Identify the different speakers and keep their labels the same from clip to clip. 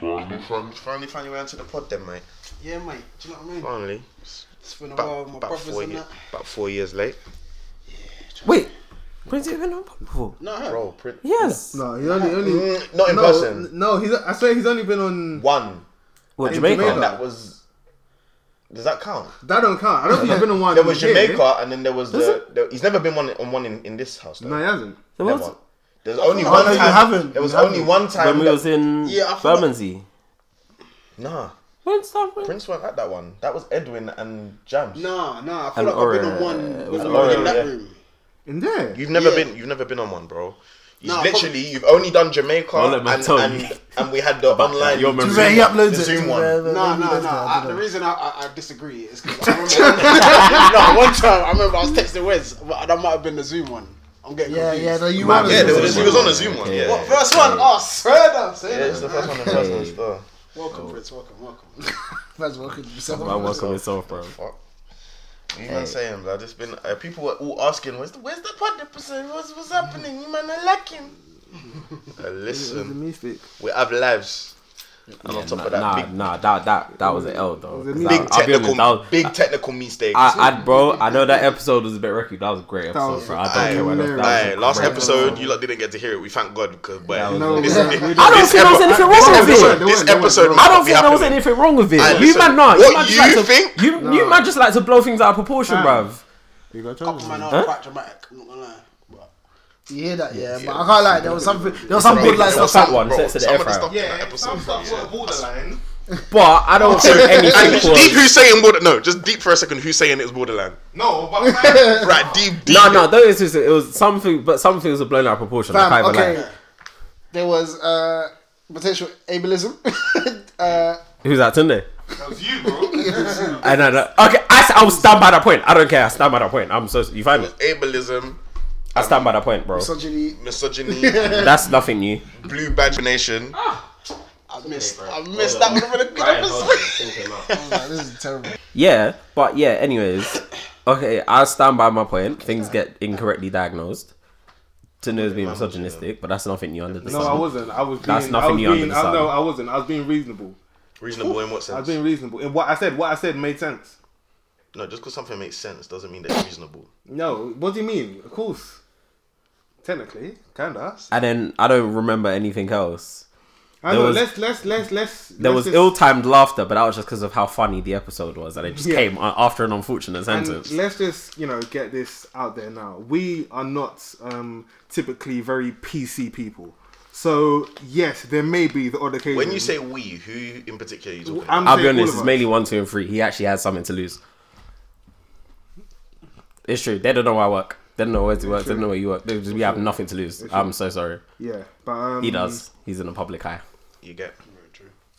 Speaker 1: Finally,
Speaker 2: Finally, finally, finally round to the pod then, mate.
Speaker 3: Yeah, mate. Do you know what I mean?
Speaker 2: Finally.
Speaker 3: It's been a while.
Speaker 2: About,
Speaker 3: My
Speaker 2: about,
Speaker 3: brothers
Speaker 2: four,
Speaker 3: and
Speaker 2: year,
Speaker 3: that.
Speaker 2: about four years late.
Speaker 4: Wait, when's it been on pod before?
Speaker 3: No, I
Speaker 2: Bro, print.
Speaker 4: Yes.
Speaker 5: No, he only only
Speaker 2: Mm, not in
Speaker 5: no,
Speaker 2: person.
Speaker 5: No, he's I swear he's only been on
Speaker 2: One.
Speaker 4: What
Speaker 5: In
Speaker 4: Jamaica?
Speaker 5: Jamaica.
Speaker 2: And that was. Does that count?
Speaker 5: that don't count. I don't think he's been on one.
Speaker 2: There was
Speaker 5: here.
Speaker 2: Jamaica, and then there was the, the. He's never been one on one in, in this house. Though.
Speaker 5: No, he hasn't.
Speaker 4: There was-
Speaker 2: never. There's only
Speaker 5: no,
Speaker 2: one
Speaker 5: you
Speaker 2: time.
Speaker 5: haven't.
Speaker 2: There was
Speaker 5: You
Speaker 2: only
Speaker 5: haven't.
Speaker 2: one time.
Speaker 4: when we
Speaker 2: that-
Speaker 4: was in
Speaker 3: Yeah, I forgot.
Speaker 4: Bermondsey.
Speaker 2: Nah,
Speaker 4: When's that? When?
Speaker 2: Prince weren't at that one. That was Edwin and Jams.
Speaker 3: Nah, nah. I feel
Speaker 4: And
Speaker 3: like I've been
Speaker 4: Aura,
Speaker 3: on one,
Speaker 4: uh,
Speaker 3: been
Speaker 4: was
Speaker 3: on
Speaker 4: it
Speaker 3: one
Speaker 2: Aura,
Speaker 3: in that
Speaker 2: yeah.
Speaker 3: room.
Speaker 5: In there.
Speaker 2: You've never
Speaker 3: Yeah.
Speaker 2: been. You've never been on one, bro. You
Speaker 3: No, I
Speaker 2: literally, you've only done Jamaica,
Speaker 4: Don't let
Speaker 2: and,
Speaker 4: man tell you
Speaker 2: and, and we had the online.
Speaker 4: Your memory.
Speaker 5: Jamaica, he
Speaker 2: the
Speaker 5: uploads it.
Speaker 2: Zoom one.
Speaker 3: No,
Speaker 5: Maybe
Speaker 3: no,
Speaker 5: that's
Speaker 3: no.
Speaker 5: not-
Speaker 3: I- The reason I, I, I disagree is because I remember. no, one time I remember I was texting Wes, but that might have been the Zoom one. I'm getting
Speaker 5: Yeah,
Speaker 3: confused.
Speaker 5: yeah, no, you
Speaker 4: Man,
Speaker 5: might
Speaker 2: Yeah,
Speaker 5: have
Speaker 2: there
Speaker 5: been
Speaker 2: was, he was on a Zoom one. Yeah,
Speaker 3: What, first one? Oh, swear down, swear
Speaker 2: yeah,
Speaker 3: down.
Speaker 2: it's Oh. the first one. The first one. Still.
Speaker 3: Welcome, Prince. Welcome, welcome.
Speaker 5: First of all, could you say-
Speaker 4: Man, welcome yourself, bro.
Speaker 2: Fuck. What You man saying, blood? It's been uh, people were all asking, "Where's the where's the pod episode? What's what's happening? You man are lacking." uh, listen,
Speaker 5: music.
Speaker 2: we have lives, and on top
Speaker 4: Nah,
Speaker 2: of that,
Speaker 4: nah,
Speaker 2: big,
Speaker 4: nah, that that that was an L though. 'Cause
Speaker 5: Big
Speaker 4: I-
Speaker 2: big
Speaker 4: I'll be
Speaker 2: technical,
Speaker 4: honest, that was-
Speaker 2: big technical mistakes.
Speaker 4: I, I, bro, I know that episode was a bit wrecky. That was a great episode,
Speaker 5: was-
Speaker 4: bro. I don't
Speaker 2: Aye,
Speaker 4: care what else. That was
Speaker 2: aye,
Speaker 4: a
Speaker 2: last
Speaker 4: great
Speaker 2: episode, you lot didn't get to hear it. We thank God because well,
Speaker 5: No,
Speaker 2: this,
Speaker 5: we don't- we
Speaker 2: this
Speaker 4: I don't think there was
Speaker 2: episode-
Speaker 4: anything wrong with
Speaker 2: this
Speaker 4: it.
Speaker 5: There weren't,
Speaker 2: episode,
Speaker 5: there
Speaker 2: this episode
Speaker 5: weren't.
Speaker 4: I
Speaker 2: might
Speaker 4: don't
Speaker 2: not be
Speaker 4: think there was
Speaker 2: happening.
Speaker 4: anything wrong with it.
Speaker 2: Aye,
Speaker 4: you
Speaker 2: listen,
Speaker 4: man, nah.
Speaker 2: what
Speaker 4: you man just
Speaker 2: you
Speaker 4: like to,
Speaker 2: think-
Speaker 4: You, you man just like to blow things out of proportion,
Speaker 5: Nah.
Speaker 4: bruv.
Speaker 5: You got charges.
Speaker 3: Man, I'm
Speaker 4: Huh?
Speaker 3: quite dramatic. I'm not gonna lie. But
Speaker 6: You hear that? Yeah, but I can't like there was something. There was some
Speaker 2: Bro,
Speaker 6: big like
Speaker 2: there was
Speaker 6: stuff.
Speaker 4: that
Speaker 2: some-
Speaker 4: one,
Speaker 2: bro,
Speaker 4: so it's an
Speaker 2: some
Speaker 4: air
Speaker 2: of the
Speaker 4: fryer.
Speaker 2: stuff in that episode, bro, yeah.
Speaker 5: borderline.
Speaker 4: But I don't think
Speaker 2: And
Speaker 4: anything
Speaker 2: deep,
Speaker 4: was.
Speaker 2: who's saying border? No, just deep for a second. Who's saying it's borderline?
Speaker 5: No, but
Speaker 2: Right, deep, deep.
Speaker 4: No, no, those was, it was something, but some things were blown out of proportion. I
Speaker 6: Fam,
Speaker 4: can't even
Speaker 6: okay.
Speaker 4: lie.
Speaker 6: There was uh, potential ableism. uh,
Speaker 4: Who's that Tunde?
Speaker 5: that was you, bro.
Speaker 4: I know. that- Okay, I, s- I will stand by that point. I don't care. I stand by that point. I'm so you find it.
Speaker 2: Ableism,
Speaker 4: I stand by that point, bro.
Speaker 6: misogyny.
Speaker 2: misogyny,
Speaker 4: That's nothing new.
Speaker 2: blue badge nation.
Speaker 3: I missed. I missed that one. Really good episode.
Speaker 6: Like, this is terrible.
Speaker 4: Yeah, but yeah. Anyways, okay, I stand by my point. Things get incorrectly diagnosed. Tunde's being misogynistic, but that's nothing new under the
Speaker 5: no,
Speaker 4: sun.
Speaker 5: I wasn't. I was. Being,
Speaker 4: That's
Speaker 5: I
Speaker 4: nothing
Speaker 5: was
Speaker 4: new under
Speaker 5: being,
Speaker 4: the
Speaker 5: I-
Speaker 4: sun.
Speaker 5: No, I wasn't. I was being reasonable.
Speaker 2: Reasonable in what
Speaker 5: I was
Speaker 2: sense?
Speaker 5: being reasonable. And what I said, what I said made sense.
Speaker 2: No, just because something makes sense doesn't mean that it's reasonable.
Speaker 5: No, what do you mean? Of course. Technically, kinda.
Speaker 4: And then I don't remember anything else.
Speaker 5: I
Speaker 4: There
Speaker 5: know.
Speaker 4: was-
Speaker 5: let's let's let's let's.
Speaker 4: There
Speaker 5: let's
Speaker 4: was
Speaker 5: just-
Speaker 4: ill-timed laughter, but that was just because of how funny the episode was, and it just
Speaker 5: Yeah.
Speaker 4: came a- after an unfortunate
Speaker 5: And
Speaker 4: sentence.
Speaker 5: let's just you know get this out there now. We are not um, typically very PC people, so yes, there may be the odd occasion.
Speaker 2: When you say we, who in particular are you talking
Speaker 5: I'm
Speaker 4: I'll
Speaker 5: saying
Speaker 4: be
Speaker 5: all
Speaker 4: honest,
Speaker 5: of
Speaker 4: it's
Speaker 5: us.
Speaker 4: mainly one, two, and three. He actually has something to lose. It's true. They don't know where I work. They don't know where to work. They don't know where you work. They just, we have nothing to lose. I'm so sorry.
Speaker 5: yeah, but um,
Speaker 4: He does. He's in a public eye.
Speaker 2: You get.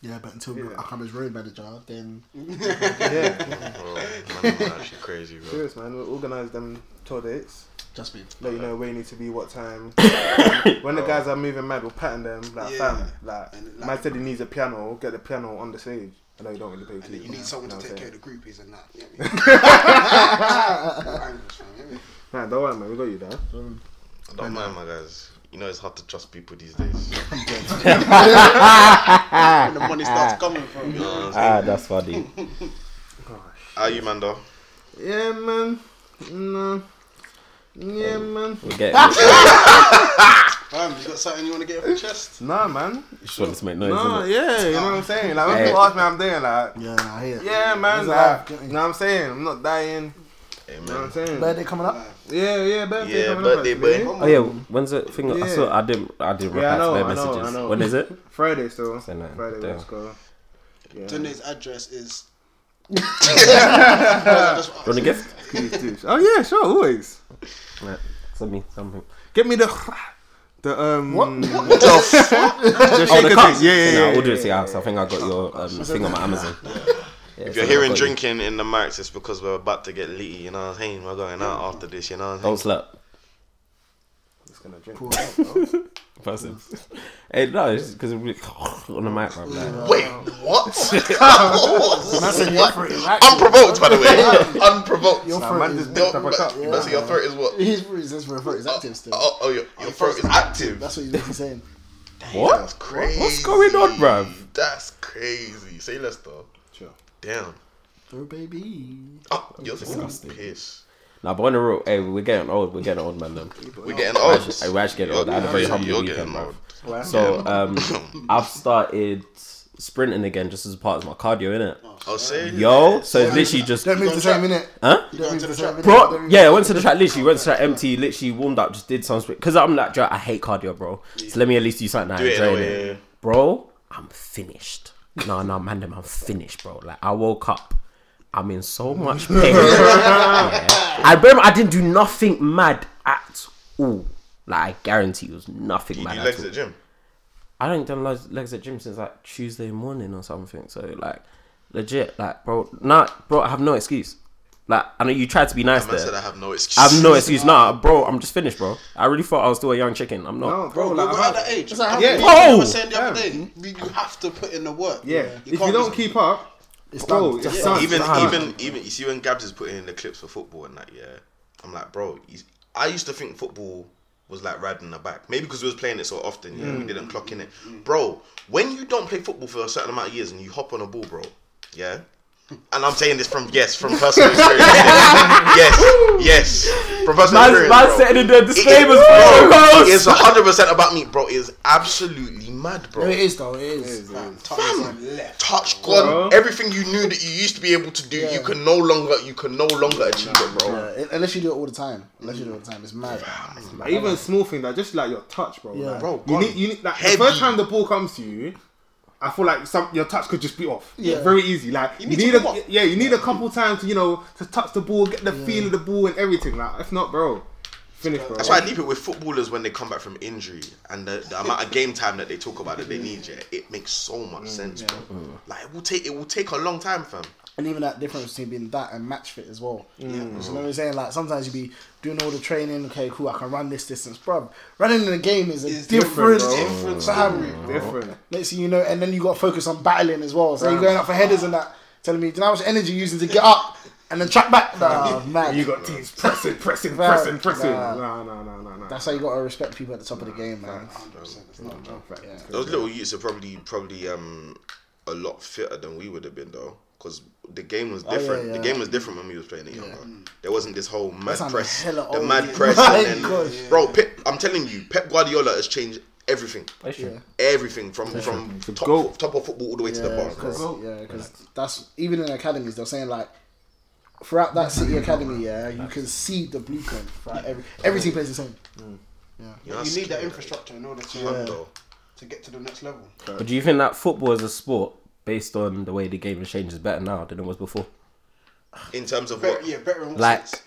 Speaker 6: Yeah, but until I come as road manager, then
Speaker 5: Yeah,
Speaker 2: Bro, man, I'm actually crazy, bro.
Speaker 5: serious man. We'll organise them tour dates.
Speaker 6: just me.
Speaker 5: Let you know where you need to be, what time. when the guys are moving mad, we'll pattern them. Like
Speaker 3: Yeah.
Speaker 5: fam, like,
Speaker 3: And, like-
Speaker 5: man said he needs a piano. We'll get the piano on the stage. I know you don't really pay.
Speaker 3: You need someone to take care of the groupies and that. you know what I mean? Angles, man, you know what I mean?
Speaker 5: Nah, don't worry, man. We got you down.
Speaker 2: I don't mind my guys. You know it's hard to trust people these days.
Speaker 3: When the money starts coming from you.
Speaker 4: Ah, that's funny.
Speaker 2: How you, man, though?
Speaker 5: Yeah, man. No. Yeah, man.
Speaker 4: We're getting it.
Speaker 3: Fam, you got something you want to get off your chest?
Speaker 5: Nah, man.
Speaker 4: Just wanted to make noise.
Speaker 5: Nah,
Speaker 4: innit?
Speaker 5: yeah. You know what I'm saying? Like, when
Speaker 4: Hey.
Speaker 5: people ask me, I'm doing like,
Speaker 6: Yeah, nah, I hear. it.
Speaker 5: yeah, man.
Speaker 6: There's a
Speaker 5: Like,
Speaker 6: lot
Speaker 5: you
Speaker 6: of-
Speaker 5: know what I'm saying? I'm not dying. You know what
Speaker 2: Amen.
Speaker 5: I'm saying?
Speaker 6: Birthday coming up.
Speaker 5: Yeah, yeah, birthday.
Speaker 2: Yeah,
Speaker 5: coming up,
Speaker 2: birthday,
Speaker 5: actually.
Speaker 2: boy.
Speaker 4: Oh yeah, when's the thing? I
Speaker 5: Yeah.
Speaker 4: saw. I didn't. I didn't reply
Speaker 5: Yeah, I know,
Speaker 4: to their
Speaker 5: I know, I
Speaker 4: messages.
Speaker 5: know.
Speaker 4: When is it?
Speaker 5: Friday, so.
Speaker 4: Say nothing.
Speaker 5: Friday,
Speaker 4: Damn.
Speaker 5: let's go. Yeah.
Speaker 3: Tunde's address is.
Speaker 4: Want a gift?
Speaker 5: Please do. Oh yeah, sure, always.
Speaker 4: Right. Send me something.
Speaker 5: Get me the the um what, what,
Speaker 4: Oh,
Speaker 5: the
Speaker 4: the
Speaker 5: shaker
Speaker 4: cup.
Speaker 5: thing. Yeah, yeah,
Speaker 4: Nah,
Speaker 5: yeah.
Speaker 4: I'll do it
Speaker 5: yeah,
Speaker 4: to your house. I think I got your um, thing on my Amazon.
Speaker 2: If you're hearing drinking in the mics, it's because we're about to get lit. You know what I'm saying? We're going out after this. You know what I'm
Speaker 4: Don't
Speaker 2: saying?
Speaker 4: slap.
Speaker 5: It's gonna drink.
Speaker 4: person. Hey, no, it's because on the mic right now.
Speaker 2: Wait, what?
Speaker 6: Right?
Speaker 2: Unprovoked, by the way. Unprovoked.
Speaker 6: Your
Speaker 2: Your
Speaker 5: Nah, man
Speaker 6: throat
Speaker 5: just
Speaker 6: is.
Speaker 5: picked up a cup.
Speaker 2: throat, your throat is what?
Speaker 6: His throat is his throat is active still.
Speaker 4: Oh,
Speaker 2: Oh, oh your, your throat is active.
Speaker 6: That's what he's been saying.
Speaker 4: What?
Speaker 2: That's crazy.
Speaker 4: What's going on, bruv?
Speaker 2: That's crazy. Say Leicester.
Speaker 5: Sure.
Speaker 2: Damn.
Speaker 6: Oh, baby.
Speaker 2: Oh, you're disgusting.
Speaker 4: disgusting.
Speaker 2: Piss.
Speaker 4: Nah, but on the real, hey, we're getting old. We're getting old, man. Then
Speaker 2: We're getting old.
Speaker 4: Hey, we're actually getting old. I had a
Speaker 2: Oh,
Speaker 4: very
Speaker 2: You're-
Speaker 4: humble
Speaker 2: you're
Speaker 4: weekend,
Speaker 2: getting
Speaker 4: bruv.
Speaker 2: old.
Speaker 5: Well,
Speaker 4: So um, I've started sprinting again, just as a part of my cardio, innit?
Speaker 2: I'll say.
Speaker 4: Yo, so it's literally just
Speaker 6: Oh. That means the same minute.
Speaker 4: huh?
Speaker 6: That means the same
Speaker 4: Bro, yeah, I went to the track, literally went to the track empty, literally warmed up, just did some sprint. Cause I'm like, "Dre, I hate cardio, bro. So let me at least do something that
Speaker 2: Do
Speaker 4: I
Speaker 2: it
Speaker 4: enjoy.
Speaker 2: anyway,
Speaker 4: innit?
Speaker 2: yeah, yeah.
Speaker 4: Bro, I'm finished. No, no, man, them, I'm finished, bro. Like I woke up, I'm in so much pain. yeah. I remember I didn't do nothing mad at all. Like I guarantee it was nothing
Speaker 2: You
Speaker 4: mad
Speaker 2: do
Speaker 4: at
Speaker 2: legs
Speaker 4: all.
Speaker 2: at the gym.
Speaker 4: I don't done legs, legs at gym since like Tuesday morning or something. So like, legit, like, bro, nah, bro, I have no excuse. Like, I know you tried to be nice
Speaker 2: That man said
Speaker 4: there.
Speaker 2: I have no excuse.
Speaker 4: I have no excuse. Nah, bro, I'm just finished, bro. I really thought I was still a young chicken. I'm
Speaker 5: no,
Speaker 4: not.
Speaker 5: bro,
Speaker 3: We're
Speaker 5: Oh, like, I
Speaker 3: at
Speaker 5: have-
Speaker 3: that age.
Speaker 6: It's like,
Speaker 5: Yeah.
Speaker 3: You know what I
Speaker 4: Oh!
Speaker 3: was saying the other day? You have to put in the work.
Speaker 5: yeah. if you
Speaker 3: can't
Speaker 5: don't
Speaker 3: just-
Speaker 5: keep up,
Speaker 6: It's done.
Speaker 5: bro,
Speaker 6: It's
Speaker 5: it's
Speaker 6: just
Speaker 5: done.
Speaker 2: even
Speaker 5: It's done.
Speaker 2: even even you see when Gabs is putting in the clips for football and that yeah I'm like bro he's, I used to think football was like riding the back maybe because we was playing it so often yeah
Speaker 4: Mm.
Speaker 2: we didn't clock in it bro when you don't play football for a certain amount of years and you hop on a ball bro yeah and I'm saying this from yes from personal experience yes yes from personal
Speaker 4: Man's,
Speaker 2: experience
Speaker 4: man's
Speaker 2: bro.
Speaker 4: setting in the
Speaker 2: It-
Speaker 4: disclaimers,
Speaker 2: bro,
Speaker 4: bro.
Speaker 2: it is 100% about me bro it is absolutely mad bro
Speaker 6: No, it is though. It is.
Speaker 3: Fam. Left.
Speaker 2: touch God. Everything you knew that you used to be able to do, you can no longer you can no longer achieve it, bro.
Speaker 6: Yeah, unless you do it all the time. Unless you do it all the time, it's mad.
Speaker 5: Like, even small thing that just like your touch, bro.
Speaker 6: Yeah.
Speaker 5: like,
Speaker 6: Bro,
Speaker 5: you
Speaker 2: gone.
Speaker 5: need, you need like, the
Speaker 2: Heavy.
Speaker 5: first time the ball comes to you, I feel like some your touch could just be off.
Speaker 6: Yeah.
Speaker 5: very easy. Like you
Speaker 3: need
Speaker 5: need,
Speaker 3: to warm up.
Speaker 5: a yeah, you need a couple times to you know to touch the ball, get the feel of the ball and everything. Like if not, bro, finish, bro.
Speaker 2: That's why I leave it with footballers when they come back from injury and the, the amount of game time that they talk about that they need. Yeah, it makes so
Speaker 6: Mm,
Speaker 2: much sense, bro. Like it will take it will take a long time, fam.
Speaker 6: And even that difference between being that and match fit as well. You know what I'm saying? Like sometimes you be doing all the training. Okay, cool. I can run this distance, bro. Running in the game is a
Speaker 3: It's
Speaker 6: different,
Speaker 5: different,
Speaker 6: different story.
Speaker 5: Different.
Speaker 6: Next thing you know, and then you got to focus on battling as well. So you're going up for headers and that. Telling me, do you know how much energy you're using to get up and then track back? Nah, man.
Speaker 5: You got teams pressing, pressing,
Speaker 6: Bro,
Speaker 5: pressing, pressing.
Speaker 6: nah.
Speaker 5: Nah, nah, nah, nah, nah.
Speaker 6: That's how you got to respect people at the top of the game, man.
Speaker 2: Those little youths are probably probably um a lot fitter than we would have been though. Because the game was
Speaker 6: Oh, yeah,
Speaker 2: different.
Speaker 6: yeah.
Speaker 2: The game was different when we was playing it younger. There wasn't this whole mad
Speaker 6: sounded
Speaker 2: press,
Speaker 6: hella
Speaker 2: the
Speaker 6: old,
Speaker 2: mad
Speaker 6: yeah.
Speaker 2: press,
Speaker 6: My
Speaker 2: and then,
Speaker 6: gosh.
Speaker 2: bro. Pep, I'm telling you, Pep Guardiola has changed everything. everything from from top,
Speaker 5: goat.
Speaker 2: top of football all the way to the bar.
Speaker 6: because
Speaker 2: bro.
Speaker 6: yeah, 'cause that's even in academies they're saying like throughout that city academy, yeah, you can see the blueprint. Throughout every every team plays the same.
Speaker 2: You're
Speaker 3: You
Speaker 2: not
Speaker 3: need that
Speaker 2: scared.
Speaker 3: infrastructure in order to, uh,
Speaker 2: Fam, though.
Speaker 3: to get to the next level.
Speaker 4: But do you think that football as a sport, based on the way the game has changed, is better now than it was before?
Speaker 2: In terms of
Speaker 3: Better,
Speaker 2: what?
Speaker 3: yeah, better in what
Speaker 4: Like-
Speaker 3: sense?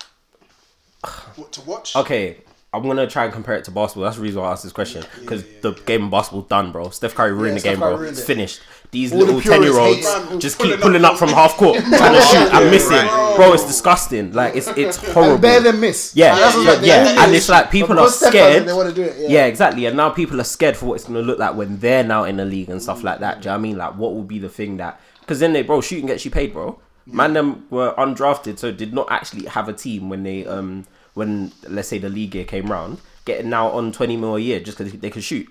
Speaker 3: what to watch.
Speaker 4: Okay, I'm gonna try and compare it to basketball. That's the reason why I asked this question because the game of basketball done, bro. Steph Curry ruined
Speaker 6: Yeah,
Speaker 4: the
Speaker 6: Steph
Speaker 4: game,
Speaker 6: Curry
Speaker 4: bro.
Speaker 6: ruined
Speaker 4: It's
Speaker 6: it.
Speaker 4: finished. These
Speaker 6: the
Speaker 4: little ten year olds
Speaker 6: purists
Speaker 3: hate man
Speaker 4: just
Speaker 3: who's
Speaker 4: keep pulling up from half court, trying to shoot and missing, bro. It's disgusting. Like it's it's horrible.
Speaker 6: Bear than miss.
Speaker 4: Yeah,
Speaker 6: Like, that's what-
Speaker 4: yeah, yeah.
Speaker 6: that
Speaker 4: and
Speaker 6: is-
Speaker 4: it's like people
Speaker 6: but
Speaker 4: are
Speaker 6: because Steph does it,
Speaker 4: scared.
Speaker 6: They want to do it. Yeah.
Speaker 4: yeah. exactly. And now people are scared for what it's gonna look like when they're now in the league and stuff like that. Do you know what I mean? Like, what will be the thing that? Because then they, bro, shooting gets you paid, bro. Man, them were undrafted, so did not actually have a team when they, um, when let's say the league year came round, getting now on twenty mil a year just because they could shoot.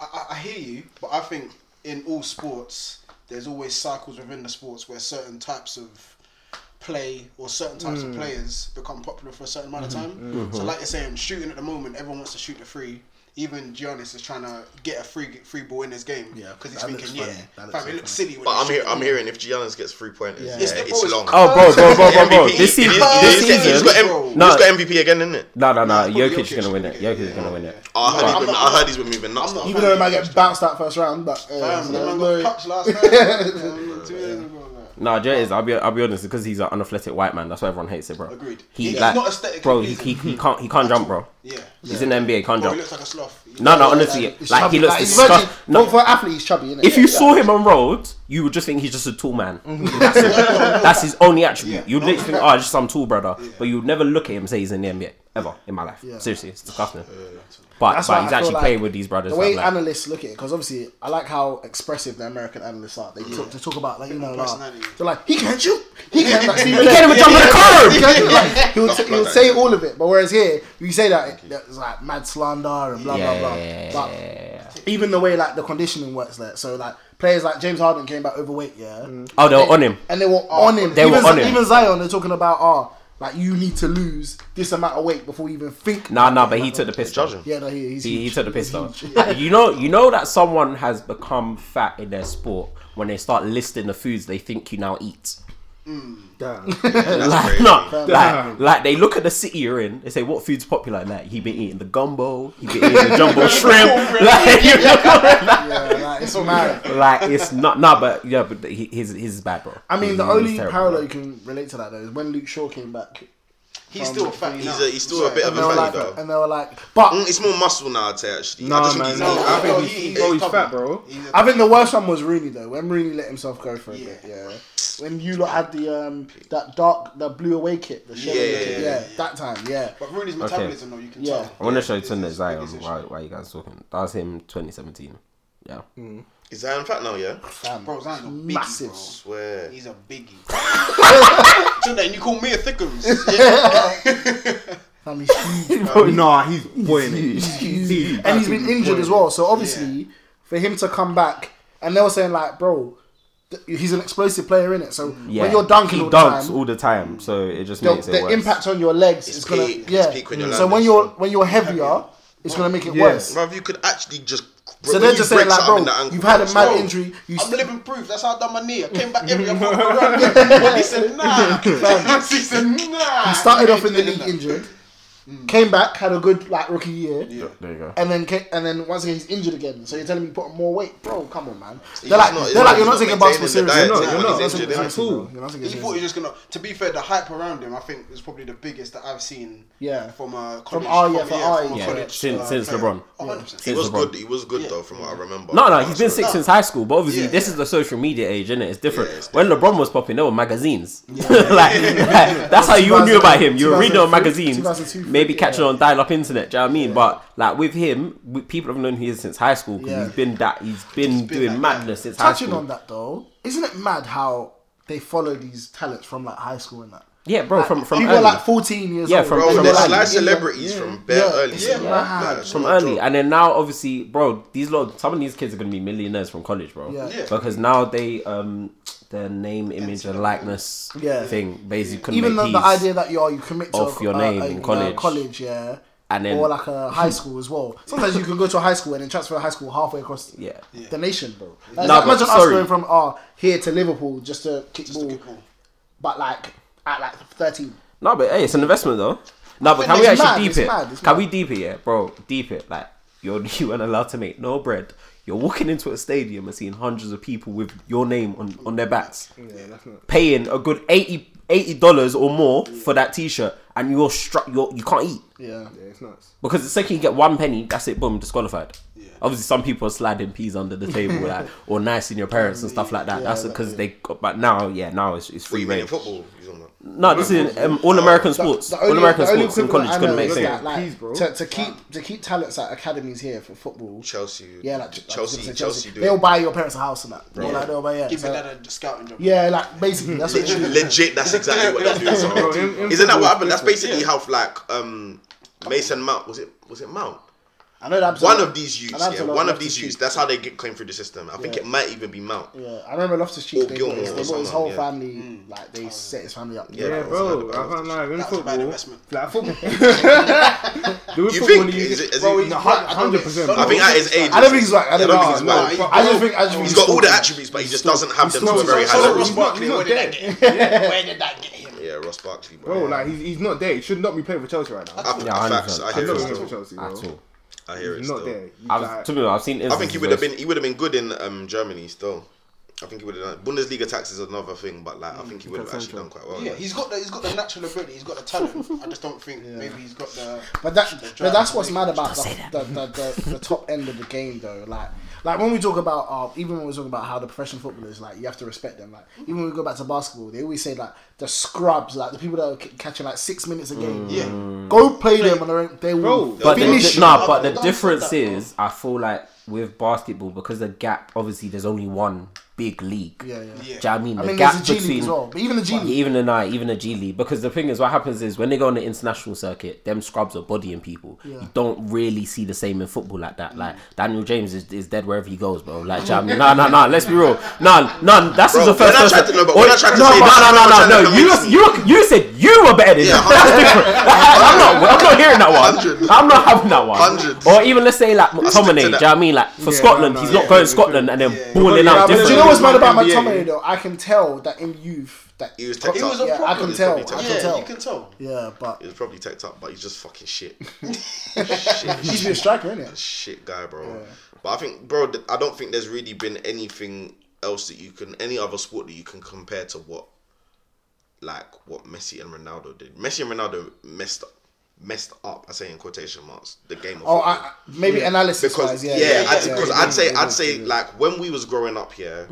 Speaker 3: I, I- I hear you, but I think in all sports, there's always cycles within the sports where certain types of play or certain types
Speaker 6: Hmm.
Speaker 3: of players become popular for a certain amount of time.
Speaker 6: Mm-hmm.
Speaker 3: So, like you're saying, shooting at the moment, everyone wants to shoot the free. Even Giannis is trying to get a free free ball in his game
Speaker 6: Yeah,
Speaker 3: because he's
Speaker 6: that
Speaker 3: thinking,
Speaker 6: looks
Speaker 3: yeah,
Speaker 6: funny. That
Speaker 3: fam,
Speaker 6: looks so
Speaker 3: it looks silly. When
Speaker 2: But
Speaker 3: they
Speaker 2: I'm
Speaker 3: shoot
Speaker 2: here.
Speaker 3: the
Speaker 2: I'm
Speaker 3: ball.
Speaker 2: hearing if Giannis gets three pointers, yeah,
Speaker 3: It's the
Speaker 2: it's
Speaker 3: bro, it's
Speaker 2: long.
Speaker 4: Oh, bro, bro, bro, bro, bro.
Speaker 2: MVP,
Speaker 4: This
Speaker 2: it
Speaker 4: season,
Speaker 2: is- it
Speaker 4: this
Speaker 2: is- he's
Speaker 4: season,
Speaker 2: got M- he's
Speaker 4: no.
Speaker 2: got MVP again, isn't it?
Speaker 4: no, no, no.
Speaker 3: it's probably
Speaker 4: Jokic
Speaker 3: Jokic
Speaker 4: is gonna win
Speaker 3: should
Speaker 4: it.
Speaker 3: get
Speaker 4: Jokic
Speaker 3: it,
Speaker 4: is gonna win it.
Speaker 2: Oh, I heard he's
Speaker 3: I'm
Speaker 2: been-
Speaker 3: not-
Speaker 2: I heard he's been moving nuts.
Speaker 3: I'm not-
Speaker 2: now.
Speaker 6: Even though they might get bounced out first round, but uh,
Speaker 3: Fam,
Speaker 6: no,
Speaker 3: that man
Speaker 6: no.
Speaker 3: got punched last night. Yeah, two years ago, like.
Speaker 4: Nah, Jay is. I'll be. I'll be honest. Because he's an unathletic white man. That's why everyone hates it, bro.
Speaker 3: Agreed.
Speaker 4: He,
Speaker 3: He's
Speaker 4: like,
Speaker 3: not aesthetically
Speaker 4: bro. He, he,
Speaker 3: pleasing.
Speaker 4: he can't. He can't jump, bro.
Speaker 3: Yeah.
Speaker 4: He's in the NBA. Can't
Speaker 3: Bro,
Speaker 4: jump.
Speaker 3: he looks like a sloth. He
Speaker 4: No,
Speaker 3: looks
Speaker 4: no,
Speaker 3: like-
Speaker 4: honestly,
Speaker 6: He's
Speaker 4: like
Speaker 6: chubby,
Speaker 4: he looks
Speaker 6: like, he's
Speaker 4: disgusting.
Speaker 6: virgin-
Speaker 4: No,
Speaker 6: for, for an athlete, he's chubby. Innit?
Speaker 4: if you
Speaker 6: Yeah.
Speaker 4: saw him on road, you would just think he's just a tall man.
Speaker 3: Mm-hmm.
Speaker 4: That's, it. That's his only attribute. You'd literally think, oh, just some tall brother. But you'd never look at him and say he's in the NBA ever in my life. Seriously, it's disgusting. But,
Speaker 6: That's
Speaker 4: but
Speaker 6: why
Speaker 4: he's
Speaker 6: I feel
Speaker 4: actually
Speaker 6: like
Speaker 4: playing with these brothers.
Speaker 6: The way
Speaker 4: fam, like-
Speaker 6: analysts look at it, because obviously I like how expressive the American analysts are. They talk to talk about like you know, like,
Speaker 3: personality.
Speaker 6: they're like he can't shoot, he can't, like,
Speaker 4: he can't even jump on the curb.
Speaker 6: like, he would, t- he would say all of it, but whereas here you say that it- it's like mad slander and blah blah blah. But
Speaker 4: Yeah.
Speaker 6: even the way like the conditioning works there. So like players like James Harden came back overweight, yeah.
Speaker 4: Oh, they were on him.
Speaker 6: And they were on him.
Speaker 4: They
Speaker 6: even,
Speaker 4: were on him.
Speaker 6: Even Zion, they're talking about ah, like you need to lose this amount of weight before you even think.
Speaker 4: Nah, nah,
Speaker 6: about
Speaker 4: but
Speaker 6: it.
Speaker 4: he took the piss.
Speaker 2: Judge
Speaker 4: though.
Speaker 2: him.
Speaker 6: Yeah, no, he, he's
Speaker 4: He, he
Speaker 6: huge.
Speaker 4: took the
Speaker 6: He's
Speaker 4: piss though.
Speaker 6: huge.
Speaker 4: you know, you know that someone has become fat in their sport when they start listing the foods they think you now eat.
Speaker 5: Damn.
Speaker 2: That's
Speaker 4: Like,
Speaker 2: crazy.
Speaker 4: no, like,
Speaker 5: Damn.
Speaker 4: like they look at the city you're in. They say, "What food's popular?" And like, he been eating the gumbo. He been eating the jumbo shrimp. like, you know,
Speaker 6: Yeah, like, it's mad.
Speaker 4: like, it's not. Nah, but yeah, but he, his his is bad, bro.
Speaker 6: I mean,
Speaker 4: He-
Speaker 6: the
Speaker 4: he's
Speaker 6: only
Speaker 4: terrible,
Speaker 6: parallel
Speaker 4: bro.
Speaker 6: you can relate to that though is when Luke Shaw came back.
Speaker 3: He's still a fatty
Speaker 2: He's,
Speaker 3: now.
Speaker 2: a, he's still a bit of
Speaker 6: And
Speaker 2: a
Speaker 6: they were
Speaker 2: fatty
Speaker 6: like,
Speaker 2: though.
Speaker 6: and they were like, but
Speaker 2: Mm, it's more muscle now, I'd say, actually. I
Speaker 5: Nah,
Speaker 2: just think
Speaker 5: man.
Speaker 2: he's-
Speaker 5: No, I think he's-
Speaker 3: he-
Speaker 5: bro, he's
Speaker 3: stubborn.
Speaker 5: fat, bro.
Speaker 3: He's a-
Speaker 6: I think the worst one was Rooney though. When Rooney let himself go for a
Speaker 3: Yeah.
Speaker 6: bit, yeah. When you lot had the um that dark, that blue away kit, the Sherry
Speaker 2: Yeah,
Speaker 6: kit,
Speaker 2: yeah,
Speaker 6: yeah,
Speaker 2: yeah,
Speaker 6: that time, yeah.
Speaker 3: But Rooney's metabolism, though, you can
Speaker 6: Yeah.
Speaker 3: tell.
Speaker 4: I want to show
Speaker 3: It's-
Speaker 4: Tunde
Speaker 3: it's-
Speaker 4: Zion.
Speaker 3: it's an
Speaker 4: Why,
Speaker 3: issue.
Speaker 4: why you guys talking? That was him, 2017. Yeah.
Speaker 6: Mm.
Speaker 2: Is Zion fat now, yeah?
Speaker 6: Damn.
Speaker 3: Bro, Zion's a biggie,
Speaker 6: Massive.
Speaker 3: bro.
Speaker 2: Swear.
Speaker 3: He's a biggie. Tunde, and you call me a thickums. Yeah.
Speaker 6: Fam, he's huge,
Speaker 5: Oh, nah, he's boying it. He's,
Speaker 6: and he's been
Speaker 5: absolutely
Speaker 6: injured
Speaker 5: boying
Speaker 6: as
Speaker 5: it.
Speaker 6: well. So obviously, for him to come back, and they were saying like, bro, th- he's an explosive player in it. So
Speaker 4: Yeah.
Speaker 6: when you're dunking
Speaker 4: he
Speaker 6: all the
Speaker 4: dunks
Speaker 6: time,
Speaker 4: all the time, so it just
Speaker 6: the,
Speaker 4: makes it
Speaker 6: the
Speaker 4: worse.
Speaker 6: impact on your legs
Speaker 2: It's
Speaker 6: is gonna
Speaker 2: peak. It's
Speaker 6: yeah.
Speaker 2: peak when you're
Speaker 6: so
Speaker 2: landing,
Speaker 6: when you're
Speaker 2: so-
Speaker 6: when you're heavier, it's gonna make it
Speaker 5: Yeah.
Speaker 6: worse.
Speaker 2: Bruv, you could actually just.
Speaker 6: So
Speaker 2: when
Speaker 6: they're
Speaker 2: you
Speaker 6: just
Speaker 2: break
Speaker 6: saying like,
Speaker 2: something
Speaker 6: bro,
Speaker 2: in the ankle,
Speaker 6: you've had a
Speaker 2: bro,
Speaker 6: mad
Speaker 2: bro,
Speaker 6: injury. You
Speaker 3: I'm living proof. That's how I done my knee. I came back every I'm walking around. But he said, nah. he said, nah.
Speaker 6: He started off in the
Speaker 3: Ain't doing
Speaker 6: league
Speaker 3: that.
Speaker 6: injured, came back, had a good like rookie year,
Speaker 4: There you go.
Speaker 6: and then ca- and then once again he's injured again. So you're telling me you put on more weight, bro? Come on, man.
Speaker 2: He's
Speaker 6: they're like,
Speaker 2: not-
Speaker 6: they're like, you're not
Speaker 2: he's
Speaker 6: taking
Speaker 2: not
Speaker 6: basketball
Speaker 2: maintaining the
Speaker 6: seriously.
Speaker 2: diet, he's
Speaker 5: You're not,
Speaker 2: not
Speaker 5: you're not
Speaker 2: taking
Speaker 5: taking
Speaker 2: it
Speaker 5: it at all.
Speaker 6: You're not taking it
Speaker 3: He thought he
Speaker 6: seriously.
Speaker 3: was just gonna. To be fair, the hype around him, I think, is probably the biggest that I've seen.
Speaker 6: Yeah.
Speaker 3: From a college.
Speaker 6: From our- yeah, from our-
Speaker 3: a
Speaker 6: yeah.
Speaker 3: college,
Speaker 4: Since-
Speaker 3: uh,
Speaker 4: since
Speaker 3: player.
Speaker 4: LeBron.
Speaker 3: 100%.
Speaker 2: He
Speaker 4: Since
Speaker 2: was
Speaker 4: LeBron.
Speaker 2: good. He was good though, from what I remember.
Speaker 4: No, no, he's been sick
Speaker 2: Sorry.
Speaker 4: since high school, but obviously
Speaker 3: Yeah.
Speaker 4: this is the social media age, isn't it? It's different.
Speaker 2: Yeah, it's
Speaker 4: when LeBron was popping, there were magazines. like, like, that's how you knew about him. You were reading on
Speaker 6: 2002,
Speaker 4: magazines,
Speaker 6: 2002,
Speaker 4: maybe
Speaker 6: yeah.
Speaker 4: catching on dial-up internet. Do you know what I mean? But like with him, we, people have known he is since high school because
Speaker 6: Yeah.
Speaker 4: he's been that. He's been,
Speaker 3: been
Speaker 4: doing
Speaker 3: that guy.
Speaker 4: madness since high
Speaker 6: Touching
Speaker 4: school.
Speaker 6: on that though, isn't it mad how they follow these talents from like high school and that?
Speaker 4: Yeah, bro, from from
Speaker 6: People
Speaker 4: early,
Speaker 6: are like 14 years
Speaker 4: Yeah,
Speaker 6: old.
Speaker 4: from-
Speaker 6: and
Speaker 2: Bro,
Speaker 4: from
Speaker 6: they're
Speaker 2: there's
Speaker 4: early.
Speaker 2: like
Speaker 6: in the-
Speaker 2: celebrities from bare
Speaker 6: Yeah,
Speaker 2: early.
Speaker 6: it's
Speaker 2: Yeah,
Speaker 6: mad.
Speaker 2: Like, it's
Speaker 4: from
Speaker 2: not a
Speaker 4: early,
Speaker 2: joke.
Speaker 4: and then now obviously, bro, these lot some of these kids are gonna be millionaires from college, bro.
Speaker 6: Yeah.
Speaker 3: Yeah.
Speaker 4: Because now they um their name, image, and likeness
Speaker 6: Yeah.
Speaker 4: thing basically couldn't
Speaker 6: even though
Speaker 4: make
Speaker 6: the
Speaker 4: peace.
Speaker 6: idea that you are you commit to
Speaker 4: off
Speaker 6: a,
Speaker 4: your
Speaker 6: uh,
Speaker 4: name
Speaker 6: a-
Speaker 4: in
Speaker 6: uh,
Speaker 4: college.
Speaker 6: college, yeah,
Speaker 4: And then-
Speaker 6: or like a high school as well. Sometimes you can go to a high school and then transfer a high school halfway across
Speaker 4: Yeah. Yeah.
Speaker 6: the nation, bro. Like,
Speaker 4: Nah,
Speaker 6: like,
Speaker 4: but
Speaker 6: imagine us
Speaker 4: sorry.
Speaker 6: going from uh, here to Liverpool just to kick
Speaker 3: Just
Speaker 6: ball,
Speaker 3: a good ball.
Speaker 6: but like at like thirteen.
Speaker 4: No, but hey, it's an investment though. No, but
Speaker 6: But
Speaker 4: can we
Speaker 6: it's mad,
Speaker 4: actually deep
Speaker 6: it's
Speaker 4: it?
Speaker 6: mad, it's
Speaker 4: Can
Speaker 6: mad.
Speaker 4: we deep it, yeah, bro? Deep it. Like you're you weren't allowed to make no bread. You're walking into a stadium and seeing hundreds of people with your name on, on their backs, paying a good 80 dollars or more for that T-shirt, and you're struck. You're you can't eat
Speaker 6: Yeah,
Speaker 5: Yeah, it's nuts.
Speaker 4: because the second you get one penny, that's it. Boom, disqualified. Obviously, some people are sliding peas under the table, like or nicing your parents and stuff like that. that's because they. got- But now, yeah, now it's, it's
Speaker 2: What do
Speaker 4: free
Speaker 2: you mean in
Speaker 4: range.
Speaker 2: football? He's on that.
Speaker 4: No, this is um, all American sports.
Speaker 6: The only-
Speaker 4: all American
Speaker 6: the only
Speaker 4: sports in
Speaker 6: equivalent
Speaker 4: college
Speaker 6: I
Speaker 4: couldn't
Speaker 6: know
Speaker 4: make
Speaker 6: is
Speaker 4: sense.
Speaker 6: that, like,
Speaker 5: Peas, bro.
Speaker 6: To, to keep to keep talents at academies here for football.
Speaker 2: Chelsea.
Speaker 6: Yeah, like
Speaker 2: Chelsea.
Speaker 6: like,
Speaker 2: Chelsea, Chelsea do
Speaker 6: They'll
Speaker 2: it.
Speaker 6: buy your parents a house and that. Yeah, like, they'll buy, yeah.
Speaker 3: Give me
Speaker 6: so-
Speaker 3: that uh, a scouting job.
Speaker 6: yeah, like basically that's what.
Speaker 2: Legit, legit, that's exactly what they're doing.
Speaker 5: Bro,
Speaker 2: so.
Speaker 5: in- in
Speaker 2: Isn't that
Speaker 5: football,
Speaker 2: what happened? That's
Speaker 5: it's
Speaker 2: basically how like um Mason Mount was it was it Mount?
Speaker 6: I know that
Speaker 2: One of these youths,
Speaker 6: An
Speaker 2: yeah,
Speaker 6: absolute
Speaker 2: one of
Speaker 6: lefty
Speaker 2: these
Speaker 6: cheek.
Speaker 2: youths. That's how they get came through the system. I think it might even be Mount.
Speaker 6: Yeah, I remember Loftus Cheek.
Speaker 2: Or
Speaker 6: They
Speaker 2: Oh, Gilmore
Speaker 6: bought his,
Speaker 2: or
Speaker 6: they bought his
Speaker 2: someone,
Speaker 6: whole
Speaker 2: yeah.
Speaker 6: family. Like they set his family up.
Speaker 2: Yeah,
Speaker 5: Yeah,
Speaker 2: that's
Speaker 5: bro,
Speaker 2: bad.
Speaker 5: I can't lie. In
Speaker 3: That's a bad
Speaker 5: football,
Speaker 3: investment.
Speaker 5: like football, do we football
Speaker 2: think-
Speaker 5: in
Speaker 2: is
Speaker 5: the UK?
Speaker 2: it- is
Speaker 5: Bro,
Speaker 2: it-
Speaker 5: he's
Speaker 2: No,
Speaker 5: right,
Speaker 3: I don't think
Speaker 5: 100%.
Speaker 3: so.
Speaker 5: bro.
Speaker 2: I think at his age,
Speaker 6: I don't think he's right. I
Speaker 2: I
Speaker 6: don't,
Speaker 2: don't think
Speaker 6: he's
Speaker 2: he's right.
Speaker 6: I just think I just think
Speaker 2: He's got all the
Speaker 6: talking.
Speaker 2: attributes, but he just doesn't have them to a
Speaker 5: still-
Speaker 2: very
Speaker 5: he's
Speaker 2: high
Speaker 5: still-
Speaker 2: level.
Speaker 3: So Ross
Speaker 5: he's not-
Speaker 3: Barkley,
Speaker 5: he's not
Speaker 3: where did that
Speaker 5: dead.
Speaker 3: get him? Where did that get him?
Speaker 2: Yeah, Ross Barkley, bro.
Speaker 5: Bro, like he's, he's not there. He should not be playing for Chelsea right now.
Speaker 2: I,
Speaker 4: Yeah, I
Speaker 2: facts.
Speaker 4: understand.
Speaker 2: I
Speaker 4: I
Speaker 2: hear it
Speaker 5: understand.
Speaker 2: still.
Speaker 5: Chelsea, bro.
Speaker 4: At all.
Speaker 2: I hear it
Speaker 5: He's not
Speaker 2: still.
Speaker 5: there. He's
Speaker 4: I've,
Speaker 5: like-
Speaker 4: to be honest, I've seen.
Speaker 2: I think he
Speaker 4: instances
Speaker 2: would have
Speaker 4: where-
Speaker 2: been he would have been good in um, Germany still. I think he would have done Bundesliga tax is another thing, but like I think he would have actually done quite well.
Speaker 3: Yeah,
Speaker 2: man.
Speaker 3: he's got the he's got the natural ability. He's got the talent. I just don't think maybe he's got the.
Speaker 6: But that,
Speaker 3: the
Speaker 6: but
Speaker 3: drive
Speaker 6: that's
Speaker 3: to
Speaker 6: what's
Speaker 3: make
Speaker 6: mad
Speaker 3: it.
Speaker 6: about the, the, the, the, the top end of the game, though. Like, like when we talk about, uh, even when we talk about how the professional footballers, like, you have to respect them. Like, even when we go back to basketball, they always say like the scrubs, like the people that are c- catching like six minutes a game.
Speaker 3: Yeah.
Speaker 6: go play them, and they will
Speaker 5: Bro,
Speaker 4: But the,
Speaker 6: finish.
Speaker 4: di- nah,
Speaker 3: you.
Speaker 4: but the
Speaker 3: Don't say
Speaker 4: difference
Speaker 3: that, bro.
Speaker 4: is, I feel like with basketball because the gap obviously there's only one big league.
Speaker 6: Yeah, yeah.
Speaker 4: Do you know what I mean? The
Speaker 6: I mean, there's
Speaker 4: gap
Speaker 6: a G
Speaker 4: between
Speaker 6: League as well, but even the G
Speaker 4: Yeah,
Speaker 6: League.
Speaker 4: even a night, even a G League. Because the thing is, what happens is when they go on the international circuit, them scrubs are bodying people. You don't really see the same in football like that. Like
Speaker 6: Mm.
Speaker 4: Daniel James is, is dead wherever he goes, bro. Like, do you know what I mean? nah, nah, nah. Let's be real. Nah, nah. That's
Speaker 2: Bro,
Speaker 4: the first.
Speaker 2: when I tried
Speaker 4: person-
Speaker 2: to- no, but
Speaker 4: Oh,
Speaker 2: when I tried to
Speaker 4: no,
Speaker 2: say
Speaker 4: no,
Speaker 2: that,
Speaker 4: no, no,
Speaker 2: someone tried to
Speaker 4: no, no. You,
Speaker 2: convince
Speaker 4: you, you said you were better than
Speaker 2: Yeah,
Speaker 4: him. That's different. I'm not. I'm not hearing that one.
Speaker 2: Hundred.
Speaker 4: I'm not having that one.
Speaker 2: Hundred.
Speaker 4: Or even let's say like McTominay. Do you know
Speaker 2: that.
Speaker 4: what I mean? Like for
Speaker 5: Yeah,
Speaker 4: Scotland,
Speaker 5: no,
Speaker 4: he's
Speaker 5: no,
Speaker 4: not
Speaker 5: yeah,
Speaker 4: going
Speaker 5: yeah,
Speaker 4: Scotland
Speaker 5: yeah.
Speaker 4: and then
Speaker 5: Yeah.
Speaker 4: balling
Speaker 5: Yeah,
Speaker 4: out
Speaker 5: but
Speaker 6: Do you
Speaker 4: differently.
Speaker 6: know what's mad about
Speaker 5: NBA.
Speaker 6: McTominay though? I can tell that in youth that
Speaker 2: He was teched
Speaker 3: It
Speaker 2: up.
Speaker 3: was a
Speaker 6: Yeah, I
Speaker 3: problem.
Speaker 6: can tell,
Speaker 2: He was
Speaker 6: I
Speaker 2: probably
Speaker 6: can
Speaker 2: teched
Speaker 3: yeah,
Speaker 6: tell.
Speaker 3: you can tell.
Speaker 6: yeah, but
Speaker 2: He was probably teched up, but he's just fucking shit.
Speaker 6: he's been a striker, isn't it?
Speaker 2: shit guy, bro. But I think, bro, th- I don't think there's really been anything else that you can, any other sport that you can compare to what, like what Messi and Ronaldo did. Messi and Ronaldo messed up, messed up. I say in quotation marks the game of
Speaker 6: Oh,
Speaker 2: football.
Speaker 6: I, I- maybe analysis
Speaker 2: because
Speaker 6: wise,
Speaker 2: yeah,
Speaker 6: yeah, yeah,
Speaker 2: I'd,
Speaker 6: yeah,
Speaker 2: because
Speaker 6: yeah,
Speaker 2: I'd say
Speaker 6: yeah,
Speaker 2: I'd say like when we was growing up here,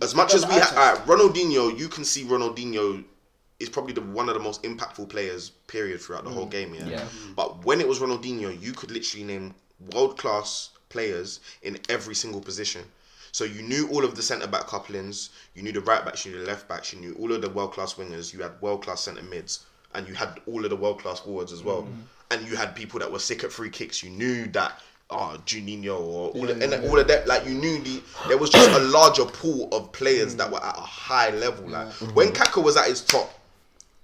Speaker 2: as much as we had alright, Ronaldinho, you can see Ronaldinho is probably the one of the most impactful players period throughout the whole
Speaker 6: Mm.
Speaker 2: game. Yeah?
Speaker 4: Yeah.
Speaker 2: but when it was Ronaldinho, you could literally name world class players in every single position. So you knew all of the centre back couplings, you knew the right backs, you knew the left backs, you knew all of the world class wingers, you had world class centre mids, and you had all of the world class forwards as well.
Speaker 6: Mm.
Speaker 2: And you had people that were sick at free kicks. You knew that ah Juninho or all of, and all of that. Like you knew the there was just a larger pool of players that were at a high level. Like when Kaka was at his top,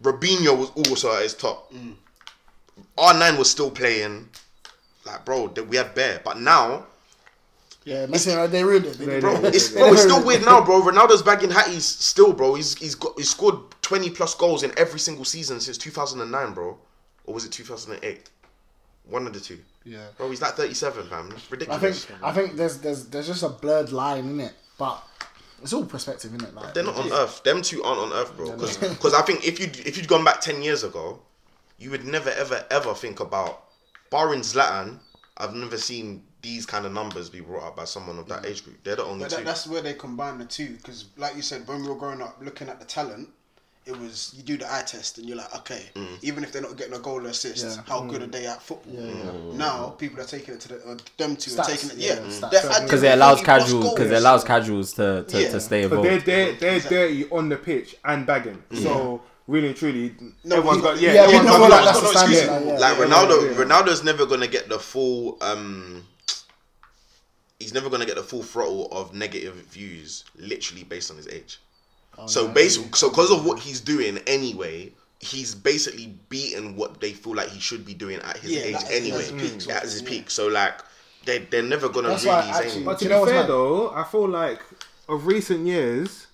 Speaker 2: Robinho was also at his top.
Speaker 6: Mm.
Speaker 2: R9 was still playing. Like bro, th- we had bear, but now
Speaker 6: yeah. uh, Messi, and they ruined it. They,
Speaker 5: They-
Speaker 6: bro,
Speaker 2: Bro, it's, bro, it's still weird now, bro. Ronaldo's bagging hatties still, bro. He's he's got he's scored twenty plus goals in every single season since two thousand and nine, bro. Or was it two thousand and eight? One of the two.
Speaker 6: Yeah.
Speaker 2: Bro, he's like thirty seven, man. That's
Speaker 6: I
Speaker 2: ridiculous.
Speaker 6: think I think there's there's there's just a blurred line in it, but it's all perspective in it. Like
Speaker 2: They're not on Earth. Them two aren't on Earth, bro. Because I think if you if you'd gone back ten years ago, you would never ever ever think about barring Zlatan. I've never seen these kind of numbers be brought up by someone of that age group. They're the only
Speaker 3: Mm. But
Speaker 2: two.
Speaker 3: that, that's where they combine the two because, like you said, when we were growing up, looking at the talent, it was you do the eye test and you're like, okay, even if they're not getting a goal or assist,
Speaker 6: Yeah.
Speaker 3: how good are they at football? Mm. Now people are taking it to the, uh, them two are
Speaker 6: Stats,
Speaker 3: taking it,
Speaker 6: yeah,
Speaker 3: yeah,
Speaker 6: stats.
Speaker 3: They're adding
Speaker 4: Because it allows
Speaker 3: 40 plus
Speaker 4: casuals. Because it
Speaker 3: goals.
Speaker 4: allows casuals to to,
Speaker 3: Yeah.
Speaker 4: to stay
Speaker 5: But they're
Speaker 4: involved.
Speaker 5: they're, they're dirty on the pitch and bagging.
Speaker 2: Mm.
Speaker 5: So really and truly,
Speaker 3: No,
Speaker 5: everyone's
Speaker 3: you-
Speaker 5: got yeah.
Speaker 6: yeah,
Speaker 5: everyone's
Speaker 6: we know like
Speaker 5: got- got
Speaker 6: that's
Speaker 5: no
Speaker 6: the standard
Speaker 5: excuse.
Speaker 6: now, yeah.
Speaker 2: like
Speaker 5: Yeah,
Speaker 2: Ronaldo,
Speaker 5: yeah.
Speaker 2: Ronaldo's never gonna get the full. um He's never gonna get the full throttle of negative views, literally based on his age.
Speaker 6: Oh,
Speaker 2: so basically, so because of what he's doing anyway, he's basically beating what they feel like he should be doing at his
Speaker 3: Yeah,
Speaker 2: age
Speaker 3: like, at his
Speaker 2: anyway,
Speaker 3: peak,
Speaker 2: at his
Speaker 3: yeah.
Speaker 2: peak. So like, they they're never gonna
Speaker 6: That's why
Speaker 2: really.
Speaker 6: I actually-
Speaker 2: say-
Speaker 5: But to
Speaker 6: Do you know
Speaker 5: be
Speaker 6: what's
Speaker 5: fair
Speaker 6: mad?
Speaker 5: though, I feel like of recent years,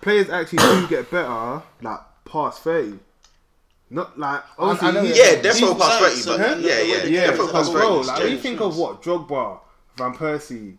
Speaker 5: players actually do get better like past thirty. Not like obviously,
Speaker 6: know
Speaker 5: yeah,
Speaker 6: that.
Speaker 2: yeah, definitely
Speaker 3: People
Speaker 2: past
Speaker 3: say
Speaker 2: thirty,
Speaker 3: so,
Speaker 2: but
Speaker 3: man,
Speaker 2: yeah,
Speaker 3: the way
Speaker 2: yeah,
Speaker 3: they
Speaker 5: yeah,
Speaker 3: Yeah,
Speaker 2: definitely
Speaker 3: but
Speaker 5: because
Speaker 2: past
Speaker 3: that's
Speaker 5: bro,
Speaker 3: what
Speaker 2: thirty.
Speaker 3: it is,
Speaker 5: like
Speaker 2: yeah.
Speaker 5: when you think of what Drogba, Van Persie,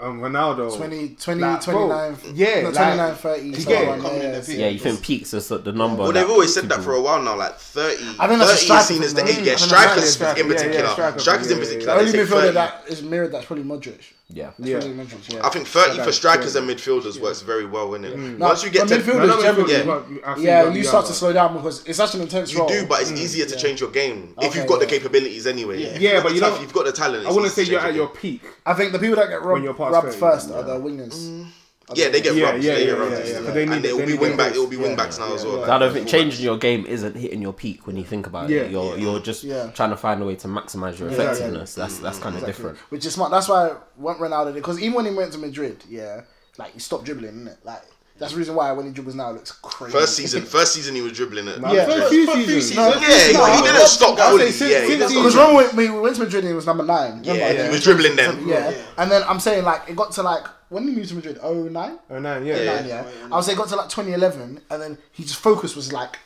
Speaker 5: um, Ronaldo,
Speaker 6: 20, 20,
Speaker 5: like, bro,
Speaker 6: 29,
Speaker 5: yeah,
Speaker 6: no,
Speaker 5: like,
Speaker 6: 29, 30,
Speaker 5: you
Speaker 6: something
Speaker 5: get it,
Speaker 6: around
Speaker 3: coming in
Speaker 6: there,
Speaker 3: the
Speaker 6: yeah.
Speaker 4: Yeah, you think peaks is sort of the number.
Speaker 2: Well,
Speaker 4: that
Speaker 2: they've always said that
Speaker 4: people-
Speaker 2: for a while now. Like thirty,
Speaker 6: Mm-hmm. I think that's
Speaker 2: thirty
Speaker 6: a
Speaker 2: is
Speaker 6: striker
Speaker 2: seen as the
Speaker 6: thing,
Speaker 2: age.
Speaker 6: though.
Speaker 2: Yeah,
Speaker 6: I think that's a
Speaker 2: strikers
Speaker 5: striker
Speaker 2: in
Speaker 5: thing. Yeah, yeah,
Speaker 2: particular.
Speaker 5: striker
Speaker 2: Strikers in
Speaker 5: thing, yeah,
Speaker 6: The
Speaker 2: particular. they
Speaker 5: yeah,
Speaker 6: only
Speaker 2: say
Speaker 6: midfielder
Speaker 2: 30.
Speaker 6: that is mirrored that's probably Modric.
Speaker 4: Yeah.
Speaker 5: Yeah.
Speaker 6: Probably Modric, yeah.
Speaker 2: I think thirty for
Speaker 5: Striker,
Speaker 2: strikers
Speaker 5: yeah.
Speaker 2: and midfielders works very well, innit? Once you
Speaker 6: No,
Speaker 2: get
Speaker 6: Mm. but
Speaker 2: to
Speaker 6: midfielders
Speaker 5: No, not
Speaker 6: generally-
Speaker 5: midfielders,
Speaker 2: Yeah.
Speaker 5: but I think
Speaker 6: Yeah,
Speaker 5: got
Speaker 6: you
Speaker 5: the
Speaker 6: start
Speaker 5: other.
Speaker 6: to slow down because it's such an intense
Speaker 2: you
Speaker 6: role.
Speaker 2: do, but it's easier to change your game if
Speaker 6: Mm. Okay,
Speaker 2: you've got the
Speaker 6: yeah.
Speaker 2: capabilities anyway. If
Speaker 5: Yeah,
Speaker 2: you've got
Speaker 5: but
Speaker 2: the
Speaker 5: you
Speaker 2: talent-
Speaker 5: don't-
Speaker 2: If you've got the talent,
Speaker 5: I
Speaker 2: it's
Speaker 5: wouldn't say
Speaker 2: easy to
Speaker 5: you're
Speaker 2: change
Speaker 5: at
Speaker 2: your
Speaker 5: your
Speaker 2: game.
Speaker 5: peak.
Speaker 6: I think the people that get robbed,
Speaker 5: you're past
Speaker 6: robbed
Speaker 5: 30,
Speaker 6: first
Speaker 5: yeah.
Speaker 6: are the
Speaker 2: Mm.
Speaker 6: wingers.
Speaker 2: Yeah, they get
Speaker 5: Yeah,
Speaker 2: rubbed.
Speaker 5: yeah,
Speaker 2: they
Speaker 5: yeah,
Speaker 2: get rubbed.
Speaker 5: yeah, yeah.
Speaker 2: easily.
Speaker 5: But they need-
Speaker 2: and it'll
Speaker 5: they
Speaker 2: be
Speaker 5: need
Speaker 2: wing
Speaker 5: their
Speaker 2: back. It'll be
Speaker 5: backs.
Speaker 2: wing backs now as well.
Speaker 4: I don't
Speaker 2: like,
Speaker 4: think
Speaker 2: full
Speaker 4: changing your game isn't hitting your peak when you think about
Speaker 5: Yeah.
Speaker 4: it. You're you're just
Speaker 6: Yeah.
Speaker 4: trying to find a way to maximize your
Speaker 6: Yeah, yeah.
Speaker 4: effectiveness. That's that's kind of different.
Speaker 6: Which is smart. That's why when Ronaldo did, because even when he went to Madrid, yeah, like he stopped dribbling, innit? Like that's the reason why when he dribbles now it looks
Speaker 2: back.
Speaker 6: crazy.
Speaker 2: First season, first season he was dribbling it.
Speaker 5: Yeah. First few seasons.
Speaker 2: Yeah, he, he didn't stop
Speaker 5: I'd
Speaker 2: fully.
Speaker 5: say since-
Speaker 2: Yeah, he
Speaker 5: since
Speaker 2: didn't
Speaker 5: he-
Speaker 6: Because
Speaker 2: stop.
Speaker 6: remember when when we went to Madrid and he was number nine. remember?
Speaker 2: Yeah, he was dribbling them.
Speaker 6: Yeah. and then I'm saying like it got to like when he moved to Madrid, 09?
Speaker 5: Oh, nine, yeah.
Speaker 2: Yeah.
Speaker 6: yeah. I would say it got to like 2011, and then his focus was like,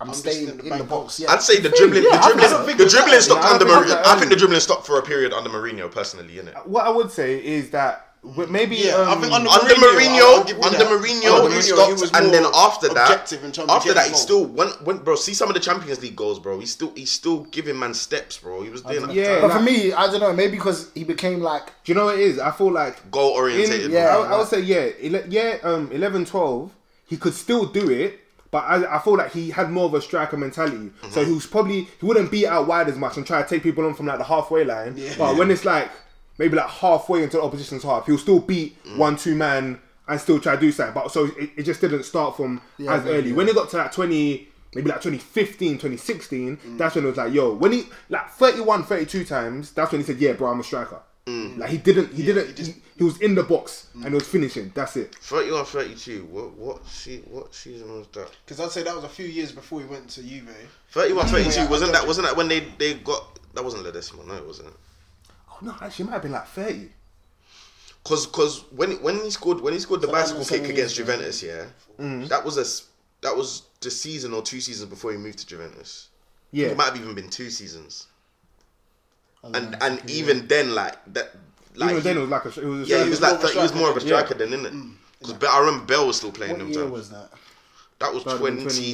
Speaker 6: I'm, staying in the, box. Yeah,
Speaker 2: I'd say the dribbling,
Speaker 6: yeah, I
Speaker 2: the
Speaker 6: think- I
Speaker 2: dribbling, the dribbling stopped
Speaker 5: I
Speaker 2: under.
Speaker 5: think
Speaker 2: Mourinho.
Speaker 5: that's
Speaker 2: I
Speaker 5: early.
Speaker 2: think the dribbling stopped for a period under Mourinho, personally, innit?
Speaker 5: What I would say is that w- maybe
Speaker 3: Yeah,
Speaker 5: um,
Speaker 3: I think under,
Speaker 2: Under
Speaker 3: I'll- I'll
Speaker 2: Mourinho,
Speaker 3: give you
Speaker 2: under
Speaker 3: that.
Speaker 2: Mourinho,
Speaker 3: Under
Speaker 2: he
Speaker 3: Mourinho,
Speaker 2: stopped,
Speaker 3: was
Speaker 2: and then
Speaker 3: more
Speaker 2: after that,
Speaker 3: objective in terms of
Speaker 2: after that,
Speaker 3: getting
Speaker 2: he
Speaker 3: goals.
Speaker 2: still went, went, bro. See some of the Champions League goals, bro. He's still, he's still giving man steps, bro. He was doing that
Speaker 5: yeah,
Speaker 6: but
Speaker 5: like,
Speaker 6: for me, I don't know. Maybe because he became like
Speaker 5: do you know what it is? I feel like
Speaker 2: goal
Speaker 5: in,
Speaker 2: orientated.
Speaker 5: yeah,
Speaker 6: yeah,
Speaker 5: I, would- I would say yeah, ele- yeah, um, 11, 12, he could still do it. But I, I feel like he had more of a striker mentality, so he was probably he wouldn't be out wide as much and try to take people on from like the halfway line. But when it's like maybe like halfway into the opposition's half. He'll still beat one two man and still try to do something. But so it, it just didn't start from as
Speaker 6: yeah,
Speaker 5: early. When it got to like twenty. Maybe like 2015, 2016, that's when it was like, yo, when he, like 31, 32 times, that's when he said, yeah, bro, I'm a striker.
Speaker 2: Mm.
Speaker 5: Like he didn't, he didn't, he, he was in the box and he was finishing. That's it.
Speaker 2: 30 or 32. What what see what season was that?
Speaker 3: Because I'd say that was a few years before he went to Juve.
Speaker 2: 30 or 32. Wasn't that wasn't that when they they got that wasn't Ledesma, no it wasn't.
Speaker 5: Oh, no, actually, it might have been like 30.
Speaker 2: Cause, cause when when he scored when he scored the
Speaker 6: that
Speaker 2: bicycle
Speaker 6: was Mm.
Speaker 2: kick
Speaker 6: seven
Speaker 2: against
Speaker 6: years,
Speaker 2: Juventus, yeah, that was a s- that was the season or two seasons before he moved to Juventus.
Speaker 5: Yeah.
Speaker 2: it might have even been two seasons. And and even then, like that, like
Speaker 5: Even
Speaker 2: he-
Speaker 5: then, it was like a, it was a
Speaker 2: yeah, he
Speaker 5: striker.
Speaker 2: was
Speaker 3: more
Speaker 2: like 30, he was more
Speaker 3: of a striker
Speaker 2: of a
Speaker 3: then. Yeah.
Speaker 2: striker than in it. Because I remember Bell was still playing
Speaker 6: What
Speaker 2: them
Speaker 6: year
Speaker 2: time.
Speaker 6: was that?
Speaker 2: that was
Speaker 5: That was in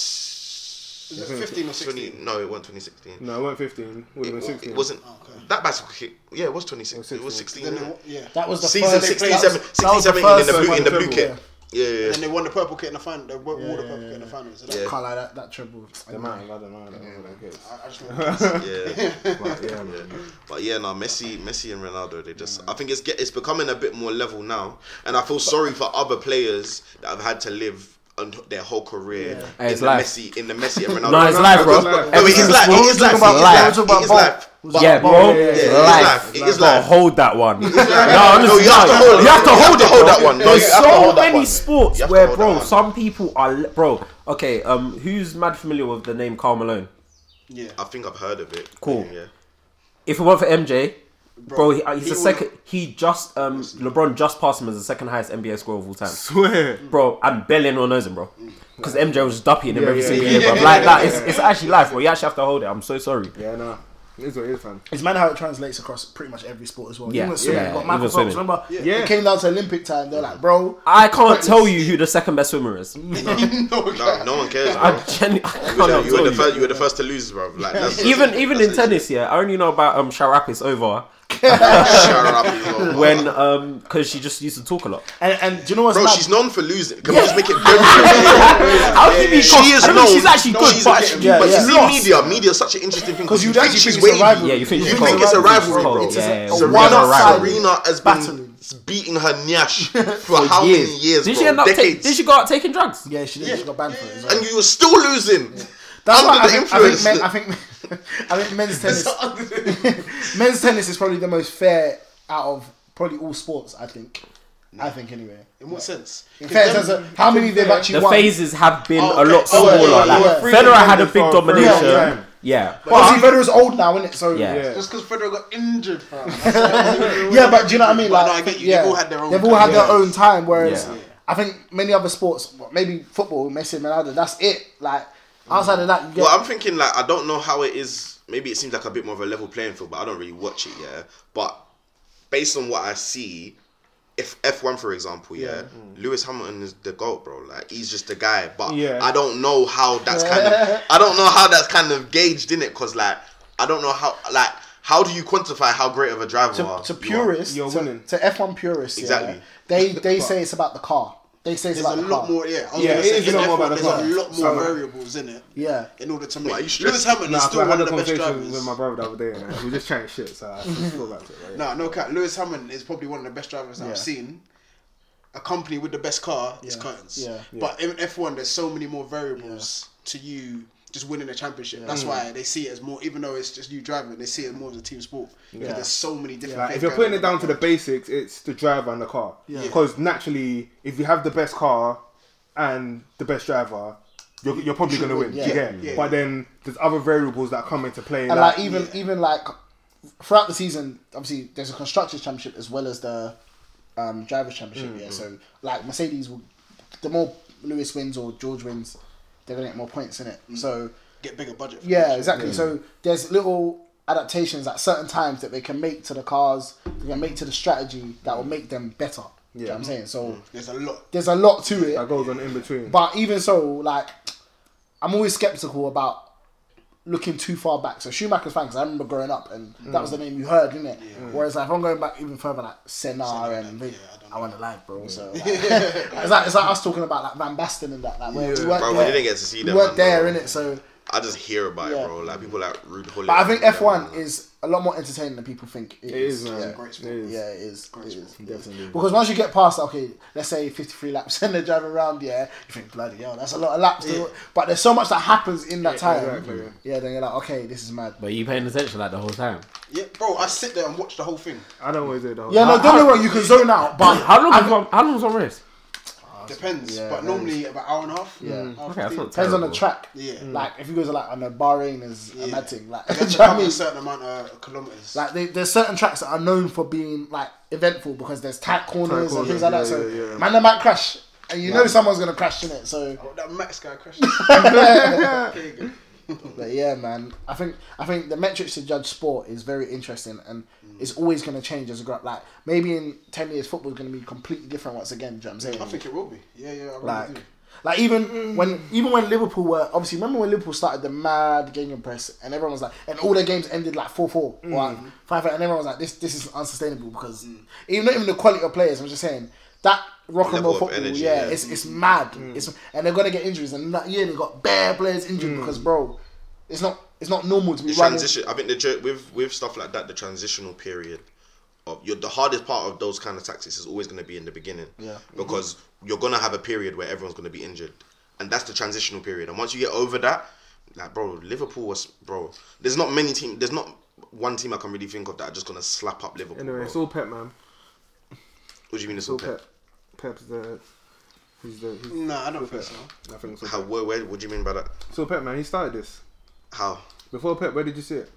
Speaker 2: 26.
Speaker 3: Was it 15 or 16?
Speaker 2: 20, no, it wasn't 2016.
Speaker 5: No, it weren't 15. It would
Speaker 2: it,
Speaker 5: have been
Speaker 2: wa-
Speaker 5: 16.
Speaker 2: it wasn't
Speaker 3: okay.
Speaker 2: that bicycle kick. Yeah, it was 26. It was 16.
Speaker 3: Then
Speaker 2: innit?
Speaker 3: they, yeah.
Speaker 6: That was the
Speaker 2: season
Speaker 6: first,
Speaker 2: 16,
Speaker 6: that was-
Speaker 2: 17, 16,
Speaker 6: that was the
Speaker 2: 17 in the
Speaker 6: first
Speaker 2: blue, in the
Speaker 6: one.
Speaker 2: blue kit. Yeah, yeah,
Speaker 3: And they won the purple kit in the final. They won all the purple kit in the final. So that,
Speaker 2: Yeah.
Speaker 6: Can't lie, that, that treble.
Speaker 5: The man, I don't know. I don't know what that is.
Speaker 3: I, I just remember.
Speaker 2: yeah.
Speaker 5: But, yeah, man.
Speaker 2: But yeah, no, Messi, Messi and Ronaldo, they just. I think it's get it's becoming a bit more level now, and I feel sorry for other players that have had to live un- their whole career in
Speaker 4: it's
Speaker 2: the
Speaker 4: life.
Speaker 2: Messi in the Messi and Ronaldo.
Speaker 4: No, it's
Speaker 5: no,
Speaker 4: life, bro.
Speaker 5: it's life.
Speaker 2: No, it is life. It is life. It is life. It is life. But-
Speaker 4: Yeah, bro.
Speaker 6: oh, Yeah, yeah,
Speaker 2: yeah, yeah. It
Speaker 4: Life.
Speaker 2: is life. It is
Speaker 4: Gotta
Speaker 2: life.
Speaker 4: Hold that one. no,
Speaker 2: No,
Speaker 4: honestly,
Speaker 2: you have to
Speaker 4: no.
Speaker 2: hold it.
Speaker 4: You have to
Speaker 2: You
Speaker 4: hold it. bro.
Speaker 2: that one. No, you
Speaker 4: There's
Speaker 2: have to
Speaker 4: so
Speaker 2: hold that
Speaker 4: many
Speaker 2: one.
Speaker 4: sports
Speaker 2: You have to
Speaker 4: where,
Speaker 2: hold that
Speaker 4: bro,
Speaker 2: one.
Speaker 4: some people are, li- bro. Okay, um, who's mad familiar with the name Carl Malone?
Speaker 3: yeah.
Speaker 2: I think I've heard of it.
Speaker 4: Cool.
Speaker 2: Yeah.
Speaker 4: If it weren't for MJ, bro, he, uh, he's
Speaker 3: he
Speaker 4: the
Speaker 3: would-
Speaker 4: second. He just um, LeBron just passed him as the second highest NBA scorer of all time,
Speaker 5: Swear.
Speaker 4: bro. And Bell everyone knows him, bro,
Speaker 2: Mm.
Speaker 4: because MJ was just dupping him
Speaker 5: Yeah,
Speaker 4: every
Speaker 5: yeah,
Speaker 4: single
Speaker 5: yeah,
Speaker 4: year,
Speaker 5: yeah,
Speaker 4: bro.
Speaker 5: yeah,
Speaker 4: like
Speaker 5: yeah,
Speaker 4: that,
Speaker 5: yeah,
Speaker 4: it's, it's actually life, bro. You actually have to hold it. I'm so sorry.
Speaker 5: Yeah, nah. It is what it is, man.
Speaker 6: It's mad how it translates across pretty much every sport as well.
Speaker 4: Yeah,
Speaker 6: Yeah, even swimming,
Speaker 4: yeah,
Speaker 6: yeah, got
Speaker 4: even
Speaker 6: Michael Phelps.
Speaker 4: swimming.
Speaker 6: Remember,
Speaker 5: Yeah.
Speaker 6: it came down to Olympic time. They're like, bro,
Speaker 4: I can't tell you who the second best swimmer is.
Speaker 2: No, no one cares.
Speaker 4: I
Speaker 2: bro.
Speaker 4: genu- I
Speaker 2: You were
Speaker 4: cannot
Speaker 2: the- you were
Speaker 4: tell
Speaker 2: the
Speaker 4: you.
Speaker 2: first. You were the first to lose, bro. Like that's,
Speaker 4: even even
Speaker 2: that's
Speaker 4: in
Speaker 2: it.
Speaker 4: tennis, yeah, I only know about um Sharapis over
Speaker 2: Shut up, you lot.
Speaker 4: when um because she just used to talk a lot.
Speaker 6: and and do you know what's
Speaker 2: Bro,
Speaker 6: mad?
Speaker 2: she's known for losing. Can we just make it very clear?
Speaker 4: I'll give you
Speaker 2: She is
Speaker 4: I mean,
Speaker 2: known.
Speaker 4: She's actually
Speaker 2: no,
Speaker 4: good,
Speaker 2: she's
Speaker 4: but
Speaker 2: a-
Speaker 4: she,
Speaker 6: yeah,
Speaker 2: but
Speaker 6: yeah.
Speaker 2: you see, media, media is such an interesting thing
Speaker 6: Because you
Speaker 2: think
Speaker 6: actually
Speaker 2: she's
Speaker 6: think it's a
Speaker 2: wavy.
Speaker 6: rivalry.
Speaker 4: yeah, you think
Speaker 2: You
Speaker 4: she's
Speaker 2: think
Speaker 4: cold.
Speaker 2: it's a
Speaker 4: She's
Speaker 2: rivalry,
Speaker 4: cold,
Speaker 2: bro.
Speaker 6: It's a-
Speaker 4: Yeah,
Speaker 6: a
Speaker 4: yeah,
Speaker 6: wild
Speaker 2: Serena,
Speaker 6: side.
Speaker 2: Serena has been
Speaker 6: Battling.
Speaker 2: beating her nyash for how many years?
Speaker 4: Did
Speaker 2: bro?
Speaker 4: she end up?
Speaker 2: Decades.
Speaker 4: Take, did she go out taking drugs?
Speaker 6: yeah, she did. She got banned for it. as well.
Speaker 2: and you were still losing.
Speaker 6: That's
Speaker 2: under
Speaker 6: why I
Speaker 2: the
Speaker 6: think,
Speaker 2: influence.
Speaker 6: I think, men, I think, I think men's tennis, men's tennis is probably the most fair out of probably all sports. I think. I think anyway.
Speaker 3: In what sense?
Speaker 6: In fair terms of how many they've actually
Speaker 4: The
Speaker 6: won.
Speaker 4: phases have been
Speaker 3: Oh,
Speaker 4: a lot
Speaker 3: okay. Oh,
Speaker 4: smaller.
Speaker 6: yeah, yeah,
Speaker 4: like
Speaker 6: yeah.
Speaker 4: Federer had a
Speaker 5: For a
Speaker 4: big
Speaker 5: long
Speaker 4: domination. Yeah,
Speaker 5: time.
Speaker 6: Obviously, Federer's old now, isn't it? So
Speaker 4: Yeah.
Speaker 5: Yeah.
Speaker 3: Just because Federer got injured, fam.
Speaker 6: Yeah, but do you know what I mean? Like,
Speaker 3: But no, I get you.
Speaker 6: yeah,
Speaker 3: They've all had their own
Speaker 6: They've all
Speaker 3: time.
Speaker 6: had their own time. Whereas
Speaker 4: Yeah.
Speaker 6: I think many other sports, well, maybe football, Messi, Ronaldo, that's it. Like outside of that, you get,
Speaker 2: Well, I'm thinking like I don't know how it is. Maybe it seems like a bit more of a level playing field, but I don't really watch it. Yeah, but based on what I see, if F1 for example, yeah, Mm. Lewis Hamilton is the goat, bro. Like he's just the guy. But
Speaker 5: Yeah.
Speaker 2: I don't know how that's kind of. I don't know how that's kind of gauged in it, cause like I don't know how like how do you quantify how great of a driver you are?
Speaker 6: to, to purists,
Speaker 5: You're
Speaker 6: to,
Speaker 5: winning.
Speaker 6: to F1 purists, yeah,
Speaker 2: Exactly.
Speaker 6: they they say it's about the car. They say it's
Speaker 3: There's
Speaker 6: about
Speaker 3: a
Speaker 6: the
Speaker 3: lot
Speaker 6: car.
Speaker 3: more, yeah. I was
Speaker 5: Yeah,
Speaker 3: gonna
Speaker 5: it
Speaker 3: say,
Speaker 5: is a lot
Speaker 3: in
Speaker 5: more about
Speaker 3: F1,
Speaker 5: the
Speaker 3: There's
Speaker 5: car.
Speaker 3: a lot more
Speaker 5: So-
Speaker 3: variables in it.
Speaker 6: Yeah.
Speaker 3: In order to make.
Speaker 2: are you
Speaker 3: Lewis
Speaker 2: stressed?
Speaker 3: Hamilton
Speaker 5: Nah,
Speaker 3: is
Speaker 5: I
Speaker 3: still
Speaker 5: had
Speaker 3: one
Speaker 5: a
Speaker 3: of the best
Speaker 5: conversation with
Speaker 3: drivers.
Speaker 5: my brother the other day, and we were just chatting shit, so I thought about it. Like,
Speaker 3: No, no cap. Lewis Hammond is probably one of the best drivers that
Speaker 6: Yeah.
Speaker 3: I've seen. A company with the best car is
Speaker 6: Yeah.
Speaker 3: Curtains.
Speaker 6: Yeah.
Speaker 3: But in F1, there's so many more variables to you just winning a championship. That's
Speaker 6: Mm.
Speaker 3: why they see it as more, even though it's just you driving, they see it more as a team sport. Because there's so many different
Speaker 5: Like,
Speaker 3: things
Speaker 5: if you're
Speaker 3: going
Speaker 5: putting it down
Speaker 3: on.
Speaker 5: to the basics, it's the driver and the car. Because naturally, if you have the best car and the best driver, you're, you're probably going to win.
Speaker 6: win,
Speaker 5: You
Speaker 6: yeah.
Speaker 5: get?
Speaker 3: Yeah.
Speaker 5: But then there's other variables that come into play.
Speaker 6: And
Speaker 5: like-
Speaker 6: like even even like throughout the season, obviously there's a constructors championship as well as the um, drivers championship.
Speaker 5: Mm-hmm.
Speaker 6: Yeah, so like Mercedes will, the more Lewis wins or George wins, they're gonna get more points in it.
Speaker 5: Mm.
Speaker 6: So
Speaker 3: Get bigger budget. for
Speaker 6: yeah,
Speaker 3: that.
Speaker 6: exactly. So there's little adaptations at certain times that they can make to the cars, they can make to the strategy that will make them better. Yeah,
Speaker 5: Yeah. Mm.
Speaker 6: I'm saying so.
Speaker 3: There's a lot.
Speaker 6: There's a lot to it.
Speaker 5: that goes on in between.
Speaker 6: But even so, like, I'm always skeptical about looking too far back. So Schumacher's fine because I remember growing up and that was the name you heard, didn't it? Whereas like, if I'm going back even further, like Senna, and Vin- I, want to live, bro. So like, it's like it's like us talking about like Van Basten and that, like where we weren't
Speaker 2: Bro, we
Speaker 6: there.
Speaker 2: didn't get to see
Speaker 6: we
Speaker 2: them, man,
Speaker 6: weren't there
Speaker 2: bro.
Speaker 6: in it. So
Speaker 2: I just hear about
Speaker 6: Yeah.
Speaker 2: it, bro. Like people like Rude Holly.
Speaker 6: But I think F one is a lot more entertaining than people think it,
Speaker 5: It is, man.
Speaker 6: Yeah.
Speaker 5: It
Speaker 3: Great sport.
Speaker 5: is.
Speaker 6: Yeah, it is. It is.
Speaker 5: Definitely.
Speaker 6: Because once you get past, okay, let's say 53 laps and they're driving around, yeah, you think, bloody hell, that's a lot of laps. to- But there's so much that happens in that time.
Speaker 5: exactly, yeah.
Speaker 6: Yeah, then you're like, okay, this is mad.
Speaker 4: But you paying attention like the whole time.
Speaker 3: Yeah, bro, I sit there and watch the whole thing.
Speaker 5: I don't always do that.
Speaker 6: Yeah, no, don't get me wrong, you can zone out, but
Speaker 4: How long? is one- how long was on race?
Speaker 3: Depends,
Speaker 6: Yeah,
Speaker 3: but
Speaker 6: that
Speaker 3: normally about hour and a half.
Speaker 6: Yeah.
Speaker 3: Hour
Speaker 4: Okay, I
Speaker 3: 15.
Speaker 4: thought
Speaker 6: depends on the
Speaker 4: terrible.
Speaker 6: track. Mm.
Speaker 3: Yeah.
Speaker 6: Like, if you go to like, on a Bahrain is a
Speaker 3: Yeah.
Speaker 6: mad thing. Like,
Speaker 3: You
Speaker 6: do
Speaker 3: have
Speaker 6: you
Speaker 3: to
Speaker 6: know what I
Speaker 3: cover
Speaker 6: mean?
Speaker 3: a certain amount of kilometers.
Speaker 6: Like they, there's certain tracks that are known for being like eventful because there's tight corners, and things like that.
Speaker 5: corners,
Speaker 6: So
Speaker 5: yeah, yeah, yeah.
Speaker 6: man, they might crash, and you know someone's gonna crash in it. So
Speaker 3: oh, that Max guy crashed. Okay, good.
Speaker 6: but yeah, man, I think I think the metrics to judge sport is very interesting, and
Speaker 3: Mm.
Speaker 6: it's always gonna change as a group. Like maybe in ten years, football's gonna be completely different once again. Do you know what I'm saying?
Speaker 3: I think it will be. Yeah, yeah, I really
Speaker 6: like.
Speaker 3: do.
Speaker 6: Like even
Speaker 5: Mm.
Speaker 6: when even when Liverpool were obviously remember when Liverpool started the mad game press and everyone was like and all their games ended like four four
Speaker 5: Mm.
Speaker 6: or five and everyone was like this this is unsustainable because even not even the quality of players I'm just saying that rock and
Speaker 2: Level
Speaker 6: roll
Speaker 2: of
Speaker 6: football
Speaker 2: energy,
Speaker 6: yeah,
Speaker 2: yeah.
Speaker 6: it's it's mad
Speaker 5: Mm.
Speaker 6: it's and they're gonna get injuries and that year they got bare players injured
Speaker 5: Mm.
Speaker 6: because bro it's not it's not normal to be
Speaker 2: the
Speaker 6: running
Speaker 2: transition. I think the jo- with with stuff like that, the transitional period of your the hardest part of those kind of tactics is always going to be in the beginning.
Speaker 6: Yeah.
Speaker 5: Mm-hmm.
Speaker 2: Because you're gonna have a period where everyone's gonna be injured, and that's the transitional period. And once you get over that, like bro, Liverpool was bro. There's not many team. There's not one team I can really think of that are just gonna slap up Liverpool.
Speaker 5: Anyway,
Speaker 2: bro.
Speaker 5: it's all Pep, man.
Speaker 2: what do you mean it's
Speaker 5: It's
Speaker 2: all
Speaker 5: all
Speaker 2: Pep?
Speaker 5: Pep. Pep's the. He's the. He's,
Speaker 3: Nah, I don't think so.
Speaker 5: I think it's all
Speaker 2: How? Where, where? What do you mean by that?
Speaker 5: It's all Pep, man. He started this.
Speaker 2: How?
Speaker 5: Before Pep, where did you see it?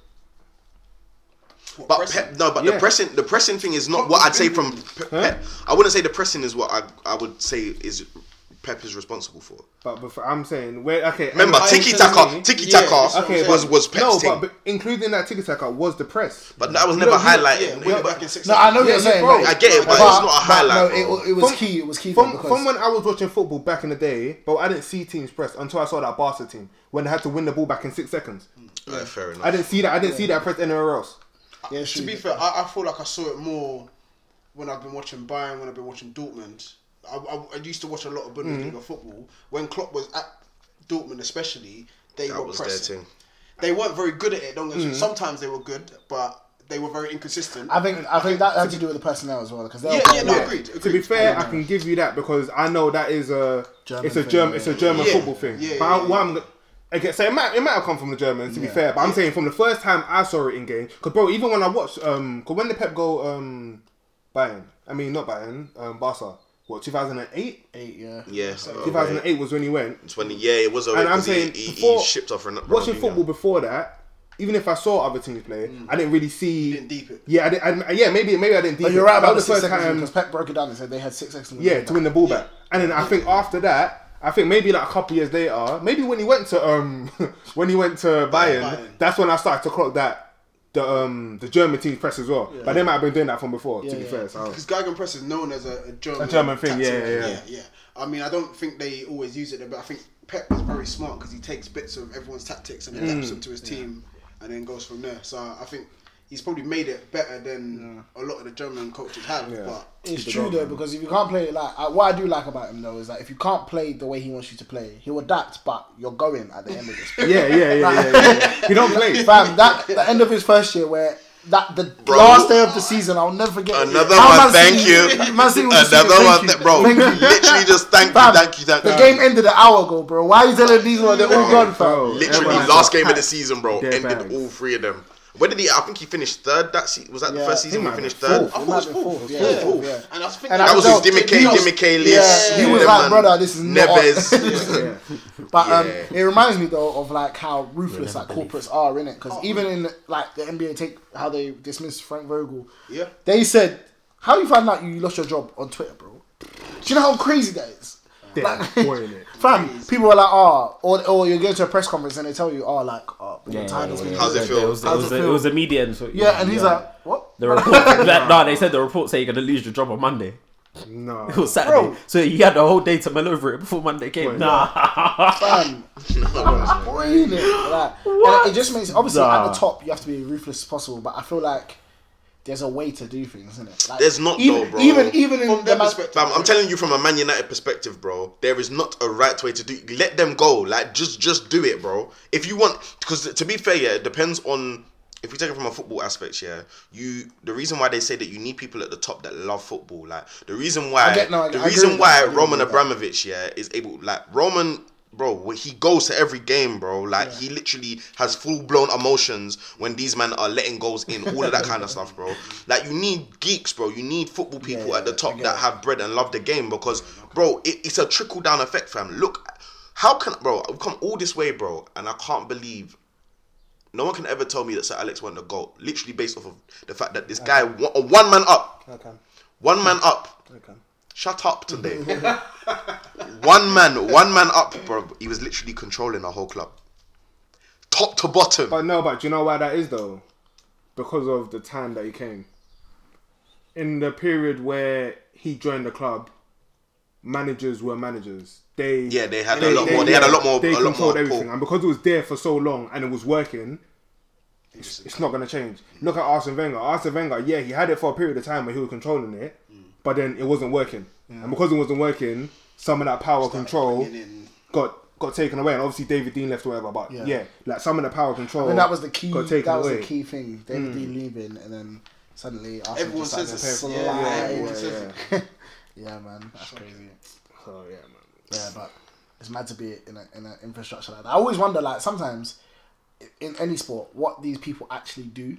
Speaker 3: What,
Speaker 2: But
Speaker 3: pressing?
Speaker 2: Pep, no, but the
Speaker 5: Yeah.
Speaker 2: pressing, the pressing thing is not what I'd say from Pe- Pep. I wouldn't say the pressing is what I, I would say is Pep is responsible for.
Speaker 5: But before, I'm saying, where. Okay.
Speaker 2: Remember,
Speaker 5: anyway,
Speaker 2: tiki
Speaker 5: telling me-
Speaker 2: taka, tiki taka
Speaker 3: Yeah,
Speaker 5: Okay,
Speaker 2: was
Speaker 5: but-
Speaker 2: was Pep's
Speaker 5: no,
Speaker 2: thing,
Speaker 5: but, but including that tiki taka was the press.
Speaker 2: but that was never
Speaker 3: yeah,
Speaker 2: highlighted.
Speaker 3: way
Speaker 2: But-
Speaker 3: back in six.
Speaker 6: no I know what
Speaker 5: Yeah,
Speaker 6: you're
Speaker 5: yeah,
Speaker 6: saying
Speaker 5: bro.
Speaker 6: mate.
Speaker 2: I get it, but,
Speaker 6: But-
Speaker 2: it's not a highlight.
Speaker 6: but no,
Speaker 2: bro.
Speaker 6: it, it was
Speaker 5: From-
Speaker 6: key. It was key
Speaker 5: From,
Speaker 6: because
Speaker 5: from when I was watching football back in the day, but I didn't see teams press until I saw that Barca team when they had to win the ball back in six seconds.
Speaker 2: Uh, fair enough.
Speaker 5: I didn't see that. I didn't see that press anywhere else.
Speaker 6: yeah,
Speaker 3: To
Speaker 6: sure.
Speaker 3: be fair, I, I feel like I saw it more when I've been watching Bayern, when I've been watching Dortmund. I, I, I used to watch a lot of Bundesliga football. When Klopp was at Dortmund, especially, they
Speaker 2: That
Speaker 3: were
Speaker 2: was their
Speaker 3: pressing.
Speaker 2: thing.
Speaker 3: They weren't very good at it. Don't get me- Sometimes they were good, but they were very inconsistent.
Speaker 6: I think I think that had to do with the personnel as well because
Speaker 3: yeah, yeah, no, agreed. agreed.
Speaker 5: To be fair, I can give you that because I know that is a
Speaker 6: German
Speaker 5: it's a
Speaker 6: thing,
Speaker 5: German it's a
Speaker 6: yeah.
Speaker 5: German
Speaker 3: Yeah.
Speaker 5: football thing.
Speaker 3: Yeah,
Speaker 5: but
Speaker 3: yeah,
Speaker 5: I,
Speaker 3: yeah.
Speaker 5: what I'm okay, so it might it might have come from the Germans to be fair, but I'm saying from the first time I saw it in game, because bro, even when I watched um, cause when the Pep go um, Bayern, I mean not Bayern, um, Barca, what 2008,
Speaker 6: Eight, yeah.
Speaker 2: Yeah, so,
Speaker 5: 2008 was when he went.
Speaker 2: When yeah, it was.
Speaker 5: And
Speaker 2: alright.
Speaker 5: I'm
Speaker 2: 'cause
Speaker 5: saying
Speaker 2: he, he,
Speaker 5: before
Speaker 2: he shipped off. Ron-
Speaker 5: watching
Speaker 2: Ronaldinho.
Speaker 5: football before that, even if I saw other teams play, I didn't really see.
Speaker 3: Didn't deep it.
Speaker 5: Yeah, I didn't, I, yeah, maybe maybe I didn't deep.
Speaker 6: But
Speaker 5: it.
Speaker 6: you're right
Speaker 5: That
Speaker 6: about the
Speaker 5: was
Speaker 6: six seconds because Pep broke it down and said they had six seconds. the
Speaker 5: Yeah,
Speaker 6: game
Speaker 5: to
Speaker 6: back.
Speaker 5: win the ball back. And then I think after that, I think maybe like a couple years later, maybe when he went to um when he went to Bayern,
Speaker 3: Bayern.
Speaker 5: that's when I started to clock that the um the German team press as well. But they might have been doing that from before, to be
Speaker 6: yeah.
Speaker 5: fair. So
Speaker 3: Because Geigen press is known as a, a German,
Speaker 5: A German thing, yeah,
Speaker 3: tactic.
Speaker 5: yeah,
Speaker 3: yeah,
Speaker 5: yeah.
Speaker 3: I mean, I don't think they always use it, but I think Pep is very smart because he takes bits of everyone's tactics and adapts them to his team, and then goes from there. So I think he's probably made it better than a lot of the German coaches have. But
Speaker 6: It's true though because if you can't play like I, what I do like about him though is that if you can't play the way he wants you to play, he'll adapt, but you're going at the end of this.
Speaker 5: yeah, yeah, yeah, yeah, yeah. He don't play.
Speaker 6: Fam, that the end of his first year where. That the
Speaker 2: Bro.
Speaker 6: last day of the season, I'll never forget. it.
Speaker 2: Another
Speaker 6: How
Speaker 2: one,
Speaker 6: Man
Speaker 2: thank
Speaker 6: City-
Speaker 2: you.
Speaker 6: Man City was just saying,
Speaker 2: Another one,
Speaker 6: thank
Speaker 2: th-
Speaker 6: you,
Speaker 2: bro.
Speaker 6: thank you.
Speaker 2: Literally just thank you,
Speaker 6: Fam,
Speaker 2: thank you, thank
Speaker 6: The
Speaker 2: you.
Speaker 6: game ended an hour ago, bro. Why are you telling these ones? They're all gone,
Speaker 5: Bro.
Speaker 6: fam.
Speaker 2: Literally,
Speaker 5: Everyone-
Speaker 2: last game of the season, bro.
Speaker 5: Dead
Speaker 2: Ended
Speaker 5: bags.
Speaker 2: all three of them. Where did he? I think he finished third. That se- was that the
Speaker 6: Yeah,
Speaker 2: first
Speaker 6: he
Speaker 2: season
Speaker 5: might
Speaker 2: he finished
Speaker 5: be
Speaker 2: third.
Speaker 5: fourth.
Speaker 2: I thought
Speaker 6: He
Speaker 2: it
Speaker 6: might
Speaker 2: was
Speaker 6: be
Speaker 2: fourth.
Speaker 6: fourth, yeah,
Speaker 2: Fourth.
Speaker 6: fourth, yeah.
Speaker 3: and I think
Speaker 6: And I
Speaker 2: That was his
Speaker 6: Adult,
Speaker 2: Dimick,
Speaker 6: he was-
Speaker 2: Dimichaelis.
Speaker 6: yeah, he was like, brother, this is not-
Speaker 2: Neves.
Speaker 6: But um,
Speaker 2: Yeah.
Speaker 6: it reminds me though of like how ruthless like corporates are in it because even in like the NBA take how they dismiss Frank Vogel.
Speaker 3: Yeah.
Speaker 6: They said, "How you find out you lost your job on Twitter, bro? Do you know how crazy that is?"
Speaker 5: Dead
Speaker 6: Like-
Speaker 5: boy, innit?
Speaker 6: Fam, people are like, oh, or, or you go to a press conference and they tell you, oh, like, oh, your time has been.
Speaker 2: How's it feel?
Speaker 4: It was, it
Speaker 6: How's
Speaker 4: was,
Speaker 6: it
Speaker 4: it
Speaker 6: feel?
Speaker 4: was a media. And so,
Speaker 6: Yeah, and he's like, what?
Speaker 4: the report. that, no, they said the report said you're gonna lose your job on Monday. It
Speaker 5: No.
Speaker 4: was Saturday, so you had the whole day to mull over it before Monday came. Nah,
Speaker 6: Fam, Boiling it, like, Um, and it just makes obviously at
Speaker 4: Nah.
Speaker 6: the top you have to be ruthless as possible, but I feel like there's a way to do things, isn't it? Like,
Speaker 2: There's not
Speaker 6: even,
Speaker 2: though, bro.
Speaker 6: Even even in
Speaker 3: From their
Speaker 6: the man-
Speaker 3: perspective,
Speaker 2: Fam, I'm telling you from a Man United perspective, bro. There is not a right way to do. Let them go. Like just, just do it, bro. If you want, because to be fair, yeah, it depends on. If we take it from a football aspect, yeah, you the reason why they say that you need people at the top that love football, like the reason why,
Speaker 6: I get- no, I-
Speaker 2: the
Speaker 6: I agree
Speaker 2: reason
Speaker 6: with
Speaker 2: why
Speaker 6: that. I agree
Speaker 2: Roman
Speaker 6: with that.
Speaker 2: Abramovich, yeah, is able, like Roman, bro, wh- he goes to every game, bro. Like he literally has full blown emotions when these men are letting goals in, all of that kind of stuff, bro. Like you need geeks, bro. You need football people
Speaker 6: yeah,
Speaker 2: at the
Speaker 6: I
Speaker 2: top
Speaker 6: get
Speaker 2: that
Speaker 6: it.
Speaker 2: have bread and love the game because, bro, it, it's a trickle down effect, fam. Look, how can, bro, I've come all this way, bro, and I can't believe no one can ever tell me that Sir Alex won the goal, literally based off of the fact that this guy, one, one man up,
Speaker 5: Okay.
Speaker 2: one man up.
Speaker 5: Okay.
Speaker 2: Shut up today. one man, one man up, bro. He was literally controlling our whole club, top to bottom.
Speaker 5: But no, but do you know why that is though? Because of the time that he came. In the period where he joined the club, managers were managers. They
Speaker 2: Yeah, they had a lot more- they had a lot more-
Speaker 5: They
Speaker 2: a lot more
Speaker 5: controlled everything,
Speaker 2: pull.
Speaker 5: and because it was there for so long and it was working, it's, it's not going to change. Look at Arsene Wenger. Arsene Wenger, yeah, he had it for a period of time where he was controlling it,
Speaker 2: Mm.
Speaker 5: but then it wasn't working. And because it wasn't working, some of that power control
Speaker 3: bringing in-
Speaker 5: got got taken away. And obviously David Dean left or whatever, but yeah,
Speaker 6: Yeah.
Speaker 5: like some of the power control.
Speaker 6: And that was the key.
Speaker 5: got
Speaker 6: That
Speaker 5: taken
Speaker 6: was
Speaker 5: away.
Speaker 6: the key thing. David Dean leaving, and then suddenly Arsenal
Speaker 3: Hmm. Everyone
Speaker 6: just had
Speaker 3: says
Speaker 6: this
Speaker 3: it's yeah,
Speaker 6: slide.
Speaker 3: yeah, everyone
Speaker 5: yeah,
Speaker 3: says
Speaker 5: yeah.
Speaker 3: it.
Speaker 6: Yeah, man, that's crazy.
Speaker 5: So yeah, man.
Speaker 6: Yeah, but it's mad to be in a, in an infrastructure like that. I always wonder, like sometimes i- in any sport, what these people actually do.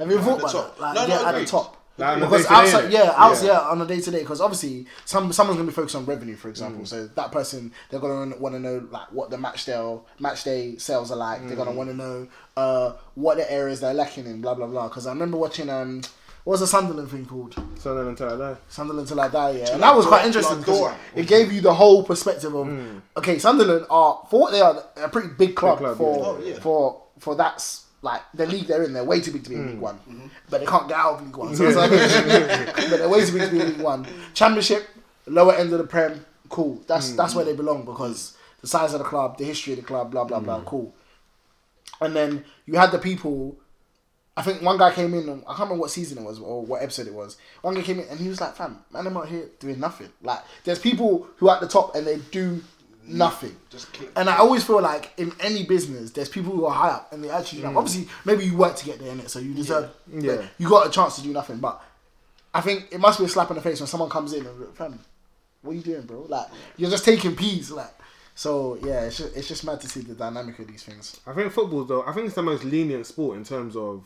Speaker 6: Have you thought
Speaker 3: the
Speaker 6: about
Speaker 3: top.
Speaker 6: that? Like,
Speaker 3: No, no,
Speaker 6: yeah, at the
Speaker 3: agreed.
Speaker 6: top.
Speaker 5: Like, on a
Speaker 6: because
Speaker 5: day-to-day,
Speaker 6: outside,
Speaker 5: innit?
Speaker 6: yeah, outside,
Speaker 5: Yeah.
Speaker 6: yeah, on a day to day, because obviously some someone's gonna be focused on revenue, for example. So that person, they're gonna want to know like what the match day match day sales are like. They're gonna want to know uh, what the areas they're lacking in, blah blah blah. Because I remember watching um, what was the Sunderland thing called?
Speaker 5: Sunderland until I die.
Speaker 6: Sunderland till I die, yeah. And that was quite
Speaker 3: Till I
Speaker 6: interesting because
Speaker 3: die. Hmm.
Speaker 6: it gave you the whole perspective of okay, Sunderland are for what they are a pretty big club,
Speaker 5: Big club,
Speaker 6: for
Speaker 5: yeah,
Speaker 3: yeah.
Speaker 6: for for that's like the league they're in, they're way too big to be in
Speaker 3: Hmm.
Speaker 6: League One, but they can't get out of League One. So it's like, but they're way too big to be in League One. Championship, lower end of the Prem, cool.
Speaker 3: Hmm.
Speaker 6: That's that's where they belong because the size of the club, the history of the club, blah blah
Speaker 3: Hmm.
Speaker 6: blah, cool. And then you had the people. I think one guy came in. I can't remember what season it was or what episode it was. One guy came in and he was like, "Fam, man, I'm out here doing nothing. Like, there's people who are at the top and they do nothing.
Speaker 3: Just keep-
Speaker 6: and I always feel like in any business, there's people who are high up and they actually do
Speaker 3: Mm.
Speaker 6: nothing. obviously maybe you work to get there in it, so you deserve.
Speaker 5: Yeah.
Speaker 6: like, you got a chance to do nothing, but I think it must be a slap in the face when someone comes in and fam, what are you doing, bro? Like, you're just taking peas, like. So yeah, it's just, it's just mad to see the dynamic of these things.
Speaker 5: I think football though. I think it's the most lenient sport in terms of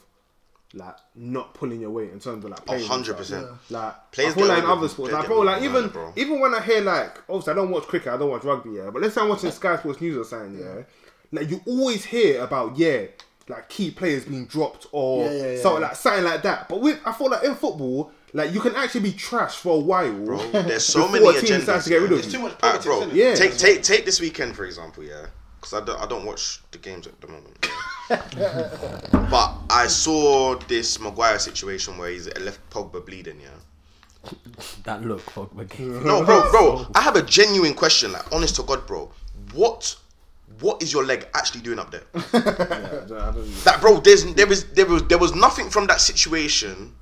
Speaker 5: like not pulling your weight in terms of like players and
Speaker 2: hundred
Speaker 5: stuff.
Speaker 2: percent.
Speaker 5: Like
Speaker 2: Players
Speaker 5: I feel
Speaker 2: get
Speaker 5: like in
Speaker 2: away with-
Speaker 5: other sports,
Speaker 2: they
Speaker 5: like
Speaker 2: get
Speaker 5: bro,
Speaker 2: away
Speaker 5: like
Speaker 2: with
Speaker 5: even
Speaker 2: murder, bro.
Speaker 5: even when I hear like, obviously I don't watch cricket, I don't watch rugby, yeah, but let's say I'm watching Sky Sports News or something, yeah, like you always hear about yeah, like key players being dropped or
Speaker 6: Yeah, yeah, yeah.
Speaker 5: something like something like that. But with I feel like in football, like you can actually be trash for a while.
Speaker 2: Bro, there's so
Speaker 5: before
Speaker 2: many
Speaker 5: a team
Speaker 2: agendas.
Speaker 5: decides to get rid
Speaker 2: man.
Speaker 5: of
Speaker 3: There's
Speaker 5: you.
Speaker 3: too much
Speaker 2: Alright,
Speaker 3: politics,
Speaker 2: bro.
Speaker 3: innit?
Speaker 5: Yeah.
Speaker 2: Take take take this weekend for example, yeah, because I don't I don't watch the games at the moment. yeah. but I saw this Maguire situation where he's left Pogba bleeding. Yeah.
Speaker 4: That look, Pogba gave
Speaker 2: No, bro, bro. I have a genuine question. Like, honest to God, bro. What what is your leg actually doing up there?
Speaker 5: Yeah, I don't-
Speaker 2: That bro, there's there is there was there was nothing from that situation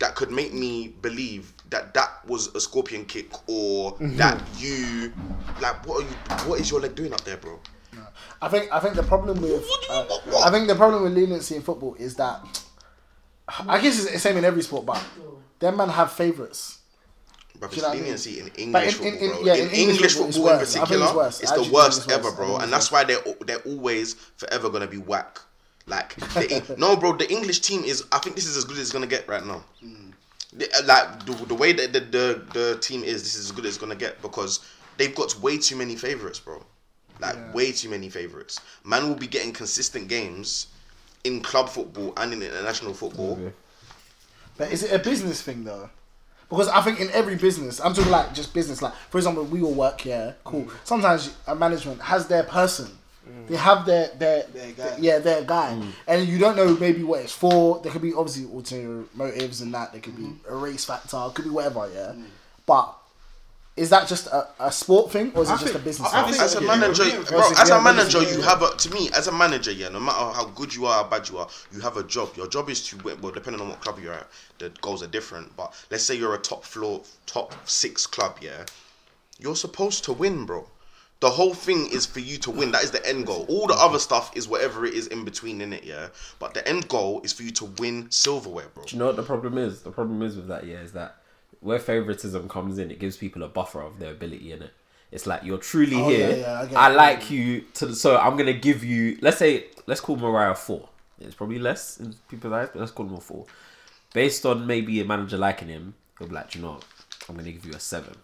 Speaker 2: that could make me believe that that was a scorpion kick or that you like what are you what is your leg doing up there, bro?
Speaker 6: I think I think the problem with uh,
Speaker 2: What- what-
Speaker 6: I think the problem with leniency in football is that I guess it's the same in every sport, but them man have favourites.
Speaker 2: Bruv,
Speaker 6: you
Speaker 2: it's
Speaker 6: know what I mean?
Speaker 2: leniency in
Speaker 6: But
Speaker 2: English
Speaker 6: in-
Speaker 2: football,
Speaker 6: in- in-
Speaker 2: bro.
Speaker 6: yeah,
Speaker 2: in, English, football,
Speaker 6: it's
Speaker 2: in
Speaker 6: worse. I think
Speaker 2: particular,
Speaker 6: it's worse.
Speaker 2: it's,
Speaker 6: I
Speaker 2: the
Speaker 6: actually
Speaker 2: worst
Speaker 6: think it's
Speaker 2: ever,
Speaker 6: worse. I
Speaker 2: bro.
Speaker 6: think
Speaker 2: And
Speaker 6: it's
Speaker 2: that's why they're al- they're always forever gonna be whack. Like the, no, bro, the English team is. I think this is as good as it's gonna get right now.
Speaker 6: Hmm.
Speaker 2: The- uh, Like the, the way that the, the the team is, this is as good as it's gonna get because they've got way too many favorites, bro. Like way too many favorites. Man will be getting consistent games in club football and in international football.
Speaker 6: But is it a business thing though? Because I think in every business, I'm talking like just business. Like for example, we all work. Yeah, cool. Sometimes a management has their person. They have their their,
Speaker 3: Their guy.
Speaker 6: yeah their guy, and you don't know maybe what it's for. There could be obviously ulterior motives and that. There could be a race factor. Could be whatever. Yeah, but Is that just a, a sport thing or is
Speaker 5: I
Speaker 6: it just a
Speaker 5: think-
Speaker 6: business
Speaker 5: I- I
Speaker 6: thing?
Speaker 5: think-
Speaker 2: As a
Speaker 5: Yeah,
Speaker 2: manager,
Speaker 3: yeah,
Speaker 2: bro,
Speaker 6: yeah,
Speaker 2: as a
Speaker 6: yeah,
Speaker 2: manager,
Speaker 6: yeah.
Speaker 2: you have a. To me, as a manager, yeah, no matter how good you are, how bad you are, you have a job. Your job is to well, depending on what club you're at, the goals are different. But let's say you're a top floor, top six club, yeah, you're supposed to win, bro. The whole thing is for you to win. That is the end goal. All the other stuff is whatever it is in between, in it, yeah. But the end goal is for you to win silverware, bro.
Speaker 4: Do you know what the problem is? The problem is with that, yeah, is that where favoritism comes in, it gives people a buffer of their ability in it. It's like you're truly
Speaker 6: Oh,
Speaker 4: here.
Speaker 6: yeah, yeah, I get
Speaker 4: I,
Speaker 6: it.
Speaker 4: like you to the, so I'm gonna give you. Let's say let's call Mariah four. It's probably less in people's eyes, but let's call him a four. Based on maybe a manager liking him, he'll be like, "Do you know, what? I'm gonna give you a seven.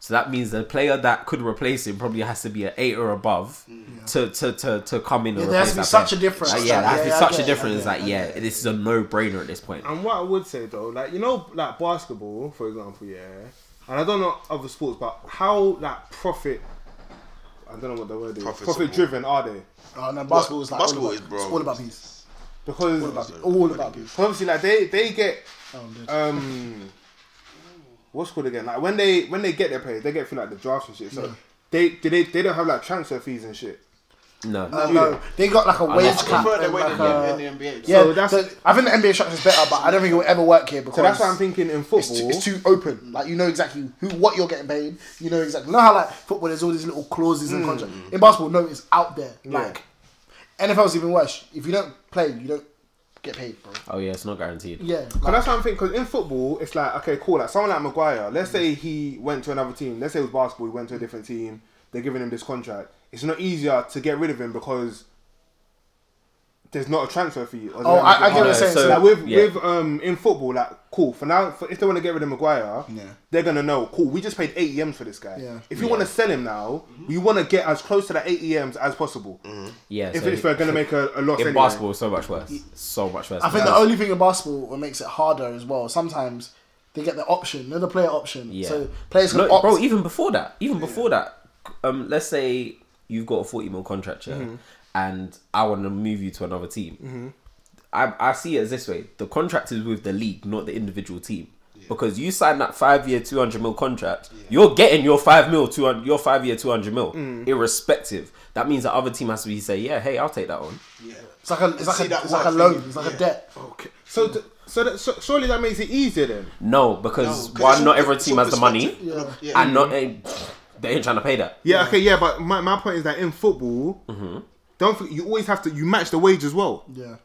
Speaker 4: So that means the player that could replace him probably has to be an eight or above to, to, to, to come in. and
Speaker 6: Mm. there has
Speaker 4: replace
Speaker 6: to be
Speaker 4: that
Speaker 6: such
Speaker 4: player.
Speaker 6: a difference.
Speaker 4: Like, yeah, there has to
Speaker 6: Yeah,
Speaker 4: be
Speaker 6: yeah, I
Speaker 4: such
Speaker 6: get
Speaker 4: a
Speaker 6: it, I
Speaker 4: difference.
Speaker 6: get it,
Speaker 4: Like,
Speaker 6: I
Speaker 4: yeah,
Speaker 6: get it.
Speaker 4: this is a no brainer at this point.
Speaker 5: And what I would say though, like you know, like basketball, for example, yeah. And I don't know other sports, but how like profit. I don't know what the word is.
Speaker 2: Profitable.
Speaker 5: Profit driven are they?
Speaker 6: Oh, no, basketball is like
Speaker 2: Basketball
Speaker 6: all
Speaker 2: is,
Speaker 6: about,
Speaker 2: bro.
Speaker 6: It's all about peace.
Speaker 5: Because
Speaker 6: All about, all about peace.
Speaker 5: obviously, like they they get
Speaker 6: Oh, dude.
Speaker 5: um, what's it called again? Like when they when they get their pay, they get through like the drafts and shit. So they do they they don't have like transfer fees and shit.
Speaker 4: No,
Speaker 6: No, no, they got like a wage
Speaker 4: that's-
Speaker 6: cap.
Speaker 3: prefer the
Speaker 6: and
Speaker 3: way
Speaker 6: like
Speaker 3: that
Speaker 6: a-
Speaker 3: they- in the NBA.
Speaker 6: Yeah,
Speaker 5: So that's-
Speaker 6: so I think the NBA structure is better, but I don't think it will ever work here because
Speaker 5: So that's why I'm thinking in football.
Speaker 6: It's too, it's too
Speaker 3: Mm.
Speaker 6: open. Like you know exactly who, what you're getting paid. You know exactly. You know how like football, there's all these little clauses
Speaker 3: Mm.
Speaker 6: in contract. In basketball, no, it's out there. Like NFL's even worse. If you don't play, you don't get paid, bro.
Speaker 4: Oh yeah, it's not guaranteed.
Speaker 6: Yeah,
Speaker 5: But
Speaker 6: like, Mm.
Speaker 5: that's what I'm thinking. Because in football, it's like okay, cool. Like someone like Maguire, let's say he went to another team. Let's say it was basketball. He went to a different team. They're giving him this contract. It's not easier to get rid of him because there's not a transfer fee. or
Speaker 6: Oh, I- I get what you're
Speaker 5: there's-
Speaker 6: saying.
Speaker 5: Like,
Speaker 6: So-
Speaker 5: with
Speaker 4: yeah.
Speaker 5: with um in football, like cool. For now, for, if they want to get rid of Maguire,
Speaker 6: Yeah.
Speaker 5: they're gonna know. Cool, we just paid 80 m's for this guy.
Speaker 6: Yeah.
Speaker 5: If you want to sell him now, we want to get as close to that 80 m's as possible.
Speaker 4: Yeah,
Speaker 5: If,
Speaker 4: Mm-hmm. so
Speaker 5: if we're gonna make a, a loss
Speaker 4: in
Speaker 5: anyway.
Speaker 4: basketball, it's so much worse, so much worse. Um,
Speaker 6: I think the only thing in basketball what makes it harder as well. Sometimes they get the option, they're the player option.
Speaker 4: Yeah.
Speaker 6: So players can
Speaker 4: Look,
Speaker 6: opt.
Speaker 4: bro, even before that, even before that, um, let's say you've got a forty mil contract, yeah, and I want to move you to another team. I I see it as this way: the contract is with the league, not the individual team. Because you signed that five year two hundred mil contract, you're getting your five mil two hundred your five year two hundred mil, irrespective. That means the other team has to be say, yeah, hey, I'll take that on.
Speaker 3: Yeah.
Speaker 6: it's like a, it's
Speaker 3: See,
Speaker 6: like a,
Speaker 3: that
Speaker 6: it's
Speaker 3: was
Speaker 6: like a
Speaker 3: our
Speaker 6: loan.
Speaker 3: thing.
Speaker 6: It's like a
Speaker 3: Yeah.
Speaker 6: debt.
Speaker 5: Okay. So, th- so, that, so surely that makes it easier then.
Speaker 4: No,
Speaker 3: No,
Speaker 4: because
Speaker 3: 'cause it's
Speaker 4: one, not
Speaker 3: all-
Speaker 4: every
Speaker 3: it's
Speaker 4: team
Speaker 3: all
Speaker 4: has the money,
Speaker 3: perspective. Look, yeah.
Speaker 4: and not eh, they ain't trying to pay that.
Speaker 5: Yeah, okay, yeah, but my, my point is that in football,
Speaker 2: Mm-hmm.
Speaker 5: don't forget, you always have to you match the wage as well.
Speaker 6: Yeah.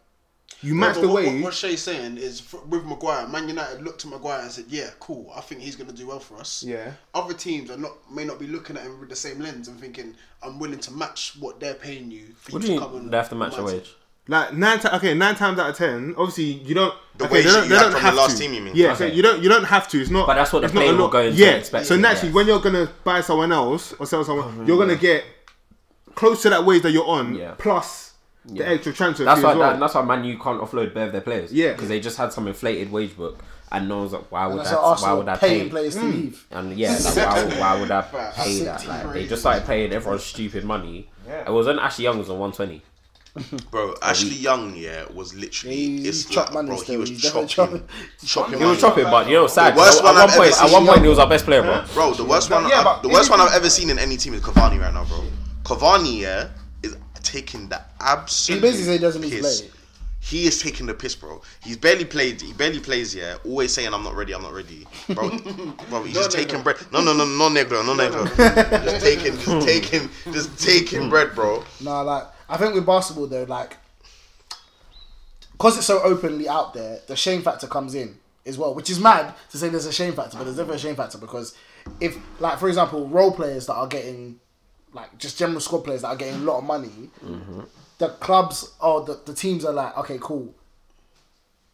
Speaker 5: You match
Speaker 3: But
Speaker 5: the
Speaker 3: what,
Speaker 5: wage.
Speaker 3: What, what Shay's saying is f- with Maguire, Man United looked to Maguire and said, "Yeah, cool. I think he's going to do well for us."
Speaker 5: Yeah.
Speaker 3: Other teams are not may not be looking at him with the same lens and thinking, "I'm willing to match what they're paying you for
Speaker 4: What
Speaker 3: you
Speaker 4: do you
Speaker 3: to come
Speaker 4: mean
Speaker 3: and
Speaker 4: they have to match a wage?
Speaker 5: like nine, ti okay, nine times out of ten, obviously you don't.
Speaker 2: The
Speaker 5: okay,
Speaker 2: wage
Speaker 5: they don't,
Speaker 2: you
Speaker 5: they
Speaker 2: had
Speaker 5: don't
Speaker 2: from the
Speaker 5: have
Speaker 2: last
Speaker 5: to.
Speaker 2: team, you mean?
Speaker 5: Yeah, so
Speaker 4: Okay.
Speaker 5: you don't you don't have to. It's not.
Speaker 4: But that's what the
Speaker 5: it's not a
Speaker 4: player will
Speaker 5: lot-
Speaker 4: go into
Speaker 5: Yeah.
Speaker 4: expecting,
Speaker 5: so naturally,
Speaker 4: yeah. Oh,
Speaker 5: when you're gonna buy someone else or sell someone, you're gonna get close to that wage that you're on
Speaker 4: Yeah.
Speaker 5: plus the extra transfer
Speaker 4: That's
Speaker 5: fee
Speaker 4: why
Speaker 5: as well.
Speaker 4: that, that's why Man U can't offload bare of their players.
Speaker 5: Yeah.
Speaker 4: because they just had some inflated wage book, and no one's like, why
Speaker 6: And
Speaker 4: would
Speaker 6: that's
Speaker 4: I?
Speaker 6: how
Speaker 4: Why
Speaker 6: Arsenal
Speaker 4: would I
Speaker 6: are
Speaker 4: pay?
Speaker 6: paying players to leave.
Speaker 4: And yeah, like, why, would- why would I pay that?
Speaker 3: 60
Speaker 4: Like they
Speaker 3: grand.
Speaker 4: just started paying everyone stupid money. It was when Ashley Young was on one twenty.
Speaker 2: Bro, Ashley Young, yeah, was literally
Speaker 6: He
Speaker 2: it's
Speaker 6: chopped
Speaker 2: like,
Speaker 6: money
Speaker 2: bro, he
Speaker 6: still,
Speaker 2: was
Speaker 6: he
Speaker 2: chopping,
Speaker 6: definitely
Speaker 2: chopping,
Speaker 4: He was
Speaker 2: money.
Speaker 4: chopping, but you know, sad.
Speaker 2: The worst
Speaker 4: at
Speaker 2: one
Speaker 4: one
Speaker 2: I've
Speaker 4: point,
Speaker 2: ever
Speaker 4: at one
Speaker 2: seen.
Speaker 4: point, he was our best player, bro.
Speaker 2: Bro, the worst one,
Speaker 5: yeah,
Speaker 2: I've,
Speaker 5: but
Speaker 2: the worst one I've
Speaker 5: anything-
Speaker 2: ever seen in any team is Cavani right now, bro. Cavani, yeah, is taking the absolute.
Speaker 6: He basically said he doesn't need to
Speaker 2: piss.
Speaker 6: play.
Speaker 2: He is taking the piss, bro. He's barely played. He barely plays. Yeah, always saying I'm not ready. I'm not ready, bro. bro, he's just taking bread. No, no, no, no, negro, no negro. just taking, just taking, just
Speaker 3: Hmm.
Speaker 2: taking bread, bro.
Speaker 6: No, like I think with basketball though, like because it's so openly out there, the shame factor comes in as well, which is mad to say there's a shame factor, but there's definitely a shame factor because if, like, for example, role players that are getting, like, just general squad players that are getting a lot of money, the clubs or the, the teams are like, okay, cool,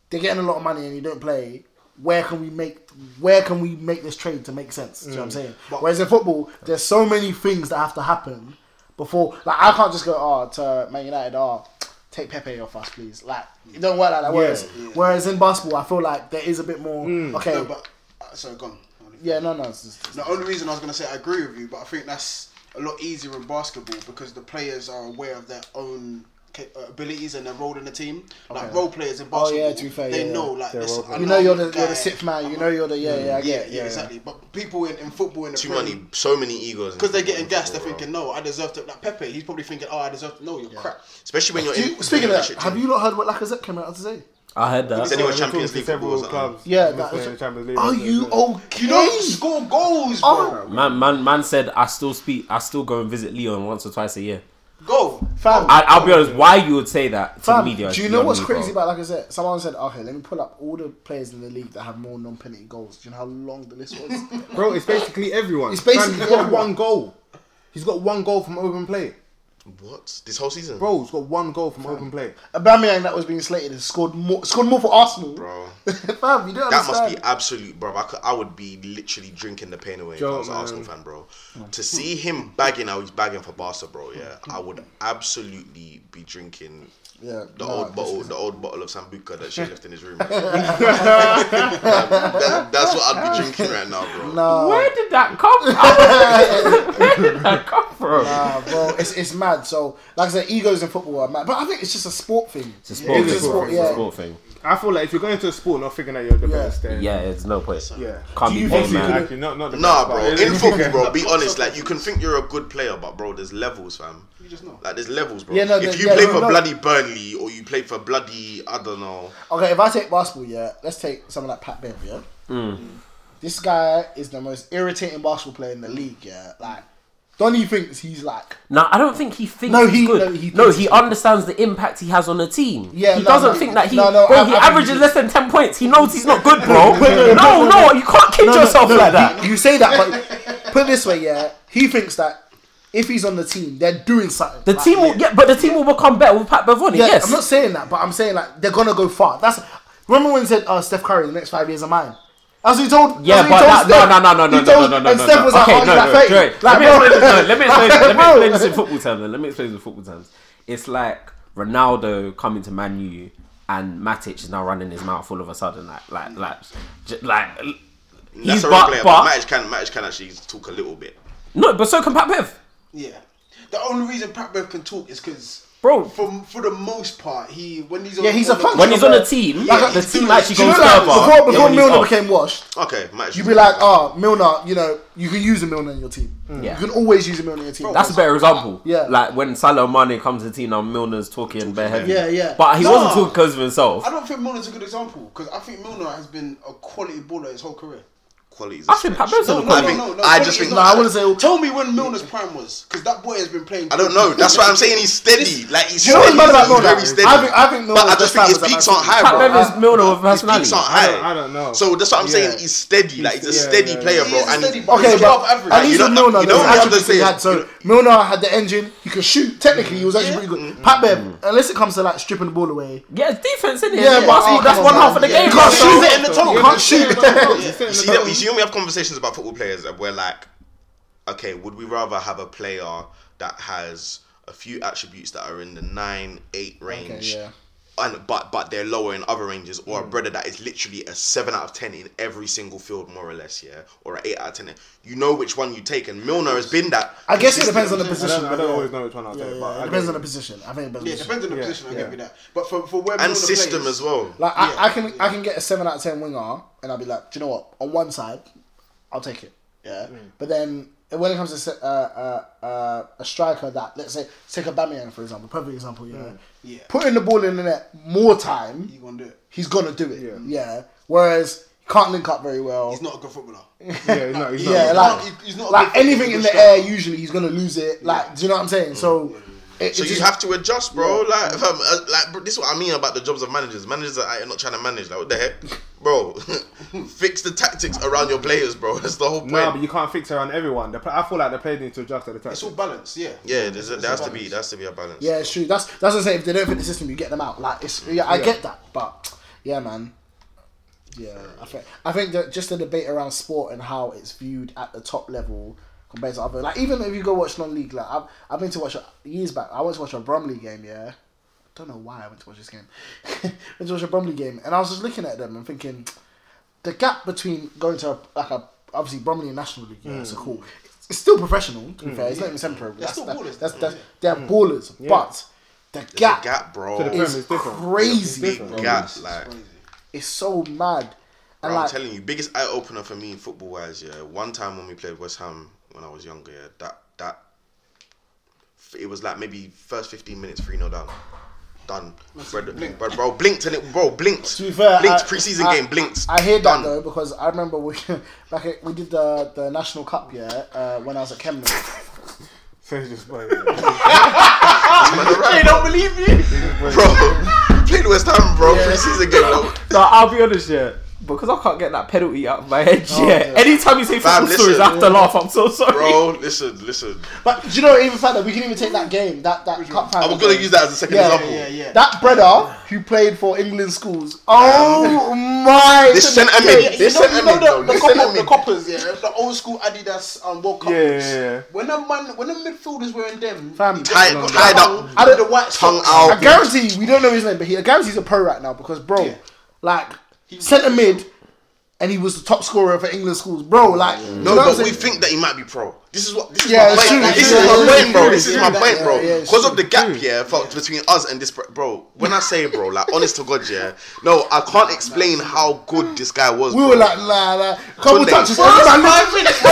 Speaker 6: they're getting a lot of money and you don't play. Where can we make where can we make this trade to make sense? Do you know what I'm saying? Whereas in football, there's so many things that have to happen before like I can't just go, oh, to Man United, oh, take Pepe off us, please. Like it don't work like that. Whereas
Speaker 5: Yeah.
Speaker 6: whereas in basketball I feel like there is a bit more okay.
Speaker 3: No, but uh, sorry, gone.
Speaker 6: yeah, no, no. It's just,
Speaker 3: The only reason I was going to say I agree with you, but I think that's a lot easier in basketball because the players are aware of their own ca- uh, abilities and their role in the team. Like role players in basketball,
Speaker 6: Oh, yeah, to be fair,
Speaker 3: they
Speaker 6: yeah,
Speaker 3: know
Speaker 6: yeah.
Speaker 3: like
Speaker 5: They're
Speaker 3: this.
Speaker 5: role
Speaker 3: I
Speaker 6: You know you're the,
Speaker 3: this
Speaker 6: you're the
Speaker 3: guy.
Speaker 6: sixth man. You
Speaker 3: I'm
Speaker 6: know
Speaker 3: a-
Speaker 6: you're the yeah yeah I
Speaker 3: yeah,
Speaker 6: get it,
Speaker 3: yeah, exactly. But people in, in football in the
Speaker 2: Too
Speaker 3: Prem,
Speaker 2: many, so many egos.
Speaker 3: because they're getting gassed, they're thinking, no, I deserve to. Like Pepe, he's probably thinking, oh, I deserve to. No, you're crap.
Speaker 2: Especially when you're
Speaker 6: Do
Speaker 2: in,
Speaker 6: you, speaking of
Speaker 2: when
Speaker 6: that,
Speaker 2: you're in
Speaker 6: have you not heard what Lacazette came out to say?
Speaker 4: I
Speaker 2: Said
Speaker 4: heard that.
Speaker 2: he
Speaker 5: Yeah,
Speaker 2: won
Speaker 5: we're
Speaker 2: Champions
Speaker 5: talking
Speaker 2: League
Speaker 5: several
Speaker 2: football or
Speaker 5: clubs.
Speaker 6: Yeah,
Speaker 5: We're
Speaker 6: that
Speaker 5: playing
Speaker 6: was-
Speaker 5: the Champions League.
Speaker 6: Are
Speaker 5: we're
Speaker 6: you
Speaker 5: playing-
Speaker 6: okay?
Speaker 3: You don't score goals, bro.
Speaker 4: Man, man, man said I still speak. I still go and visit Leon once or twice a year.
Speaker 3: Go.
Speaker 6: Fam,
Speaker 4: I, I'll be honest. Why you would say that to
Speaker 6: fam,
Speaker 4: the media?
Speaker 6: do you
Speaker 4: is
Speaker 6: know
Speaker 4: beyond
Speaker 6: what's
Speaker 4: me,
Speaker 6: crazy
Speaker 4: bro.
Speaker 6: about Lacazette? Someone said, okay, let me pull up all the players in the league that have more non-penalty goals. Do you know how long the list was?
Speaker 5: Bro, it's basically everyone.
Speaker 6: It's basically
Speaker 5: Man, he's got
Speaker 6: everyone.
Speaker 5: one goal. He's got one goal from open play.
Speaker 2: What this whole season,
Speaker 5: Bro, he's got one goal from open play.
Speaker 6: Aubameyang that was being slated has scored more scored more for Arsenal.
Speaker 2: Bro.
Speaker 6: fam, you don't
Speaker 2: That must
Speaker 6: understand.
Speaker 2: be absolute, bro. I, could, I would be literally drinking the pain away if I
Speaker 5: Joe,
Speaker 2: was an
Speaker 5: man.
Speaker 2: Arsenal fan, bro. To see him bagging how he's bagging for Barca, bro. Yeah, I would absolutely be drinking
Speaker 6: Yeah,
Speaker 2: the
Speaker 6: nah,
Speaker 2: old
Speaker 6: this
Speaker 2: bottle, the old bottle of sambuca that she left in his room. bro. That- that's what I'd be drinking right now, bro.
Speaker 6: Nah,
Speaker 4: Where did that come from? Where did that come from?
Speaker 6: nah, bro, it's it's mad. So, like I said, egos in football are mad, but I think it's just a sport thing.
Speaker 4: It's a sport.
Speaker 5: It's a
Speaker 4: thing.
Speaker 5: sport,
Speaker 4: It's a
Speaker 6: yeah.
Speaker 4: sport thing.
Speaker 5: I feel like if you're going to a sport not figuring out you're the
Speaker 6: Yeah.
Speaker 5: best, then
Speaker 4: Yeah, it's no point.
Speaker 5: yeah.
Speaker 4: Can't
Speaker 5: Do
Speaker 4: be
Speaker 5: you
Speaker 4: paid,
Speaker 5: think you
Speaker 4: man.
Speaker 5: could- actually, not, not the
Speaker 2: Nah,
Speaker 5: best,
Speaker 2: bro.
Speaker 5: but-
Speaker 2: In football, bro, be honest. Like, you can think you're a good player, but bro, there's levels, fam.
Speaker 3: You just know.
Speaker 2: Like, there's levels, bro.
Speaker 6: Yeah, no,
Speaker 2: if
Speaker 6: the-
Speaker 2: you
Speaker 6: yeah,
Speaker 2: play
Speaker 6: no,
Speaker 2: for
Speaker 6: no.
Speaker 2: bloody Burnley or you play for bloody, I don't know.
Speaker 6: Okay, if I take basketball, yeah, let's take someone like Pat Bev, yeah.
Speaker 4: Mm.
Speaker 6: This guy is the most irritating basketball player in the league, yeah. Like, Donny thinks he's like,
Speaker 4: No, I don't think he thinks
Speaker 6: No,
Speaker 4: he's
Speaker 6: he-
Speaker 4: good.
Speaker 6: no,
Speaker 4: No,
Speaker 6: he
Speaker 4: he,
Speaker 6: thinks he's good.
Speaker 4: understands the impact he has on the team.
Speaker 6: Yeah,
Speaker 4: he
Speaker 6: no,
Speaker 4: doesn't
Speaker 6: no,
Speaker 4: think that he.
Speaker 6: no, no,
Speaker 4: bro,
Speaker 6: I-
Speaker 4: he
Speaker 6: I-
Speaker 4: averages less than ten points. He knows he's not good, bro. no, no, you can't kid yourself like that.
Speaker 6: you, you say that, but put it this way, yeah, he thinks that if he's on the team, they're doing something.
Speaker 4: The
Speaker 6: Like,
Speaker 4: team will, yeah, but the team will become better with Pat Bavoni.
Speaker 6: Yeah,
Speaker 4: yes,
Speaker 6: I'm not saying that, but I'm saying like they're gonna go far. That's remember when he said, "Oh, Steph Curry, the next five years are mine." That's what he told.
Speaker 4: Yeah,
Speaker 6: that's
Speaker 4: but
Speaker 6: what he told
Speaker 4: that, no,
Speaker 6: Steph.
Speaker 4: no, no, no, no,
Speaker 6: He
Speaker 4: no,
Speaker 6: told-
Speaker 4: no, no, no,
Speaker 6: And Steph
Speaker 4: no.
Speaker 6: was like,
Speaker 4: okay,
Speaker 6: "Oh,
Speaker 4: no,
Speaker 6: he's
Speaker 4: no,
Speaker 6: like
Speaker 4: Joey,
Speaker 6: fake."
Speaker 4: Let
Speaker 6: Like,
Speaker 4: me
Speaker 6: bro,
Speaker 4: explain this. No, let me explain. Let me
Speaker 6: Bro.
Speaker 4: explain this in football terms. then. Let me explain this in football terms. It's like Ronaldo coming to Man U and Matic is now running his mouth all of a sudden. Like, like, like, j- like.
Speaker 2: That's
Speaker 4: He's
Speaker 2: a role
Speaker 4: but,
Speaker 2: player, but
Speaker 4: but
Speaker 2: Matic can, Matic can actually talk a little bit.
Speaker 4: no, but so can Pat Bev.
Speaker 3: Yeah. The only reason Pat Bev can talk is because,
Speaker 4: Bro.
Speaker 3: for for the most part, he when he's on,
Speaker 6: Yeah, he's
Speaker 3: on
Speaker 6: a
Speaker 3: the-
Speaker 6: functional
Speaker 4: When he's on
Speaker 6: Yeah.
Speaker 4: a team,
Speaker 3: Yeah,
Speaker 4: the
Speaker 3: he's
Speaker 4: team
Speaker 3: doing-
Speaker 4: actually
Speaker 6: Do you
Speaker 4: goes
Speaker 6: know that
Speaker 4: further.
Speaker 6: before,
Speaker 4: than
Speaker 6: before
Speaker 4: when he's
Speaker 6: Milner
Speaker 4: off.
Speaker 6: became washed?
Speaker 2: Okay, Matic.
Speaker 6: You'd be like, oh, Milner, you know, you can use a Milner in your team.
Speaker 3: Mm.
Speaker 4: Yeah.
Speaker 6: You can always use a Milner in your team.
Speaker 4: That's a better example.
Speaker 6: Yeah.
Speaker 4: Like when Salah Mane comes to the team now, Milner's talking bare heavy.
Speaker 6: Yeah, yeah.
Speaker 4: But he
Speaker 3: Nah.
Speaker 4: wasn't talking because of himself.
Speaker 3: I don't think Milner's a good example because I think Milner has been a quality baller his whole career.
Speaker 2: qualities.
Speaker 4: I think Pat Bev's
Speaker 3: No,
Speaker 4: on the
Speaker 3: no,
Speaker 4: quality.
Speaker 3: no,
Speaker 2: think-
Speaker 3: no, no,
Speaker 2: I
Speaker 3: quality
Speaker 2: just
Speaker 3: is
Speaker 2: think-
Speaker 3: not-
Speaker 6: No, I wouldn't say-
Speaker 3: Tell me when Milner's prime was because that boy has been playing.
Speaker 2: I don't know. That's why I'm saying he's steady. Like he's
Speaker 6: you know what's
Speaker 2: steady.
Speaker 6: mad about
Speaker 2: he's
Speaker 6: Milner?
Speaker 2: very steady.
Speaker 6: I think- I think
Speaker 2: but I
Speaker 6: Milner's
Speaker 2: just
Speaker 6: best
Speaker 2: think his
Speaker 6: time was
Speaker 2: peaks
Speaker 6: at
Speaker 2: aren't high,
Speaker 4: Pat
Speaker 2: bro.
Speaker 4: Bev is Milner with
Speaker 2: his peaks
Speaker 4: personality.
Speaker 2: aren't
Speaker 5: I
Speaker 2: high.
Speaker 5: don't- I don't know.
Speaker 2: So that's what I'm
Speaker 5: Yeah.
Speaker 2: saying. He's steady. Like he's a
Speaker 5: yeah,
Speaker 2: steady
Speaker 5: yeah,
Speaker 2: player,
Speaker 3: He
Speaker 2: bro.
Speaker 3: is
Speaker 2: And
Speaker 3: steady,
Speaker 2: he-
Speaker 3: bro.
Speaker 6: Okay,
Speaker 3: He's above
Speaker 6: but
Speaker 3: average.
Speaker 6: at
Speaker 3: You
Speaker 6: least
Speaker 2: know-
Speaker 6: with Milner,
Speaker 2: you
Speaker 6: there
Speaker 2: know
Speaker 6: was
Speaker 2: what I'm
Speaker 6: attributes
Speaker 2: saying?
Speaker 6: he had. So
Speaker 2: You know-
Speaker 6: Milner had the engine. He could shoot. Technically, he was actually pretty good.
Speaker 3: Mm-hmm.
Speaker 6: Pat Bev, unless it comes to like stripping the ball away.
Speaker 4: Yeah, it's defense, isn't it?
Speaker 6: Yeah, but-
Speaker 4: Yeah, that's,
Speaker 6: oh,
Speaker 4: that's
Speaker 6: come
Speaker 4: one
Speaker 6: on,
Speaker 4: half of the
Speaker 6: man.
Speaker 4: game.
Speaker 6: You can't
Speaker 4: bro.
Speaker 6: shoot it in the tunnel. You
Speaker 5: Yeah,
Speaker 6: can't
Speaker 5: he's sitting
Speaker 6: shoot.
Speaker 5: in the tunnel. He's
Speaker 2: You
Speaker 5: sitting in
Speaker 2: see,
Speaker 5: the
Speaker 2: that,
Speaker 5: tunnel.
Speaker 2: you see when we have conversations about football players that we're like, okay, would we rather have a player that has a few attributes that are in the nine, eight range,
Speaker 6: yeah. Hmm.
Speaker 2: and but but they're lower in other ranges, or a brother that is literally a seven out of ten in every single field, more or less, yeah, or an eight out of ten. You know which one you take, and Milner has been that.
Speaker 6: I guess it depends on the
Speaker 5: I
Speaker 6: position.
Speaker 5: don't, I don't
Speaker 6: yeah.
Speaker 5: always know which one I'll
Speaker 6: Yeah,
Speaker 5: take,
Speaker 6: yeah,
Speaker 5: but
Speaker 6: it
Speaker 5: I
Speaker 6: depends
Speaker 5: do.
Speaker 6: on the position. I think it depends.
Speaker 3: Yeah,
Speaker 6: on
Speaker 3: it
Speaker 6: the
Speaker 3: depends on the
Speaker 5: Yeah,
Speaker 3: position. I
Speaker 5: yeah.
Speaker 3: give you that. But for for where
Speaker 2: and
Speaker 3: Milner
Speaker 2: system
Speaker 3: plays,
Speaker 2: as well.
Speaker 6: Like
Speaker 3: Yeah,
Speaker 6: I, I can
Speaker 3: yeah.
Speaker 6: I can get a seven out of ten winger, and I'll be like, do you know what? On one side, I'll take it. Yeah.
Speaker 3: Mm.
Speaker 6: But then when it comes to se- uh, uh, uh, a striker that let's say let's take a Bamian for example, perfect example, you know,
Speaker 3: Mm. Yeah.
Speaker 6: putting the ball in the net more time,
Speaker 3: He's gonna do it.
Speaker 6: he's gonna do it. Yeah. Whereas he can't link up very well.
Speaker 3: He's not a good footballer.
Speaker 5: Yeah, he's not. He's not
Speaker 6: yeah, like
Speaker 5: he's not-
Speaker 3: he- he's not a
Speaker 6: like
Speaker 3: good-
Speaker 6: anything in
Speaker 3: good
Speaker 6: the
Speaker 3: striker.
Speaker 6: air, usually he's gonna lose it. Like, do you know what I'm saying? So, it,
Speaker 2: So
Speaker 6: it
Speaker 2: you
Speaker 6: just-
Speaker 2: have to adjust, bro. Like, fam, uh, like bro, this is what I mean about the jobs of managers. Managers are out here not trying to manage. Like, what the heck, bro? Fix the tactics around your players, bro. That's the whole point.
Speaker 5: Nah, but you can't fix around everyone. The, pla- I feel like the players need to adjust at the time.
Speaker 3: It's all balance. Yeah.
Speaker 2: yeah, there's a, there has to be there has to be a balance.
Speaker 6: Yeah, it's true. That's that's what I'm saying. If they don't fit the system, you get them out. Like it's yeah, I get that, but yeah, man. Yeah, I think I think that just the debate around sport and how it's viewed at the top level compared to other like even if you go watch non-league like I've, I've been to watch a, years back I went to watch a Bromley game yeah don't know why I went to watch this game went to watch a Bromley game and I was just looking at them and thinking the gap between going to a, like a obviously Bromley and National League, yeah, it's a cool. Mm. It's still professional, to be fair. It's not even semi-pro. That's,
Speaker 3: still
Speaker 6: that-
Speaker 3: ballers,
Speaker 6: that's,
Speaker 3: though,
Speaker 6: that's, they're ballers, but The
Speaker 2: There's
Speaker 6: gap,
Speaker 2: a gap, bro.
Speaker 5: To the
Speaker 2: It's
Speaker 5: Prem
Speaker 6: is
Speaker 5: is different.
Speaker 6: crazy.
Speaker 5: It's different.
Speaker 2: big gap, like.
Speaker 3: Crazy.
Speaker 6: It's so mad. And
Speaker 2: Bro, I'm
Speaker 6: like,
Speaker 2: telling you, biggest eye opener for me football wise, yeah. One time when we played West Ham when I was younger, yeah, that that it was like maybe first 15 minutes 3 0 down. Done. Bro, bro, bro, blinked and it bro blinked.
Speaker 6: To be fair,
Speaker 2: blinked
Speaker 6: I-
Speaker 2: preseason
Speaker 6: I-
Speaker 2: game blinked.
Speaker 6: I hear that
Speaker 2: Done.
Speaker 6: though because I remember we back at, we did the the national cup yeah uh, when I was at Kemner.
Speaker 5: So just
Speaker 2: They don't believe you, bro. Played West Ham, bro. Preseason game, bro.
Speaker 4: No, I'll be honest, yeah. Because I can't get that penalty out of my head. Oh, yeah.
Speaker 6: dear.
Speaker 4: Anytime you say football
Speaker 2: listen.
Speaker 4: stories, I have to laugh. I'm so sorry.
Speaker 2: Bro, listen, listen.
Speaker 6: But do you know even further we can even take that game that that cup
Speaker 2: I
Speaker 6: final.
Speaker 2: was gonna
Speaker 6: game.
Speaker 2: use that as a second
Speaker 6: Yeah,
Speaker 2: example.
Speaker 3: Yeah, yeah.
Speaker 6: that brother who played for England schools. Oh my!
Speaker 2: This
Speaker 6: goodness.
Speaker 2: sentiment,
Speaker 3: Yeah, yeah,
Speaker 2: this
Speaker 3: you know, you know
Speaker 2: sentiment, though.
Speaker 3: the, the,
Speaker 2: This
Speaker 3: couple, the
Speaker 2: sentiment.
Speaker 3: coppers, yeah, the old school Adidas um, World Cup.
Speaker 5: Yeah, yeah, yeah.
Speaker 3: When a man, when a midfielder's wearing them,
Speaker 6: Fam,
Speaker 2: Tied,
Speaker 5: No, no.
Speaker 2: tied up,
Speaker 3: out of the white
Speaker 2: tongue
Speaker 3: socks,
Speaker 6: I
Speaker 2: out.
Speaker 6: guarantee you, we don't know his name, but he I guarantee he's a pro right now because bro,
Speaker 3: Yeah.
Speaker 6: like centre mid, and he was the top scorer for England schools, bro. Like you know
Speaker 2: No,
Speaker 6: what I'm
Speaker 2: but we
Speaker 6: saying?
Speaker 2: think that he might be pro. This is what this is
Speaker 6: Yeah,
Speaker 2: my
Speaker 6: it's
Speaker 2: point.
Speaker 6: true,
Speaker 2: This
Speaker 6: it's
Speaker 2: is
Speaker 6: true,
Speaker 2: my
Speaker 6: it's
Speaker 2: point, bro.
Speaker 6: true,
Speaker 2: This is
Speaker 6: it's
Speaker 2: my
Speaker 6: true.
Speaker 2: point, bro.
Speaker 6: Yeah, yeah, it's
Speaker 2: Because of
Speaker 6: true.
Speaker 2: the gap, yeah, for, between us and this, bro. When I say, bro, like honest to God, yeah, no, I can't explain how good this guy was.
Speaker 6: we
Speaker 2: bro.
Speaker 6: were like, nah, nah. Couple
Speaker 2: Sunday.
Speaker 6: touches,
Speaker 3: First
Speaker 6: everybody-
Speaker 3: five minutes, bro.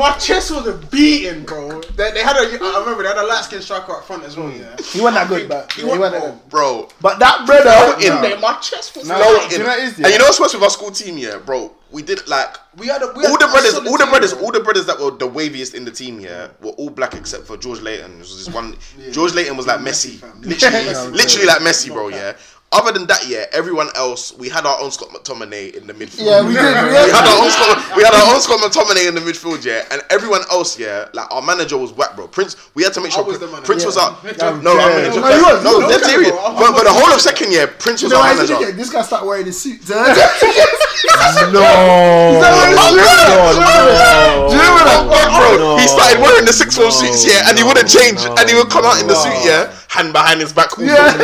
Speaker 3: my chest was a beating, bro. They, they had a, I remember they had a light skin striker up front as well. Yeah,
Speaker 6: He wasn't that good, but
Speaker 3: He
Speaker 6: yeah, he
Speaker 3: wa-
Speaker 6: wasn't that good.
Speaker 2: bro.
Speaker 6: But that brother,
Speaker 2: in.
Speaker 3: Sunday, my chest was.
Speaker 5: No,
Speaker 3: like-
Speaker 5: Do you know what it is, yeah?
Speaker 2: And you know what's worse with our school team, yeah, bro. We did like
Speaker 3: we had a, we had
Speaker 2: all the
Speaker 3: a
Speaker 2: brothers,
Speaker 3: solid
Speaker 2: all the
Speaker 3: team,
Speaker 2: brothers,
Speaker 3: bro.
Speaker 2: all the brothers that were the waviest in the team, yeah, were all black except for George Layton. It was this one. George Layton was like Messi,
Speaker 3: fam.
Speaker 2: literally,
Speaker 3: Yeah,
Speaker 2: literally like Messi, bro. Yeah. Other than that, yeah, everyone else we had our own Scott McTominay in the midfield.
Speaker 6: Yeah, we did, we
Speaker 2: We had
Speaker 6: did.
Speaker 2: our own Scott. We had our own Scott McTominay in the midfield, yeah, and everyone else, yeah, like our manager was whack, bro. Prince, we had to make
Speaker 3: I
Speaker 2: sure
Speaker 3: was
Speaker 2: Prin-
Speaker 3: the manager.
Speaker 2: Prince was
Speaker 3: Yeah.
Speaker 2: our no,
Speaker 5: Yeah.
Speaker 2: our manager.
Speaker 6: No, he was, he
Speaker 2: No,
Speaker 6: was.
Speaker 2: dead
Speaker 3: Okay,
Speaker 2: serious.
Speaker 3: bro, I'm-
Speaker 2: But but the whole of second year, Prince was
Speaker 6: No,
Speaker 2: our
Speaker 6: I said,
Speaker 2: manager.
Speaker 6: yeah, this guy started wearing his suit. Duh.
Speaker 2: Do you
Speaker 4: No.
Speaker 2: remember that? bro, he started wearing the six form suits, yeah, and he wouldn't change, and he would come out in the suit, yeah, hand behind his back. Yeah,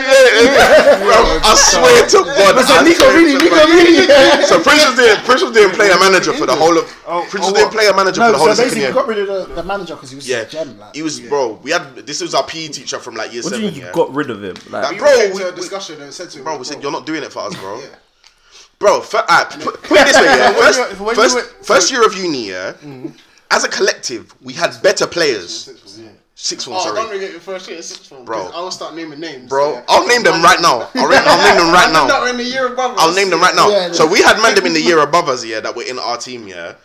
Speaker 2: I swear to God.
Speaker 6: I said,
Speaker 2: I
Speaker 6: Nico
Speaker 2: swear
Speaker 6: Rini,
Speaker 2: to
Speaker 6: Nico
Speaker 2: God.
Speaker 6: Rini.
Speaker 2: So Prince was doing, Prince was doing player manager for the whole of,
Speaker 5: Oh,
Speaker 2: Prince was
Speaker 5: oh,
Speaker 2: doing
Speaker 5: what?
Speaker 2: player manager for the whole
Speaker 6: No,
Speaker 2: of
Speaker 6: so
Speaker 2: second
Speaker 6: basically, we
Speaker 2: year.
Speaker 6: got rid of the, the manager because he was
Speaker 2: Yeah,
Speaker 6: just a gem. Like.
Speaker 2: he was bro. We had this was our PE teacher from like year
Speaker 4: What do
Speaker 2: seven.
Speaker 4: you mean you
Speaker 2: yeah.
Speaker 4: got rid of him? Like,
Speaker 2: Bro,
Speaker 3: Came
Speaker 2: we-
Speaker 3: to a discussion and said to him,
Speaker 2: Bro, we said you're not doing it for us, bro. Bro, fir- alright, put, put it this way, yeah.
Speaker 5: When you-
Speaker 2: First,
Speaker 5: when you
Speaker 2: first,
Speaker 5: were-
Speaker 2: first year of uni, yeah.
Speaker 6: Mm-hmm.
Speaker 2: As a collective, we had better players. Six one,
Speaker 3: Oh, don't
Speaker 2: sorry,
Speaker 3: ring it in first year, it's sixth form.
Speaker 2: Bro.
Speaker 3: Bro, I'll start naming names.
Speaker 2: bro.
Speaker 3: yeah.
Speaker 2: I'll name them right now. I'll, re- I'll name them right
Speaker 3: No,
Speaker 2: now.
Speaker 3: in the year above.
Speaker 2: I'll
Speaker 3: us,
Speaker 2: name them
Speaker 3: yeah.
Speaker 2: right now.
Speaker 6: Yeah,
Speaker 2: so
Speaker 6: yeah.
Speaker 2: we had man them in the year above us, yeah, that were in our team, yeah.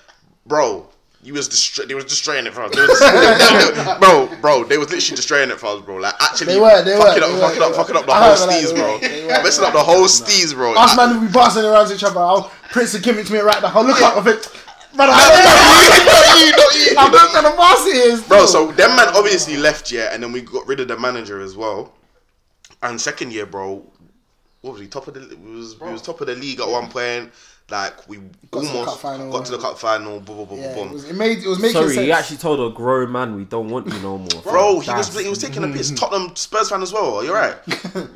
Speaker 2: Bro, you was destroy- they was destroying it for us. They was- they- they- bro, bro, they was literally destroying it for us, bro. Like actually,
Speaker 6: They were, they
Speaker 2: fucking
Speaker 6: were,
Speaker 2: up,
Speaker 6: they
Speaker 2: fucking
Speaker 6: were,
Speaker 2: up,
Speaker 6: they
Speaker 2: fucking
Speaker 6: were.
Speaker 2: up the
Speaker 6: I
Speaker 2: whole
Speaker 6: heard that,
Speaker 2: steez,
Speaker 6: they
Speaker 2: bro.
Speaker 6: were, they were,
Speaker 2: Messing up the whole steez, bro.
Speaker 6: Us man will be passing around each other. I'll, Prince will give it to me right now. I'll look up. I think, brother, I
Speaker 2: Not you, not you.
Speaker 6: don't know what the boss is.
Speaker 2: Bro, so them man obviously left, yeah, and then we got rid of the manager as well. And second year, bro, what was he top of the? We was we was top of the league at one point. Like we
Speaker 6: Got to the
Speaker 2: almost
Speaker 6: cup final.
Speaker 2: got to the cup final. Boom, boom, boom,
Speaker 6: Yeah,
Speaker 2: boom.
Speaker 6: it, was, it made it was making
Speaker 4: sorry,
Speaker 6: sense.
Speaker 4: you actually told a grown man we don't want you no more.
Speaker 2: Bro, he
Speaker 4: That's-
Speaker 2: was he was taking a piss. Tottenham Spurs fan as well. You're right,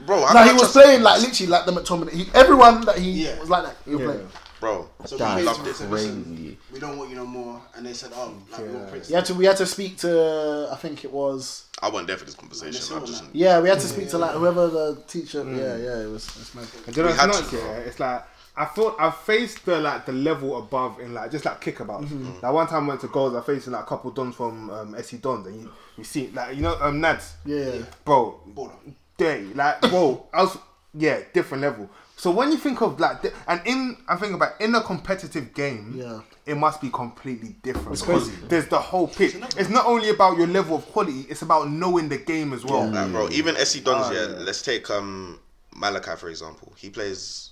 Speaker 2: bro. how
Speaker 6: no,
Speaker 2: can
Speaker 6: he
Speaker 2: I
Speaker 6: was
Speaker 2: trust-
Speaker 6: playing like literally like the McTominay. He, everyone that he
Speaker 3: Yeah.
Speaker 6: was like that. He was playing.
Speaker 2: bro.
Speaker 3: So we
Speaker 4: That's
Speaker 3: came to him and said, "Listen,
Speaker 4: crazy.
Speaker 3: We don't want you no more. And they said, oh, like, we want Prince.
Speaker 6: You had to. We had to speak to. I think it was.
Speaker 2: I wasn't there for this conversation. I just
Speaker 6: Yeah, we had to speak to like whoever the teacher. Yeah, yeah, it was. It's mad.
Speaker 5: And you know
Speaker 2: We
Speaker 5: what's
Speaker 2: had
Speaker 5: nuts,
Speaker 2: to,
Speaker 5: yeah?
Speaker 2: bro.
Speaker 5: It's like I thought I faced the like the level above in like just like kickabout. Like one time I went to goals, I faced like a couple dons from um, SC Dons, and you, you see like you know um Nads,
Speaker 6: Yeah.
Speaker 5: bro,
Speaker 3: Baller.
Speaker 5: day like bro, I was yeah different level. So when you think of like di- and in I think about in a competitive game,
Speaker 6: Yeah.
Speaker 5: it must be completely different. It's
Speaker 6: crazy.
Speaker 5: There's the whole pitch. It's not only about your level of quality; it's about knowing the game as well.
Speaker 2: Like, bro, even SC Dons,
Speaker 4: Oh,
Speaker 2: yeah, Let's take um Malachi for example. He plays.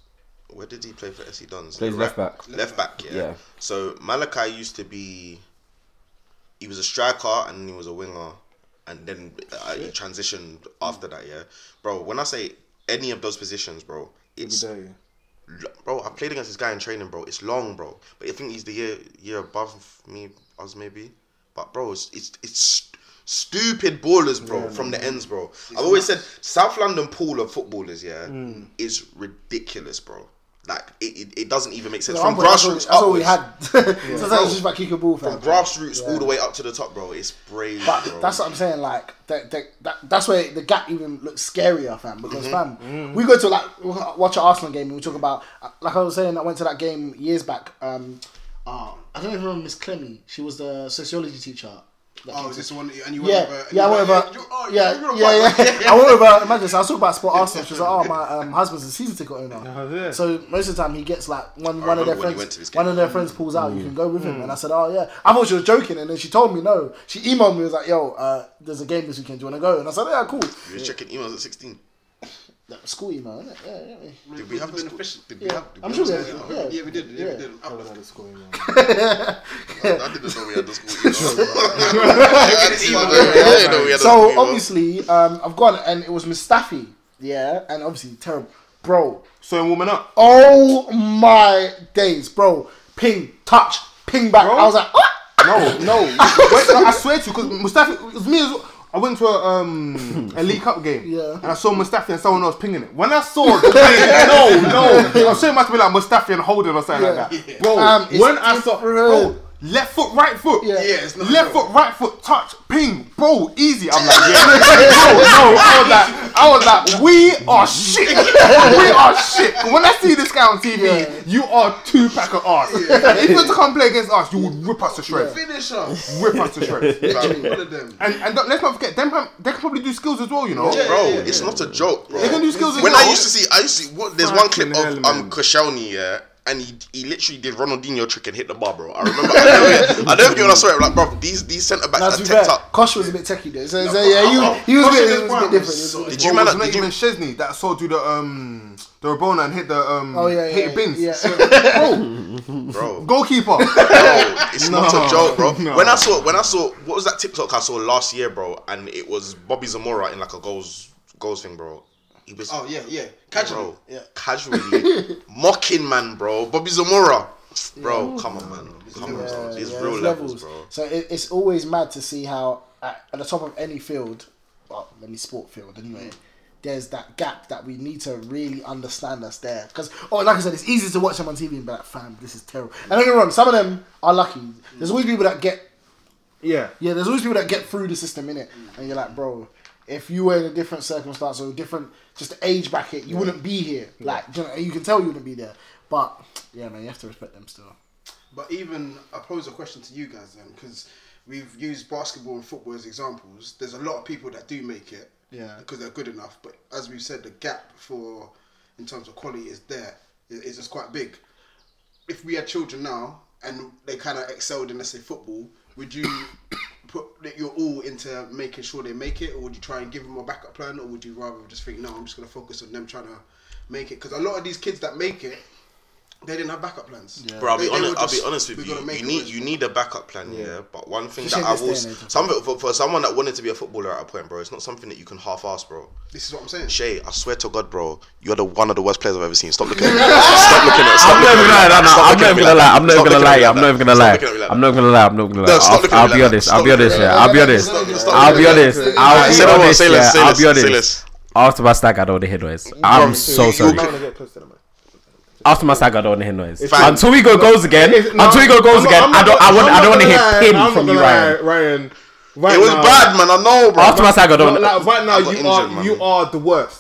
Speaker 2: Where did he play for SC Dons?
Speaker 4: Plays left back.
Speaker 2: Left back, yeah.
Speaker 4: Yeah.
Speaker 2: So Malachi used to be. He was a striker and he was a winger, and then uh, he transitioned after that. Yeah, bro. When I say any of those positions, bro, it's
Speaker 5: Day.
Speaker 2: bro. I played against this guy in training, bro. It's long, bro. But I think he's the year year above me, us maybe. But bro, it's it's, it's st- stupid ballers, bro, from the ends, bro.
Speaker 6: Mm.
Speaker 2: I've always said South London pool of footballers, yeah, is ridiculous, bro. Like it, it, it doesn't even make sense
Speaker 6: At
Speaker 2: from
Speaker 6: one point,
Speaker 2: grassroots
Speaker 6: That's all we
Speaker 2: upwards.
Speaker 6: had. Sometimes
Speaker 2: Bro.
Speaker 6: it's just about kick a ball, fam.
Speaker 2: From grassroots all the way up to the top, bro. It's brave,
Speaker 6: But
Speaker 2: bro.
Speaker 6: that's what I'm saying. Like that, that, that, that's where the gap even looks scarier, fam. Because fam, we go to like we watch an Arsenal game and we talk about like I was saying. I went to that game years back. Um, uh, I don't even remember Miss Clemmy. She was the sociology teacher. that
Speaker 3: Oh,
Speaker 6: came
Speaker 3: is
Speaker 6: to-
Speaker 3: this the one? And you
Speaker 6: yeah,
Speaker 3: went over, and
Speaker 6: yeah, I
Speaker 3: you
Speaker 6: went
Speaker 3: went,
Speaker 6: over.
Speaker 3: you- oh,
Speaker 6: yeah,
Speaker 3: you're a
Speaker 6: yeah,
Speaker 3: white
Speaker 6: yeah. I went over. Imagine, so I was talking about Sport Arsenal. She was like, "Oh, my um, husband's a season ticket owner."
Speaker 5: yeah.
Speaker 6: So most of the time, he gets like one one
Speaker 2: remember
Speaker 6: of their
Speaker 2: when you went
Speaker 6: friends.
Speaker 2: to this game. Mm.
Speaker 6: one of their friends pulls out. You can go with him. And I said, "Oh yeah." I thought she was joking, and then she told me no. She emailed me was like, "Yo, uh, there's a game this weekend. Do you want to go?" And I said, oh, "Yeah, cool."
Speaker 2: You were checking emails at 16.
Speaker 6: That was school email, innit? Yeah, yeah. yeah.
Speaker 2: Did we have
Speaker 3: been
Speaker 2: a
Speaker 3: official?
Speaker 2: Did we
Speaker 6: Yeah,
Speaker 2: have? Did
Speaker 6: I'm
Speaker 2: we
Speaker 6: sure we
Speaker 2: have
Speaker 6: had.
Speaker 2: a school
Speaker 6: Yeah,
Speaker 3: Yeah, we did. Yeah,
Speaker 6: Yeah.
Speaker 3: we did.
Speaker 5: I
Speaker 3: Oh,
Speaker 5: was at the school, man.
Speaker 2: email? I didn't know we had a school email. I didn't even know- I didn't know we had a school
Speaker 6: So
Speaker 2: email.
Speaker 6: obviously, um, I've gone, and it was Mustafi. Yeah, and obviously terrible, bro.
Speaker 5: So woman up.
Speaker 6: Oh my days, bro. Ping, touch, ping back.
Speaker 5: Bro.
Speaker 6: I was like, ah!
Speaker 5: No, no. Wait, no, I swear to you, because Mustafi, it was me as well. I went to a, um, a League Cup game
Speaker 6: Yeah.
Speaker 5: and I saw Mustafi and someone else pinging it. When I saw the ping, no, no, I'm sure it must be like Mustafi and Holden or something
Speaker 6: Yeah.
Speaker 5: like that. Bro,
Speaker 6: Um, it's
Speaker 5: when I saw, bro,
Speaker 6: different.
Speaker 5: left foot, right foot,
Speaker 6: Yeah.
Speaker 3: Yeah, it's not
Speaker 5: left
Speaker 3: bro.
Speaker 5: foot, right foot, touch, ping, bro, easy. I'm like, yeah, bro, no, I was like, I was like, we are shit, we are shit. When I see this guy on TV,
Speaker 6: Yeah.
Speaker 5: you are two pack of arse. If you were to come play against us, you would rip us to shreds
Speaker 3: Finish us.
Speaker 5: rip us to shreds.
Speaker 3: Literally, one of them.
Speaker 5: And, and don't- let's not forget, them, pam- they can probably do skills as well, you know.
Speaker 3: Yeah.
Speaker 2: bro, it's not a joke, bro.
Speaker 5: They can do skills as
Speaker 2: when
Speaker 5: well.
Speaker 2: I used to see, I used to what, there's one clip
Speaker 5: Fucking hell,
Speaker 2: of um
Speaker 5: man.
Speaker 2: Koscielny, yeah, and he he literally did Ronaldinho trick and hit the bar, bro. I remember. I know, I know when I saw it, I'm like, bro, these these centre backs
Speaker 6: Now,
Speaker 2: are
Speaker 6: to be fair,
Speaker 2: teched up.
Speaker 6: Kosh was a bit techie though. So, so,
Speaker 2: but-
Speaker 6: yeah, he, was- he was a
Speaker 5: Kosh
Speaker 6: bit, he was a
Speaker 5: in his prime
Speaker 6: bit
Speaker 5: was
Speaker 6: different.
Speaker 3: so-
Speaker 6: he was a bit
Speaker 2: Did
Speaker 5: Bro,
Speaker 2: you
Speaker 5: was
Speaker 2: man?
Speaker 5: not
Speaker 2: Did you,
Speaker 5: even Chesney that I saw do the um the Rabona and hit the um
Speaker 6: Oh, yeah,
Speaker 5: hit
Speaker 6: yeah,
Speaker 5: bins.
Speaker 6: yeah.
Speaker 5: Bro,
Speaker 2: bro, bro,
Speaker 5: goalkeeper.
Speaker 2: it's not
Speaker 5: No,
Speaker 2: a joke, bro.
Speaker 5: no.
Speaker 2: When I saw when I saw what was that TikTok I saw last year, bro, and it was Bobby Zamora in like a goals goals thing, bro. He was
Speaker 3: Oh yeah, yeah. Catch him.
Speaker 2: bro,
Speaker 3: Yeah.
Speaker 2: casually mocking man, bro. Bobby Zamora, bro, come on, man, come on, bro.
Speaker 6: different.
Speaker 2: There's
Speaker 6: Yeah,
Speaker 2: real
Speaker 6: it's
Speaker 2: levels, bro.
Speaker 6: So it, it's always mad to see how at, at the top of any field, well, let me sport field anyway. There's that gap that we need to really understand that's there. Because, oh, like I said, it's easy to watch them on TV and be like, fam, this is terrible. And don't get me wrong, some of them are lucky. There's always people that get
Speaker 5: yeah.
Speaker 6: Yeah, there's always people that get through the system in it,
Speaker 3: Mm.
Speaker 6: and you're like, bro, if you were in a different circumstance or a different just age bracket, you wouldn't be here. Like, do you, know, you can tell you wouldn't be there. But yeah, man, you have to respect them still.
Speaker 3: But even I pose a question to you guys then, because we've used basketball and football as examples. There's a lot of people that do make it,
Speaker 6: Yeah.
Speaker 3: because they're good enough. But as we've said, the gap for in terms of quality is there. It- It's just quite big. If we had children now and they kind of excelled in let's say football, would you put that you're all into making sure they make it, or would you try and give them a backup plan, or would you rather just think no, I'm just gonna focus on them trying to make it? Because a lot of these kids that make it. They didn't have backup plans.
Speaker 2: Bro, I'll
Speaker 3: They-
Speaker 2: be
Speaker 3: they
Speaker 2: honest.
Speaker 3: were
Speaker 2: I'll be
Speaker 3: just,
Speaker 2: honest with
Speaker 3: "We
Speaker 2: you.
Speaker 3: gotta make
Speaker 2: You
Speaker 3: it
Speaker 2: need
Speaker 3: work."
Speaker 2: you need a backup plan, yeah. But one thing that
Speaker 6: in
Speaker 2: I
Speaker 6: this day
Speaker 2: will
Speaker 6: and age, I
Speaker 2: some for, for someone that wanted to be a footballer at a point, bro, it's not something that you can half-ass, bro.
Speaker 3: This is what I'm saying.
Speaker 2: Shay, I swear to God, bro, you're the one of the worst players I've ever seen. Stop looking at me. Stop looking at. Stop
Speaker 4: I'm not
Speaker 2: looking
Speaker 4: even gonna
Speaker 2: at me. Stop
Speaker 4: lie. I'm not
Speaker 2: looking at
Speaker 4: even
Speaker 2: me
Speaker 4: gonna lie.
Speaker 2: like
Speaker 4: I'm not even
Speaker 2: that.
Speaker 4: gonna lie.
Speaker 2: Stop
Speaker 4: I'm not even gonna lie.
Speaker 2: looking at me like that.
Speaker 4: I'm not even gonna lie. I'm not even gonna lie.
Speaker 2: No, stop
Speaker 4: I'll-
Speaker 2: looking at me
Speaker 4: I'll
Speaker 2: like
Speaker 4: be
Speaker 2: that.
Speaker 4: honest.
Speaker 2: Stop
Speaker 4: I'll be
Speaker 2: looking
Speaker 4: honest.
Speaker 2: at
Speaker 4: Yeah.
Speaker 2: me
Speaker 4: I'll be
Speaker 2: like that.
Speaker 4: honest.
Speaker 2: Stop looking- stop
Speaker 4: I'll
Speaker 2: looking
Speaker 4: be
Speaker 2: at me like
Speaker 4: honest.
Speaker 2: that.
Speaker 4: I'll
Speaker 2: Say
Speaker 4: be
Speaker 2: no more,
Speaker 4: honest.
Speaker 2: say less,
Speaker 4: Yeah.
Speaker 2: say
Speaker 4: I'll
Speaker 2: less,
Speaker 4: be
Speaker 2: say less.
Speaker 4: honest. After my stag, I don't want to hear noise. I'm so sorry.
Speaker 5: I wanna get close to the mic.
Speaker 4: After my stag, I don't want to hear noise.
Speaker 2: fine.
Speaker 4: Until we go goals again.
Speaker 5: It's- no,
Speaker 4: Until we go
Speaker 5: I'm
Speaker 4: goals
Speaker 5: not-
Speaker 4: again.
Speaker 5: I'm
Speaker 4: I
Speaker 5: not
Speaker 4: don't.
Speaker 5: gonna-
Speaker 4: I want. I
Speaker 5: I'm
Speaker 4: don't want to
Speaker 5: not
Speaker 4: hear
Speaker 5: gonna lie,
Speaker 4: pin
Speaker 5: I'm
Speaker 4: from
Speaker 5: not
Speaker 4: you,
Speaker 5: gonna
Speaker 4: Ryan.
Speaker 5: lie, Ryan. Right
Speaker 2: It was
Speaker 5: now-
Speaker 2: bad, man. I know, bro.
Speaker 4: After my stag, I
Speaker 5: Like,
Speaker 4: don't.
Speaker 5: like, right now,
Speaker 2: I got
Speaker 5: you are
Speaker 2: injured, man.
Speaker 5: you are the worst.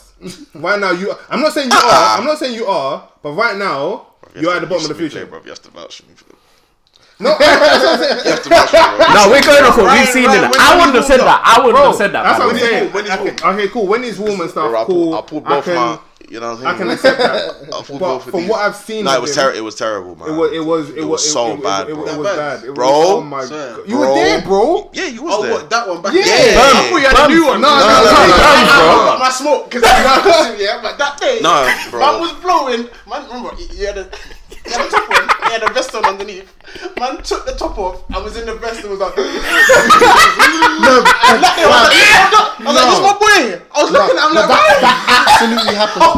Speaker 5: right now, you. Are, I'm not saying you are. I'm not saying you are. But right now, you're at the bottom of the future.
Speaker 2: bro. You have to vouch for me.
Speaker 5: No,
Speaker 2: You have to vouch for me. bro.
Speaker 4: No, we're going off what we've seen.
Speaker 5: Ryan,
Speaker 4: in it.
Speaker 5: when
Speaker 4: I
Speaker 5: you
Speaker 4: wouldn't have said
Speaker 5: warmed
Speaker 4: that. I wouldn't have said that.
Speaker 5: That's
Speaker 4: by
Speaker 5: what I'm
Speaker 4: the way.
Speaker 5: saying.
Speaker 2: When he's
Speaker 5: okay, okay, cool. When he's warm and stuff,
Speaker 2: Bro, I
Speaker 5: cool.
Speaker 2: pulled, I pulled both
Speaker 5: can,
Speaker 2: my. You know what I'm saying?
Speaker 5: I can accept that.
Speaker 2: I pulled
Speaker 5: but
Speaker 2: both of
Speaker 5: from
Speaker 2: these.
Speaker 5: what I've seen
Speaker 2: no,
Speaker 5: of
Speaker 2: it was
Speaker 5: him-
Speaker 2: terrible. It was terrible, man.
Speaker 5: It was. It was. It,
Speaker 2: It was so
Speaker 5: it-
Speaker 2: bad,
Speaker 5: It, it,
Speaker 2: bro.
Speaker 5: was bad. It was-
Speaker 2: Bro?
Speaker 5: oh my
Speaker 3: Sir.
Speaker 5: god. You were there, bro.
Speaker 2: Yeah, you was
Speaker 3: Oh,
Speaker 2: there.
Speaker 3: what, that one back
Speaker 5: Yeah.
Speaker 2: Yeah.
Speaker 5: I thought you had a new one. No, no,
Speaker 2: No,
Speaker 5: no,
Speaker 2: no, no,
Speaker 5: no,
Speaker 2: no,
Speaker 5: no, no.
Speaker 2: no.
Speaker 3: I got my smoke because yeah, but that day,
Speaker 2: No, bro.
Speaker 3: man was blowing. Man, remember, he he had a, he had a top on, he had a vest on underneath. Man took the top off and was in the vest and was like,
Speaker 6: No,
Speaker 3: and like, I was like, "Hold up." I was like, this my boy. I was looking at him like,
Speaker 5: Oh.
Speaker 6: that, that absolutely happened,
Speaker 3: Ryan. I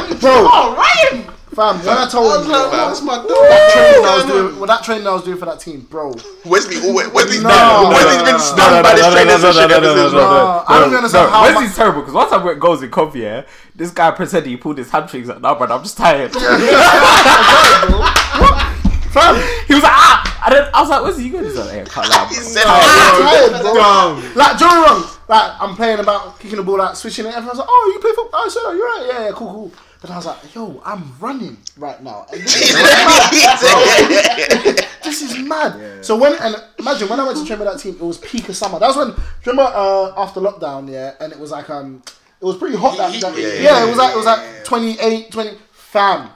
Speaker 3: was like,
Speaker 6: Bro.
Speaker 3: oh, Ryan.
Speaker 6: Fam, when I told
Speaker 3: I was
Speaker 6: you
Speaker 3: like,
Speaker 2: man.
Speaker 3: "What's my dog?"
Speaker 6: that training I was doing, well, that training I was doing for that team, bro.
Speaker 2: Wesley oh, always Wesley's
Speaker 6: No,
Speaker 2: done.
Speaker 6: no,
Speaker 2: Wesley's been
Speaker 4: Uh,
Speaker 2: stunned by this trainers and shit ever since.
Speaker 6: no, I don't understand how
Speaker 4: Where's
Speaker 6: mu-
Speaker 4: he terrible? Because one time we're at goals in Covey, yeah, this guy pretended he pulled his hamstrings. Like, nah, but I'm just tired. Fam, he was like, ah, and then I was like, where's he going? He's like, hey, I can't lie.
Speaker 2: He
Speaker 4: I'm
Speaker 2: said,
Speaker 6: tired, bro.
Speaker 5: Dumb.
Speaker 6: Like, do you wrong? Like, I'm playing about kicking the ball out, switching it. Everyone's like, oh, you play football? Oh, sure, you're right. Yeah, yeah, cool, cool. But I was like, yo, I'm running right now. And this is this is mad. So when and imagine when I went to train with that team, it was peak of summer. That was when remember uh, after lockdown, yeah, and it was like um, it was pretty hot that, that-
Speaker 3: Yeah,
Speaker 6: yeah,
Speaker 2: yeah,
Speaker 6: it was like it was like 28, 20 fam.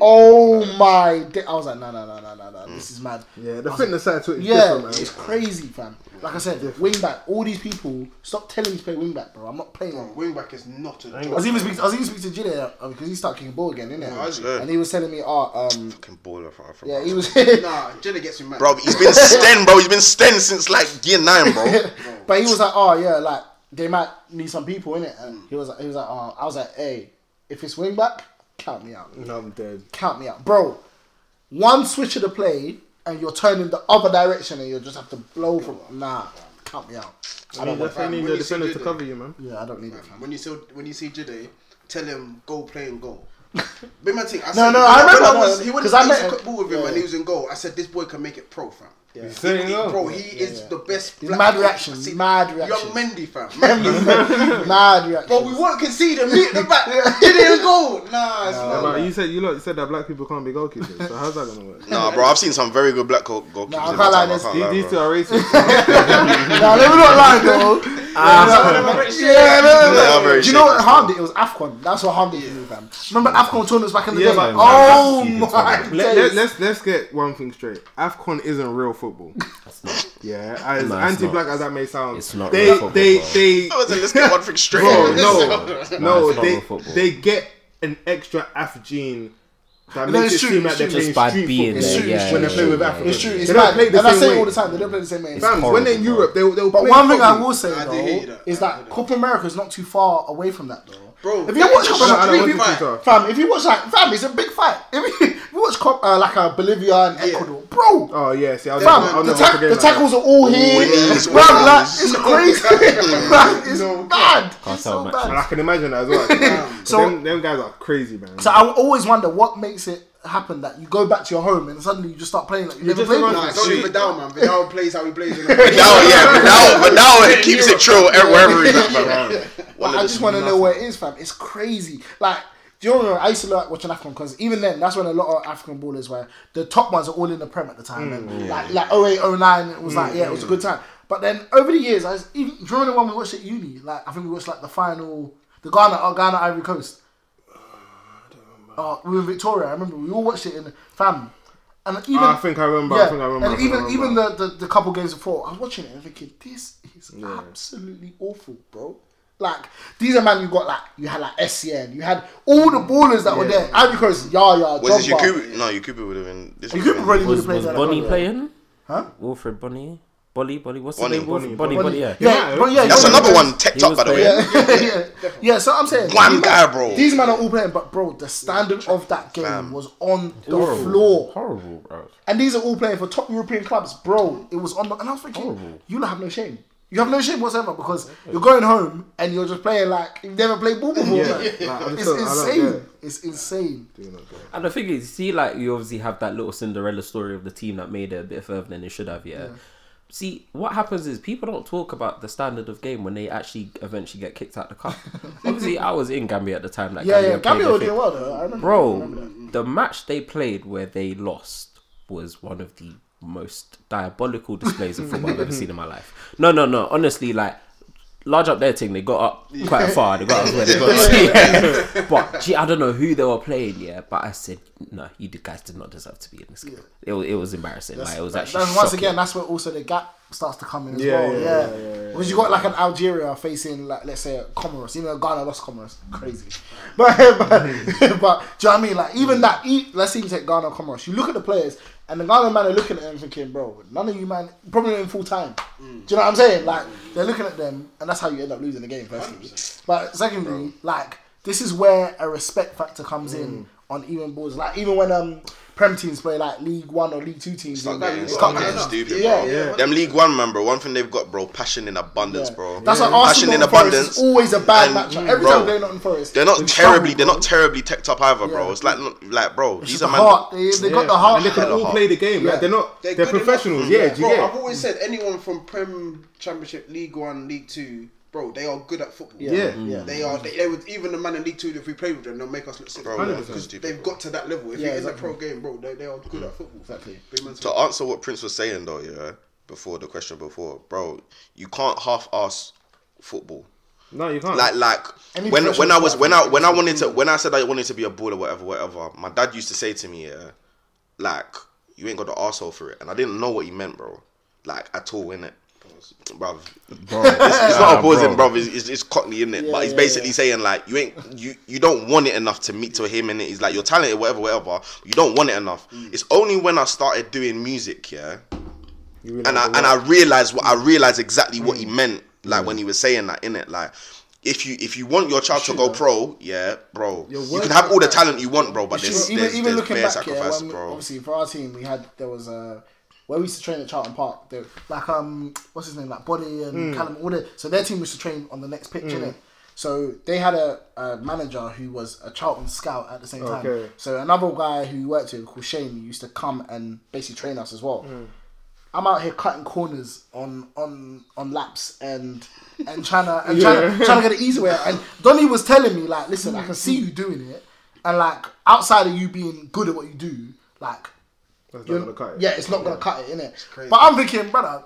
Speaker 6: oh my! Day. I was like, no, no, no, no, no, no. This is mad.
Speaker 5: Yeah, the fitness side to it is
Speaker 6: Yeah,
Speaker 5: different, man.
Speaker 6: it's crazy, fam. Like I said, wing back. All these people stop telling me to play wing back, bro. I'm not playing.
Speaker 3: Bro,
Speaker 6: Wing.
Speaker 3: wing back is not a
Speaker 6: I was
Speaker 3: job.
Speaker 6: even speaking. I was even speaking to Jide uh, because he started kicking ball again, didn't
Speaker 3: Yeah, I was-
Speaker 6: he?
Speaker 2: yeah.
Speaker 6: And he was telling me, oh, um,
Speaker 2: Fucking baller, fam, fam.
Speaker 6: yeah, he was.
Speaker 3: Nah, Jenna gets me mad.
Speaker 2: Bro, he's been sten, bro. He's been sten since like year nine, bro.
Speaker 6: but he was like, oh yeah, like they might need some people in it, and he was like, he was like, oh, I was like, hey, if it's wing back, count me out,
Speaker 5: No, I'm dead.
Speaker 6: count me out, bro. One switch of the play, and you're turning the other direction, and you will just have to blow from nah, count me out. I
Speaker 5: I
Speaker 6: don't
Speaker 5: mean,
Speaker 6: want.
Speaker 5: that's why you need
Speaker 3: when
Speaker 5: your
Speaker 3: you see
Speaker 5: defenders to
Speaker 3: Jide-
Speaker 5: cover you, man.
Speaker 6: Yeah, I don't need it. fam.
Speaker 3: When you see when you see Jide, tell him go play and go. Big man thing. I
Speaker 6: No,
Speaker 3: said,
Speaker 6: no,
Speaker 3: when
Speaker 6: I remember,
Speaker 3: when
Speaker 6: no,
Speaker 3: was,
Speaker 6: no,
Speaker 3: he went
Speaker 6: 'cause
Speaker 3: to
Speaker 6: I
Speaker 3: I
Speaker 6: met
Speaker 3: met
Speaker 6: him.
Speaker 3: football with him
Speaker 6: Yeah.
Speaker 3: and he was in goal. I said this boy can make it pro, fam.
Speaker 5: You
Speaker 3: He,
Speaker 5: saying
Speaker 3: he-
Speaker 5: no?
Speaker 3: bro, he is the best. black
Speaker 6: Mad
Speaker 3: man
Speaker 6: reaction,
Speaker 3: I've seen.
Speaker 6: mad
Speaker 3: Young
Speaker 6: reaction.
Speaker 3: Mendy, fam. Mendy.
Speaker 6: Mad reaction.
Speaker 3: bro, we won't concede and meet the back. Jide and goal. Nah, it's
Speaker 5: Yeah,
Speaker 3: not.
Speaker 5: but you said you lot said that black people can't be goalkeepers. So how's that gonna work?
Speaker 2: Nah, bro. I've seen some very good black goal- goalkeepers.
Speaker 6: Nah, I
Speaker 2: in
Speaker 6: can't
Speaker 2: my
Speaker 6: lie,
Speaker 2: time, I
Speaker 6: this-
Speaker 2: can't
Speaker 5: These,
Speaker 2: lie,
Speaker 5: these two
Speaker 2: bro.
Speaker 5: are racist.
Speaker 6: nah, let me not lie, though. yeah, no,
Speaker 2: They are
Speaker 6: no,
Speaker 2: very
Speaker 6: Do you know what
Speaker 2: shapeless,
Speaker 6: harmed it? It was Afcon. That's what harmed it for me, fam. Remember Afcon tournaments back in the
Speaker 5: Yeah,
Speaker 6: day?
Speaker 5: man.
Speaker 6: oh
Speaker 1: That's-
Speaker 6: my
Speaker 5: let, let,
Speaker 6: days.
Speaker 5: let's let's get one thing straight. Afcon isn't real football. Yeah, as
Speaker 4: No, it's
Speaker 5: anti-black as that may sound,
Speaker 1: It's not
Speaker 5: They
Speaker 1: real football,
Speaker 5: they
Speaker 1: bro.
Speaker 5: they
Speaker 2: I was like, let's get one thing straight.
Speaker 6: Oh,
Speaker 5: bro no
Speaker 1: No,
Speaker 5: no
Speaker 1: it's not
Speaker 5: they
Speaker 1: real football.
Speaker 5: they get an extra Af gene that
Speaker 6: No,
Speaker 5: makes
Speaker 6: it's
Speaker 5: it
Speaker 6: true,
Speaker 5: seem like
Speaker 6: it's
Speaker 5: they're
Speaker 6: true.
Speaker 5: playing
Speaker 1: Just by
Speaker 5: street
Speaker 1: being
Speaker 5: football
Speaker 1: there,
Speaker 5: when
Speaker 1: yeah,
Speaker 5: they
Speaker 1: yeah,
Speaker 5: play with
Speaker 1: yeah,
Speaker 5: Africa.
Speaker 6: It's true. It's
Speaker 5: they don't
Speaker 6: mad.
Speaker 5: play
Speaker 6: And
Speaker 5: the
Speaker 6: I
Speaker 5: same
Speaker 6: say
Speaker 5: way.
Speaker 6: it all the time. They don't play the same way.
Speaker 5: Fam, when
Speaker 1: horrible,
Speaker 5: they're in
Speaker 1: bro.
Speaker 5: Europe, they they
Speaker 6: But one thing I will say
Speaker 3: I do hear
Speaker 6: though
Speaker 3: that.
Speaker 6: is
Speaker 3: I
Speaker 6: that
Speaker 3: do.
Speaker 6: Copa America is not too far away from that though.
Speaker 3: Bro,
Speaker 6: if you watch
Speaker 3: it's
Speaker 6: Copa
Speaker 3: a
Speaker 5: I don't
Speaker 6: America, if
Speaker 5: want to be
Speaker 3: fight.
Speaker 5: tough.
Speaker 6: you- fam, if you watch like fam, it's a big fight. If you, if you watch Cop, uh, like uh, Bolivia and
Speaker 3: Yeah.
Speaker 6: Ecuador, bro,
Speaker 5: Oh yeah, see, I'll
Speaker 6: Fam,
Speaker 5: never, I'll
Speaker 6: the,
Speaker 5: never
Speaker 6: tack-
Speaker 5: forget
Speaker 6: the
Speaker 5: that.
Speaker 6: tackles are all here.
Speaker 2: Wings,
Speaker 6: Bro, like,
Speaker 2: wings.
Speaker 6: it's crazy. Bro, it's bad. It's so
Speaker 4: tell, man.
Speaker 5: And I
Speaker 6: bad.
Speaker 5: can imagine that as well.
Speaker 6: So-
Speaker 5: so them, them guys are crazy, man.
Speaker 6: So I always wonder what makes it happen that you go back to your home and suddenly you just start playing like you never
Speaker 5: just
Speaker 6: played
Speaker 5: around
Speaker 3: Nah,
Speaker 6: before.
Speaker 3: it's only
Speaker 5: Shit.
Speaker 3: Vidal, man. Vidal plays how he plays. in the-
Speaker 2: Now, yeah, but now, but now it keeps it true e- wherever he's at, bro. One
Speaker 6: Like,
Speaker 2: of
Speaker 6: I
Speaker 2: the
Speaker 6: just want to know where it is, fam. It's crazy. Like, do you remember? I used to like watching African concerts. Even then, that's when a lot of African ballers were. The top ones are all in the Prem at the time.
Speaker 5: Mm,
Speaker 6: and like, like 08, 09, it was like, yeah, it was a good time. But then over the years, I was, even do you remember when we watched at uni? Like, I think we watched like the final, the Ghana, uh, Ghana Ivory Coast. Uh, we were in Victoria. I remember we all watched it in fam, and even
Speaker 5: I think I remember. I think I remember. I
Speaker 6: and
Speaker 5: think I
Speaker 6: even
Speaker 5: remember.
Speaker 6: even the, the, the couple games before, I was watching it and thinking, this is absolutely awful, bro. Like these are man you got like you had like SCN, you had all the ballers that were there. Ivory Coast, Yaya,
Speaker 2: Was this
Speaker 6: Drogba.
Speaker 2: Yakubu? No, Yakubu would have been. This would've
Speaker 6: Yakubu
Speaker 2: been-
Speaker 6: really would have
Speaker 4: Was,
Speaker 6: played
Speaker 4: was
Speaker 6: there.
Speaker 4: Bonnie
Speaker 6: Yeah.
Speaker 4: playing?
Speaker 6: Huh?
Speaker 4: Wilfred Bonnie? Bolly, Bolly, what's
Speaker 2: Bonnie,
Speaker 4: the name? Bonnie,
Speaker 5: Bonnie,
Speaker 4: Bonnie, Bonnie,
Speaker 5: Bonnie.
Speaker 4: yeah.
Speaker 6: Yeah,
Speaker 5: Yeah.
Speaker 6: but yeah,
Speaker 2: That's
Speaker 6: yeah,
Speaker 2: another
Speaker 6: yeah.
Speaker 2: one tecked
Speaker 4: He
Speaker 2: up,
Speaker 4: was
Speaker 2: by the way.
Speaker 4: there.
Speaker 6: yeah, yeah, yeah. So I'm saying,
Speaker 2: One
Speaker 6: these
Speaker 2: guy,
Speaker 6: man-
Speaker 2: bro.
Speaker 6: These men are all playing, but bro, the standard of that game
Speaker 2: Fam.
Speaker 6: was on the floor.
Speaker 4: Horrible, bro.
Speaker 6: And these are all playing for top European clubs, bro. It was on the, and I was thinking, you don't have no shame. You have no shame whatsoever because you're going home and you're just playing like you've never played ball before.
Speaker 5: Yeah,
Speaker 6: man.
Speaker 5: like, I just
Speaker 6: It's
Speaker 5: don't- I don't get
Speaker 6: insane.
Speaker 5: it.
Speaker 6: It's insane.
Speaker 4: And the thing is, see, like you obviously have that little Cinderella story of the team that made it a bit further than it should have, yeah. See, what happens is people don't talk about the standard of game when they actually eventually get kicked out the cup. obviously, I was in Gambia at the time. Like,
Speaker 6: Yeah, yeah.
Speaker 4: Gambia played
Speaker 6: Gambia were
Speaker 4: the thing.
Speaker 6: doing well though. I remember.
Speaker 4: Bro, the match they played where they lost was one of the most diabolical displays of football I've ever seen in my life. No, no, no. Honestly, like large up their team, they got up quite far. They got up where they got to. Yeah. But gee, I don't know who they were playing. Yeah, but I said no. You d- guys did not deserve to be in this game. It was, it was embarrassing. like it was actually.
Speaker 6: And once
Speaker 4: shocking.
Speaker 6: again, that's where also the gap starts to come in as
Speaker 5: Yeah,
Speaker 6: well.
Speaker 5: yeah,
Speaker 6: Yeah,
Speaker 5: yeah, yeah, yeah,
Speaker 6: Because you got like an Algeria facing like let's say Comoros, even though Ghana lost Comoros, crazy. But but, but do you know what I mean? Like
Speaker 2: Mm.
Speaker 6: even that, e- let's even take Ghana Comoros. You look at the players, and the Ghana man are looking at them thinking, bro, none of you man probably not in full time.
Speaker 2: Mm.
Speaker 6: Do you know what I'm saying? Like they're looking at them, and that's how you end up losing the game. Firstly, but secondly, like this is where a respect factor comes in
Speaker 2: Mm.
Speaker 6: on even boards. Like even when um prem teams play like League One or League Two teams,
Speaker 2: Start
Speaker 6: like,
Speaker 2: getting,
Speaker 6: it's
Speaker 2: start
Speaker 6: not
Speaker 2: getting
Speaker 6: enough.
Speaker 2: stupid,
Speaker 6: Yeah,
Speaker 2: bro.
Speaker 6: yeah.
Speaker 2: Them League One, man, bro. One thing they've got, bro, passion in abundance, bro.
Speaker 6: That's why
Speaker 2: passion
Speaker 6: Arsenal
Speaker 2: in
Speaker 6: and Forest
Speaker 2: abundance.
Speaker 6: is always a bad
Speaker 2: And, Mm,
Speaker 6: matchup. Every
Speaker 2: bro,
Speaker 6: time they're not in Forest,
Speaker 2: They're not
Speaker 6: we
Speaker 2: terribly.
Speaker 6: struggle,
Speaker 2: They're
Speaker 6: bro.
Speaker 2: not terribly teched up either, bro.
Speaker 6: Yeah.
Speaker 2: It's like, like, bro,
Speaker 6: It's
Speaker 2: these
Speaker 6: just
Speaker 2: are
Speaker 6: the
Speaker 2: man.
Speaker 6: heart. They, they got the heart.
Speaker 5: And they can
Speaker 2: Yeah.
Speaker 5: all play the game.
Speaker 6: Yeah.
Speaker 5: Like they're not. They're,
Speaker 3: good
Speaker 5: professionals.
Speaker 3: enough.
Speaker 5: Yeah, do you
Speaker 3: bro.
Speaker 5: get?
Speaker 3: I've always said anyone from Prem, Championship, League One, League Two, bro, they are good at football.
Speaker 5: Yeah.
Speaker 6: yeah.
Speaker 3: They are. They, they would even the man in League Two. If we play with them, they'll make us look sick.
Speaker 2: Bro,
Speaker 5: Hundred
Speaker 2: yeah,
Speaker 5: percent.
Speaker 2: it's stupid,
Speaker 3: They've
Speaker 2: bro.
Speaker 3: got to that level. If
Speaker 6: Yeah,
Speaker 3: it is a
Speaker 6: exactly.
Speaker 3: pro game, bro, they, they are good at football.
Speaker 6: Exactly.
Speaker 3: Big man's
Speaker 2: To answer what Prince was saying though, yeah, before the question before, bro, you can't half-ass football.
Speaker 5: No, you can't.
Speaker 2: like like
Speaker 6: Any
Speaker 2: when
Speaker 6: professional
Speaker 2: when I was
Speaker 6: sport,
Speaker 2: when
Speaker 6: I
Speaker 2: I
Speaker 6: think,
Speaker 2: when I
Speaker 6: is-
Speaker 2: wanted to when I said I wanted to be a baller whatever whatever my dad used to say to me yeah like you ain't got the arsehole for it and I didn't know what he meant bro like at all innit bruv
Speaker 4: bro. It's,
Speaker 2: it's not opposing bruv it's, it's, it's cockney innit
Speaker 6: Yeah,
Speaker 2: but he's
Speaker 6: yeah,
Speaker 2: basically saying like you ain't you you don't want it enough to meet to him and he's like you're talented whatever whatever you don't want it enough
Speaker 6: Mm.
Speaker 2: it's only when I started doing music yeah
Speaker 5: You really
Speaker 2: and I
Speaker 5: have to
Speaker 2: and I realized what I realized exactly what
Speaker 6: Mm.
Speaker 2: he meant, like when he was saying that in it, like. If you if you want your child to go pro, yeah, bro, you can
Speaker 5: working
Speaker 2: have all the talent you want, bro, but
Speaker 6: Sure,
Speaker 2: there's,
Speaker 6: even
Speaker 2: there's,
Speaker 6: even
Speaker 2: there's
Speaker 6: looking
Speaker 2: bare
Speaker 6: back, yeah,
Speaker 2: sacrifice,
Speaker 6: when we,
Speaker 2: bro.
Speaker 6: obviously for our team we had there was a where we used to train at Charlton Park. There, like um, what's his name, like Body
Speaker 2: Hmm.
Speaker 6: and Callum, all the so their team used to train on the next pitch, innit? So they had a, a manager who was a Charlton scout at the same time.
Speaker 5: Okay.
Speaker 6: So another guy who we worked with called Shane used to come and basically train us as well.
Speaker 2: Hmm.
Speaker 6: I'm out here cutting corners on on on laps and and trying to and trying, to,
Speaker 5: Yeah.
Speaker 6: trying to get it easy way. And Donny was telling me like, listen, I can see you doing it, and like outside of you being good at what you do, like
Speaker 5: That's not
Speaker 6: you're-
Speaker 5: gonna cut it.
Speaker 6: yeah, it's not gonna cut it, innit?
Speaker 3: crazy.
Speaker 6: But I'm thinking, brother.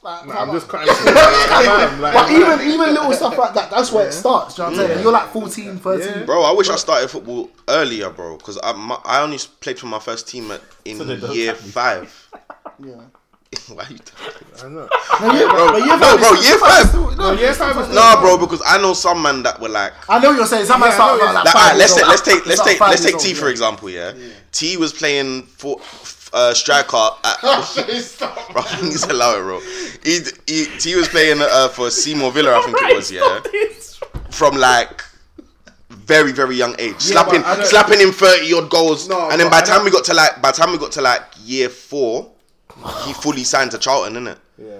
Speaker 6: Like,
Speaker 5: Nah, I'm
Speaker 6: brother.
Speaker 5: just cutting. I'm like-
Speaker 6: but even even little stuff like that, that's where it starts. Do you know what I'm saying? You're like 14, 13.
Speaker 5: Yeah.
Speaker 2: Bro, I wish I started football earlier, bro, because I my, I only played for my first team at, in year five.
Speaker 6: Yeah.
Speaker 2: Why you? talking?
Speaker 5: I know.
Speaker 2: Bro, no, bro, year five.
Speaker 5: No, year five was
Speaker 2: Nah, bro, because I know some man that were like.
Speaker 6: I know you're saying somebody
Speaker 5: Yeah, I
Speaker 6: started
Speaker 5: know
Speaker 6: about like
Speaker 5: it's-
Speaker 2: That,
Speaker 6: five
Speaker 2: alright, let's
Speaker 6: years
Speaker 2: take,
Speaker 6: old.
Speaker 2: let's take let's
Speaker 6: It's like
Speaker 2: take
Speaker 6: five
Speaker 2: let's
Speaker 6: years
Speaker 2: take T
Speaker 6: old,
Speaker 2: for
Speaker 6: yeah.
Speaker 2: example. Yeah, T was playing for uh, striker. At, bro, he's allowed it, bro. He, he T was playing uh, for Seymour Villa, I think it was. Yeah, from like. Very very young age, slapping
Speaker 5: but I don't-
Speaker 2: slapping in thirty odd goals,
Speaker 5: No,
Speaker 2: and then
Speaker 5: but
Speaker 2: by
Speaker 5: I
Speaker 2: the time we got to like by the time we got to like year four, he fully signed to Charlton, innit?
Speaker 5: Yeah.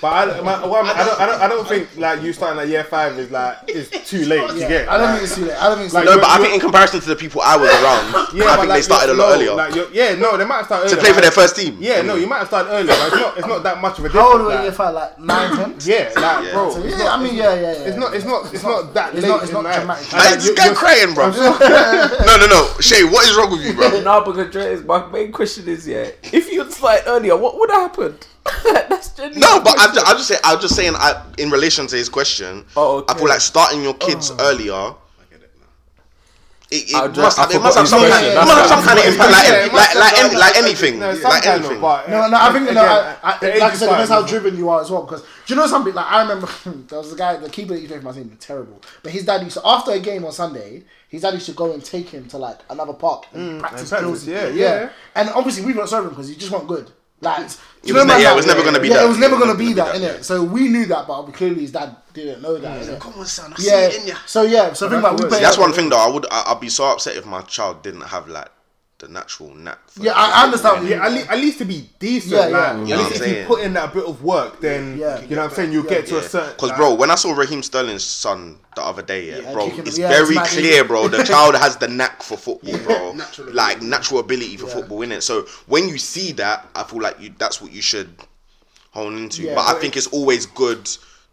Speaker 5: But I, my, what I'm, I don't, I don't, I don't think like you starting at year five is like is too late. You get?
Speaker 6: I don't
Speaker 5: Like,
Speaker 6: think it's too late. I don't think it's
Speaker 5: Like,
Speaker 6: too
Speaker 2: No,
Speaker 5: You're-
Speaker 2: but I
Speaker 5: you're-
Speaker 2: think in comparison to the people I was around, I
Speaker 5: but,
Speaker 2: think they
Speaker 5: like,
Speaker 2: started a
Speaker 5: you're-
Speaker 2: lot
Speaker 5: no,
Speaker 2: earlier
Speaker 5: Like, you're- yeah, no, they might have started
Speaker 2: to
Speaker 5: earlier,
Speaker 2: play for
Speaker 5: like-
Speaker 2: their first team.
Speaker 5: Yeah, no, you might have started earlier. But it's not, it's not that much of a difference.
Speaker 6: How old were you in
Speaker 5: like,
Speaker 6: year five? Like nine, ten?
Speaker 5: Yeah, like
Speaker 2: Yeah.
Speaker 5: bro,
Speaker 6: So,
Speaker 5: it's
Speaker 6: yeah,
Speaker 5: not-
Speaker 6: I mean, yeah, yeah, yeah.
Speaker 5: It's not. It's not. It's not that
Speaker 6: It's
Speaker 5: late.
Speaker 6: not- it's
Speaker 5: in
Speaker 6: not
Speaker 5: life.
Speaker 6: dramatic.
Speaker 5: And, like,
Speaker 2: Like, this
Speaker 5: you-
Speaker 2: guy
Speaker 5: you're-
Speaker 2: crying, bro. no, no, no. Shay, what is wrong with you, bro?
Speaker 4: No, because Dre, is- my main question is, yeah, if you had started earlier, what would have happened? That's genuine.
Speaker 2: No, but I'm just, I'm just saying. I'm just saying. I, in relation to his question,
Speaker 4: Oh, okay.
Speaker 2: I feel like starting your kids
Speaker 5: Oh.
Speaker 2: earlier. It,
Speaker 4: I
Speaker 2: it
Speaker 4: just-
Speaker 2: must
Speaker 4: I
Speaker 2: have, it
Speaker 4: forgot
Speaker 2: must have
Speaker 4: his
Speaker 2: some
Speaker 4: question.
Speaker 2: kind, it
Speaker 4: That's
Speaker 2: must have
Speaker 4: what
Speaker 2: some kind of impact, like, any- like, like, any- like anything,
Speaker 5: No, some
Speaker 2: like
Speaker 5: kind of,
Speaker 2: anything.
Speaker 5: but,
Speaker 6: No, no, I think no,
Speaker 5: again,
Speaker 6: I,
Speaker 5: the
Speaker 6: I,
Speaker 5: age
Speaker 6: like I
Speaker 5: is
Speaker 6: said, it depends
Speaker 5: fine.
Speaker 6: how driven you are as well. Because do you know something? Like I remember hmm, there was a guy, the keeper that used to play for my team, terrible. But his dad used to, after a game on Sunday, his dad used to go and take him to like another park
Speaker 2: Mm,
Speaker 6: and practice
Speaker 5: and practice,
Speaker 6: drills.
Speaker 5: yeah, yeah.
Speaker 6: And obviously we weren't serving because he just weren't good. Like, do
Speaker 2: was
Speaker 6: you know
Speaker 2: ne-
Speaker 6: man,
Speaker 2: yeah, it
Speaker 6: like-
Speaker 2: was never gonna be
Speaker 6: yeah,
Speaker 2: that.
Speaker 6: It was never
Speaker 2: It
Speaker 6: gonna
Speaker 2: was
Speaker 6: be
Speaker 2: never
Speaker 6: that,
Speaker 2: gonna be that,
Speaker 6: innit? So we knew that, but clearly his dad didn't know that. innit?
Speaker 3: Come on, son. I
Speaker 6: Yeah.
Speaker 3: see it in ya.
Speaker 6: So yeah. So think about we
Speaker 5: worse.
Speaker 6: play.
Speaker 2: That's one thing though. I would. I, I'd be so upset if my child didn't have like the natural knack. For
Speaker 6: Yeah, I, I understand. what you
Speaker 5: Yeah, at
Speaker 6: mean.
Speaker 5: least, at least to be decent.
Speaker 6: Yeah, yeah.
Speaker 5: Yeah, Like,
Speaker 2: Yeah,
Speaker 5: at
Speaker 2: I'm
Speaker 5: least if you
Speaker 2: saying.
Speaker 5: put in that bit of work, then
Speaker 6: Yeah.
Speaker 5: you know what I'm saying. You'll get to a certain.
Speaker 2: Because bro, when I saw Raheem Sterling's son the other day, yeah, bro,
Speaker 6: kicking-
Speaker 2: it's
Speaker 6: yeah, it's
Speaker 2: very
Speaker 6: mad, isn't
Speaker 2: clear,
Speaker 6: it?
Speaker 2: bro. The child has the knack for football, bro.
Speaker 3: natural
Speaker 2: like natural ability for football, innit? So when you see that, I feel like you that's what you should hone into.
Speaker 6: Yeah,
Speaker 2: but I
Speaker 6: but
Speaker 2: think it's always good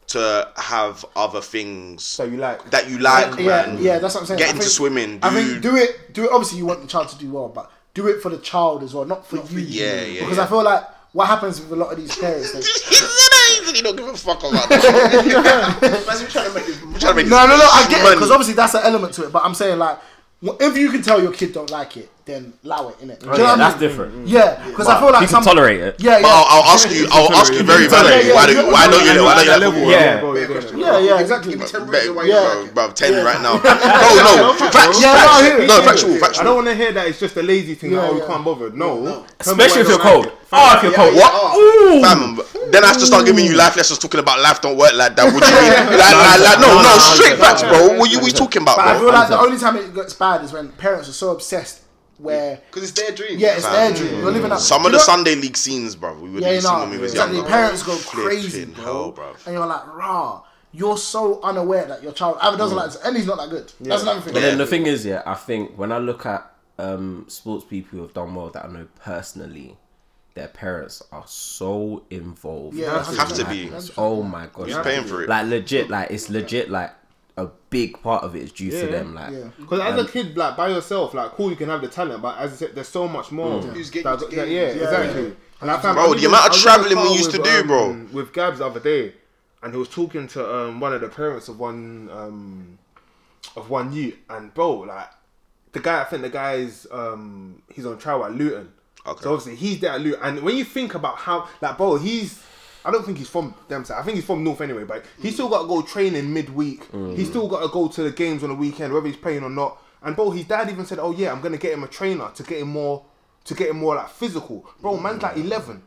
Speaker 2: to have other things
Speaker 5: So you like-
Speaker 2: that you like,
Speaker 6: yeah,
Speaker 2: man.
Speaker 6: yeah, that's what I'm saying.
Speaker 2: Get
Speaker 6: I
Speaker 2: into
Speaker 6: think-
Speaker 2: swimming.
Speaker 6: I think
Speaker 2: dude.
Speaker 6: do it, do it. Obviously, you want the child to do well, but do it for the child as well, not for you.
Speaker 2: yeah, yeah,
Speaker 6: Because
Speaker 2: yeah.
Speaker 6: I feel like what happens with a lot of these parents. They,
Speaker 2: he don't give a fuck about that.
Speaker 3: Imagine trying to make this money.
Speaker 2: Trying to make
Speaker 6: no, no, no. I get it
Speaker 2: money.
Speaker 6: because obviously that's an element to it. But I'm saying like, wh- if you can tell your kid don't like it, then allow it, innit? Do you know what I
Speaker 4: Oh, that's
Speaker 6: mean?
Speaker 4: different.
Speaker 6: Yeah, because I feel like
Speaker 4: you
Speaker 6: some
Speaker 4: can tolerate it.
Speaker 6: Yeah,
Speaker 2: But
Speaker 6: yeah.
Speaker 2: I'll, I'll ask you. I'll ask you very
Speaker 6: Yeah,
Speaker 2: validly.
Speaker 6: yeah,
Speaker 2: Why do?
Speaker 6: yeah.
Speaker 2: Why don't you? Why don't you? like football?
Speaker 4: Yeah.
Speaker 6: Yeah, yeah, exactly.
Speaker 2: Bet,
Speaker 3: away,
Speaker 2: bro,
Speaker 3: bro.
Speaker 2: bro, ten right now. Bro, no, facts,
Speaker 6: Yeah,
Speaker 2: facts.
Speaker 6: no, I hear it,
Speaker 2: no,
Speaker 6: I hear it.
Speaker 2: factual,
Speaker 5: I
Speaker 2: factual.
Speaker 5: don't want to hear that it's just a lazy thing.
Speaker 6: Yeah,
Speaker 5: that, oh, you
Speaker 6: yeah.
Speaker 5: can't bother. No, Tell me why
Speaker 4: Especially if
Speaker 5: you
Speaker 4: you're cold.
Speaker 5: don't like it.
Speaker 2: Ah,
Speaker 4: Oh, if you're cold.
Speaker 2: What?
Speaker 4: Ooh.
Speaker 2: Fam, then I have to start giving you life lessons talking about life don't work like that. What do you mean? Like, like, like, no, no, straight facts, bro. What you we talking about,
Speaker 6: But I
Speaker 2: bro?
Speaker 6: feel like the only time it gets bad is when parents are so obsessed where
Speaker 3: Because it's their dream.
Speaker 6: yeah, it's their dream. You're living up.
Speaker 2: Some
Speaker 6: you
Speaker 2: of the
Speaker 6: know-
Speaker 2: Sunday League scenes, bro. We would
Speaker 6: Yeah,
Speaker 2: yeah,
Speaker 6: you
Speaker 2: seen
Speaker 6: know,
Speaker 2: when we was
Speaker 6: exactly.
Speaker 2: younger.
Speaker 6: Parents go
Speaker 2: Flipping
Speaker 6: crazy, bro.
Speaker 2: hell, bro.
Speaker 6: And you're like, rah, you're so unaware that your child either
Speaker 2: Mm.
Speaker 6: doesn't like, and he's not that good. That's another thing.
Speaker 4: But then the thing is, yeah, I think when I look at um, sports people who have done well that I know personally, their parents are so involved.
Speaker 6: Yeah,
Speaker 4: in
Speaker 2: Have to
Speaker 4: what
Speaker 2: be.
Speaker 4: happens. Oh my god,
Speaker 2: He's
Speaker 4: like-
Speaker 2: paying for it.
Speaker 4: Like legit, like it's legit, like a big part of it is due to
Speaker 5: Yeah.
Speaker 4: them. Like,
Speaker 6: Yeah.
Speaker 5: Because as a kid, like by yourself, like cool, you can have the talent, but as I said, there's so much more.
Speaker 3: Who's getting
Speaker 5: That-
Speaker 3: to
Speaker 5: that-
Speaker 3: games.
Speaker 5: yeah,
Speaker 3: Yeah.
Speaker 5: exactly. And I found-
Speaker 2: Bro,
Speaker 5: I was
Speaker 2: the
Speaker 5: in-
Speaker 2: amount of
Speaker 5: I was in the
Speaker 2: traveling we
Speaker 5: car
Speaker 2: used to
Speaker 5: with,
Speaker 2: do,
Speaker 5: um, With Gabs the other day, and he was talking to um, one of the parents of one um, of one youth, and bro, like the guy, I think the guy's um, he's on trial at Luton.
Speaker 2: Okay.
Speaker 5: So obviously he's there at Luton, and when you think about how, like, bro, he's. I don't think he's from them side. I think he's from North anyway, but he's still got to go training midweek.
Speaker 2: Mm.
Speaker 5: He's still got to go to the games on the weekend, whether he's playing or not. And bro, his dad even said, "Oh yeah, I'm gonna get him a trainer to get him more, to get him more like physical." Bro, man's like 11.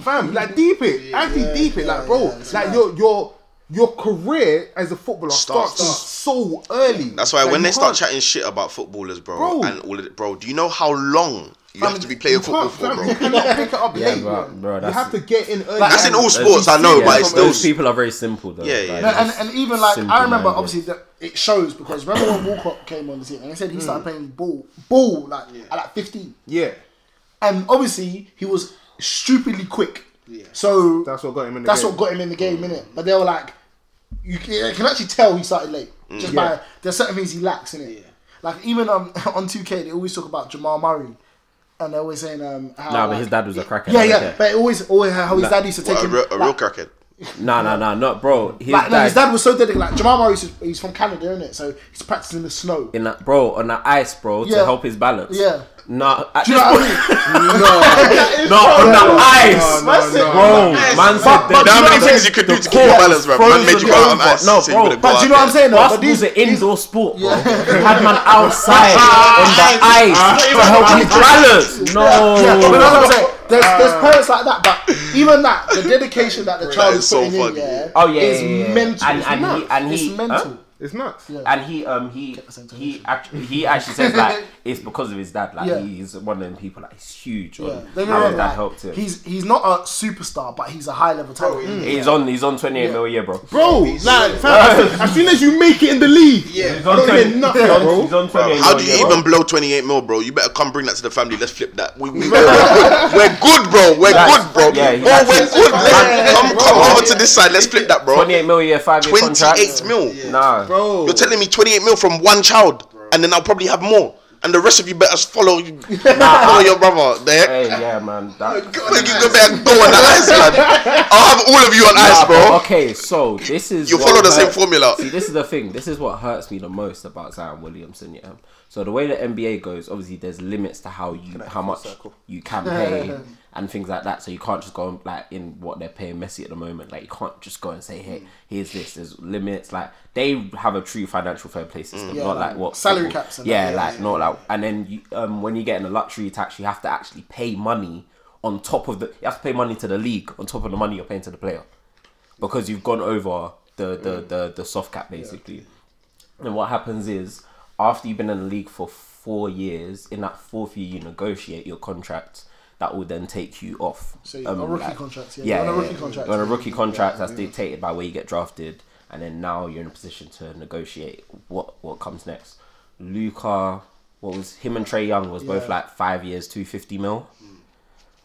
Speaker 5: Fam, like deep it, actually deep it, like bro, like your your your career as a footballer
Speaker 2: Starts.
Speaker 5: starts, so early.
Speaker 2: That's why
Speaker 5: Like,
Speaker 2: when
Speaker 5: you
Speaker 2: they start
Speaker 5: can't-
Speaker 2: chatting shit about footballers, bro,
Speaker 5: Bro.
Speaker 2: and all of it, bro, do you know how long you have to be playing
Speaker 5: you
Speaker 2: football
Speaker 5: can't,
Speaker 2: for,
Speaker 5: fam,
Speaker 2: bro?
Speaker 5: You cannot pick it up
Speaker 4: Yeah,
Speaker 5: late.
Speaker 4: bro, bro,
Speaker 5: you
Speaker 4: that's-
Speaker 5: have to get in early.
Speaker 2: That's in all
Speaker 5: and-
Speaker 2: sports, I know,
Speaker 5: Yeah,
Speaker 2: but it's
Speaker 5: from
Speaker 2: those
Speaker 4: those people are very simple though.
Speaker 2: Yeah, yeah.
Speaker 4: Like,
Speaker 6: No, and,
Speaker 4: it's
Speaker 6: and even like
Speaker 4: simple,
Speaker 6: I remember
Speaker 4: man,
Speaker 6: obviously that it shows because remember when Walcott came on the scene and they said he started playing ball ball like at like 15
Speaker 5: Yeah,
Speaker 6: and obviously he was stupidly quick yeah. so
Speaker 5: that's what got him in. The
Speaker 6: that's
Speaker 5: game.
Speaker 6: what got him in the
Speaker 2: Mm.
Speaker 6: game innit but they were like you can, you can actually tell he started late
Speaker 2: Mm.
Speaker 6: just
Speaker 5: Yeah.
Speaker 6: by there's certain things he lacks innit
Speaker 3: Yeah.
Speaker 6: like even um, on 2K they always talk about Jamal Murray and they're always saying um how
Speaker 4: Nah,
Speaker 6: like-
Speaker 4: but his dad was a cracker.
Speaker 6: yeah
Speaker 4: I don't
Speaker 6: yeah
Speaker 4: care.
Speaker 6: but it always always how his dad used to take
Speaker 2: What, a
Speaker 6: him
Speaker 2: real, a real
Speaker 6: like,
Speaker 2: crackhead.
Speaker 4: Nah, nah, nah, not bro. His
Speaker 6: like, no,
Speaker 4: dad,
Speaker 6: his dad was so dedicated. Like Jamal Murray's, he's from Canada, isn't it? So he's practicing in the snow.
Speaker 4: in that bro on that ice, bro,
Speaker 6: Yeah.
Speaker 4: to help his balance.
Speaker 6: Yeah.
Speaker 4: Nah, at
Speaker 6: Do you
Speaker 4: this
Speaker 6: know
Speaker 4: point-
Speaker 6: what I mean?
Speaker 4: No, on the ice,
Speaker 6: That's it.
Speaker 4: bro.
Speaker 6: Yes.
Speaker 4: Man
Speaker 6: But- but
Speaker 4: said that.
Speaker 6: do
Speaker 2: There are many
Speaker 6: you know what I'm
Speaker 2: things you
Speaker 6: saying?
Speaker 2: could do to keep your balance, bro. Man made you go out on ice.
Speaker 4: No,
Speaker 2: so you
Speaker 4: bro,
Speaker 2: couldn't go
Speaker 6: But do
Speaker 2: out
Speaker 6: you know what I'm
Speaker 2: there.
Speaker 6: saying? though? But
Speaker 4: Basketball's
Speaker 6: these-
Speaker 4: an indoor sport, bro.
Speaker 6: Yeah. Ah,
Speaker 4: You had man outside on the ice to help him balance. No.
Speaker 6: Yeah, but that's what I'm saying. There's, there's parents like that, but even that, the dedication that the child
Speaker 2: is
Speaker 6: is
Speaker 2: so
Speaker 6: putting in,
Speaker 2: funny.
Speaker 6: yeah,
Speaker 4: Oh, yeah,
Speaker 6: is
Speaker 4: yeah, yeah, yeah.
Speaker 6: mental.
Speaker 4: And-
Speaker 6: It's
Speaker 4: and he-
Speaker 6: nuts.
Speaker 4: and he-
Speaker 6: it's mental.
Speaker 4: huh?
Speaker 5: It's nuts.
Speaker 4: And he um he he actually he actually says like it's because of his dad like
Speaker 6: Yeah.
Speaker 4: he's one of them people like he's huge on
Speaker 6: Yeah. Don't get me
Speaker 4: how
Speaker 6: wrong,
Speaker 4: his dad
Speaker 6: like,
Speaker 4: helped him. He's,
Speaker 6: He's he's not a superstar, but he's a high level
Speaker 2: Oh,
Speaker 6: talent. Mm.
Speaker 4: on he's on twenty eight mil a year, bro.
Speaker 5: Bro, like, fam, as- as soon as you make it in the league, yeah,
Speaker 4: He's
Speaker 5: you don't get nothing, bro.
Speaker 4: He's on twenty eight.
Speaker 2: How do you even blow 28 mil, bro? You better come bring that to the family. Let's flip that. We, we, we're, good. we're good, bro. We're
Speaker 4: That's-
Speaker 2: good, bro.
Speaker 4: yeah, he's
Speaker 2: oh,
Speaker 4: actually-
Speaker 2: we're good, man. Come, come over to this side. Let's flip that, bro.
Speaker 4: twenty eight mil a year five year contract?
Speaker 2: 28 mil.
Speaker 4: Nah,
Speaker 5: Bro,
Speaker 2: You're telling me 28 mil from one child, and then I'll probably have more. And the rest of you better follow, follow your brother. The heck?
Speaker 4: Hey, yeah, man. That,
Speaker 2: Like, you go back, go on the ice, man. I'll have all of you on ice,
Speaker 4: Nah, but
Speaker 2: bro.
Speaker 4: Okay, so this is
Speaker 2: You
Speaker 4: what
Speaker 2: follow the same
Speaker 4: hurt-
Speaker 2: formula.
Speaker 4: See, this is the thing. This is what hurts me the most about Zion Williamson. Yeah. So the way the NBA goes, obviously, there's limits to how you how much you can pay and things like that. So you can't just go and, like in what they're paying Messi at the moment. Like you can't just go and say, hey, here's this. There's limits. Like they have a true financial fair play system,
Speaker 6: Yeah,
Speaker 4: not
Speaker 6: like
Speaker 4: like what
Speaker 6: salary
Speaker 4: football-
Speaker 6: caps and
Speaker 4: Yeah,
Speaker 6: that, yeah,
Speaker 4: like not like. And then you, um, when you get in a luxury tax, you have to actually pay money on top of the. You have to pay money to the league on top of the money you're paying to the player because you've gone over the the
Speaker 6: Mm.
Speaker 4: the, the soft cap basically. And what happens is after you've been in the league for four years, in that fourth year you negotiate your contract. That will then take you off. Um,
Speaker 6: So you're on a rookie contract, yeah.
Speaker 4: yeah,
Speaker 6: You're on a
Speaker 4: yeah,
Speaker 6: rookie
Speaker 4: yeah.
Speaker 6: contract.
Speaker 4: You're on a rookie contract that's dictated by where you get drafted, and then now you're in a position to negotiate what what comes next. Luca, what was him and Trey Young was both
Speaker 6: Yeah. Mm.
Speaker 4: like five years, two fifty mil,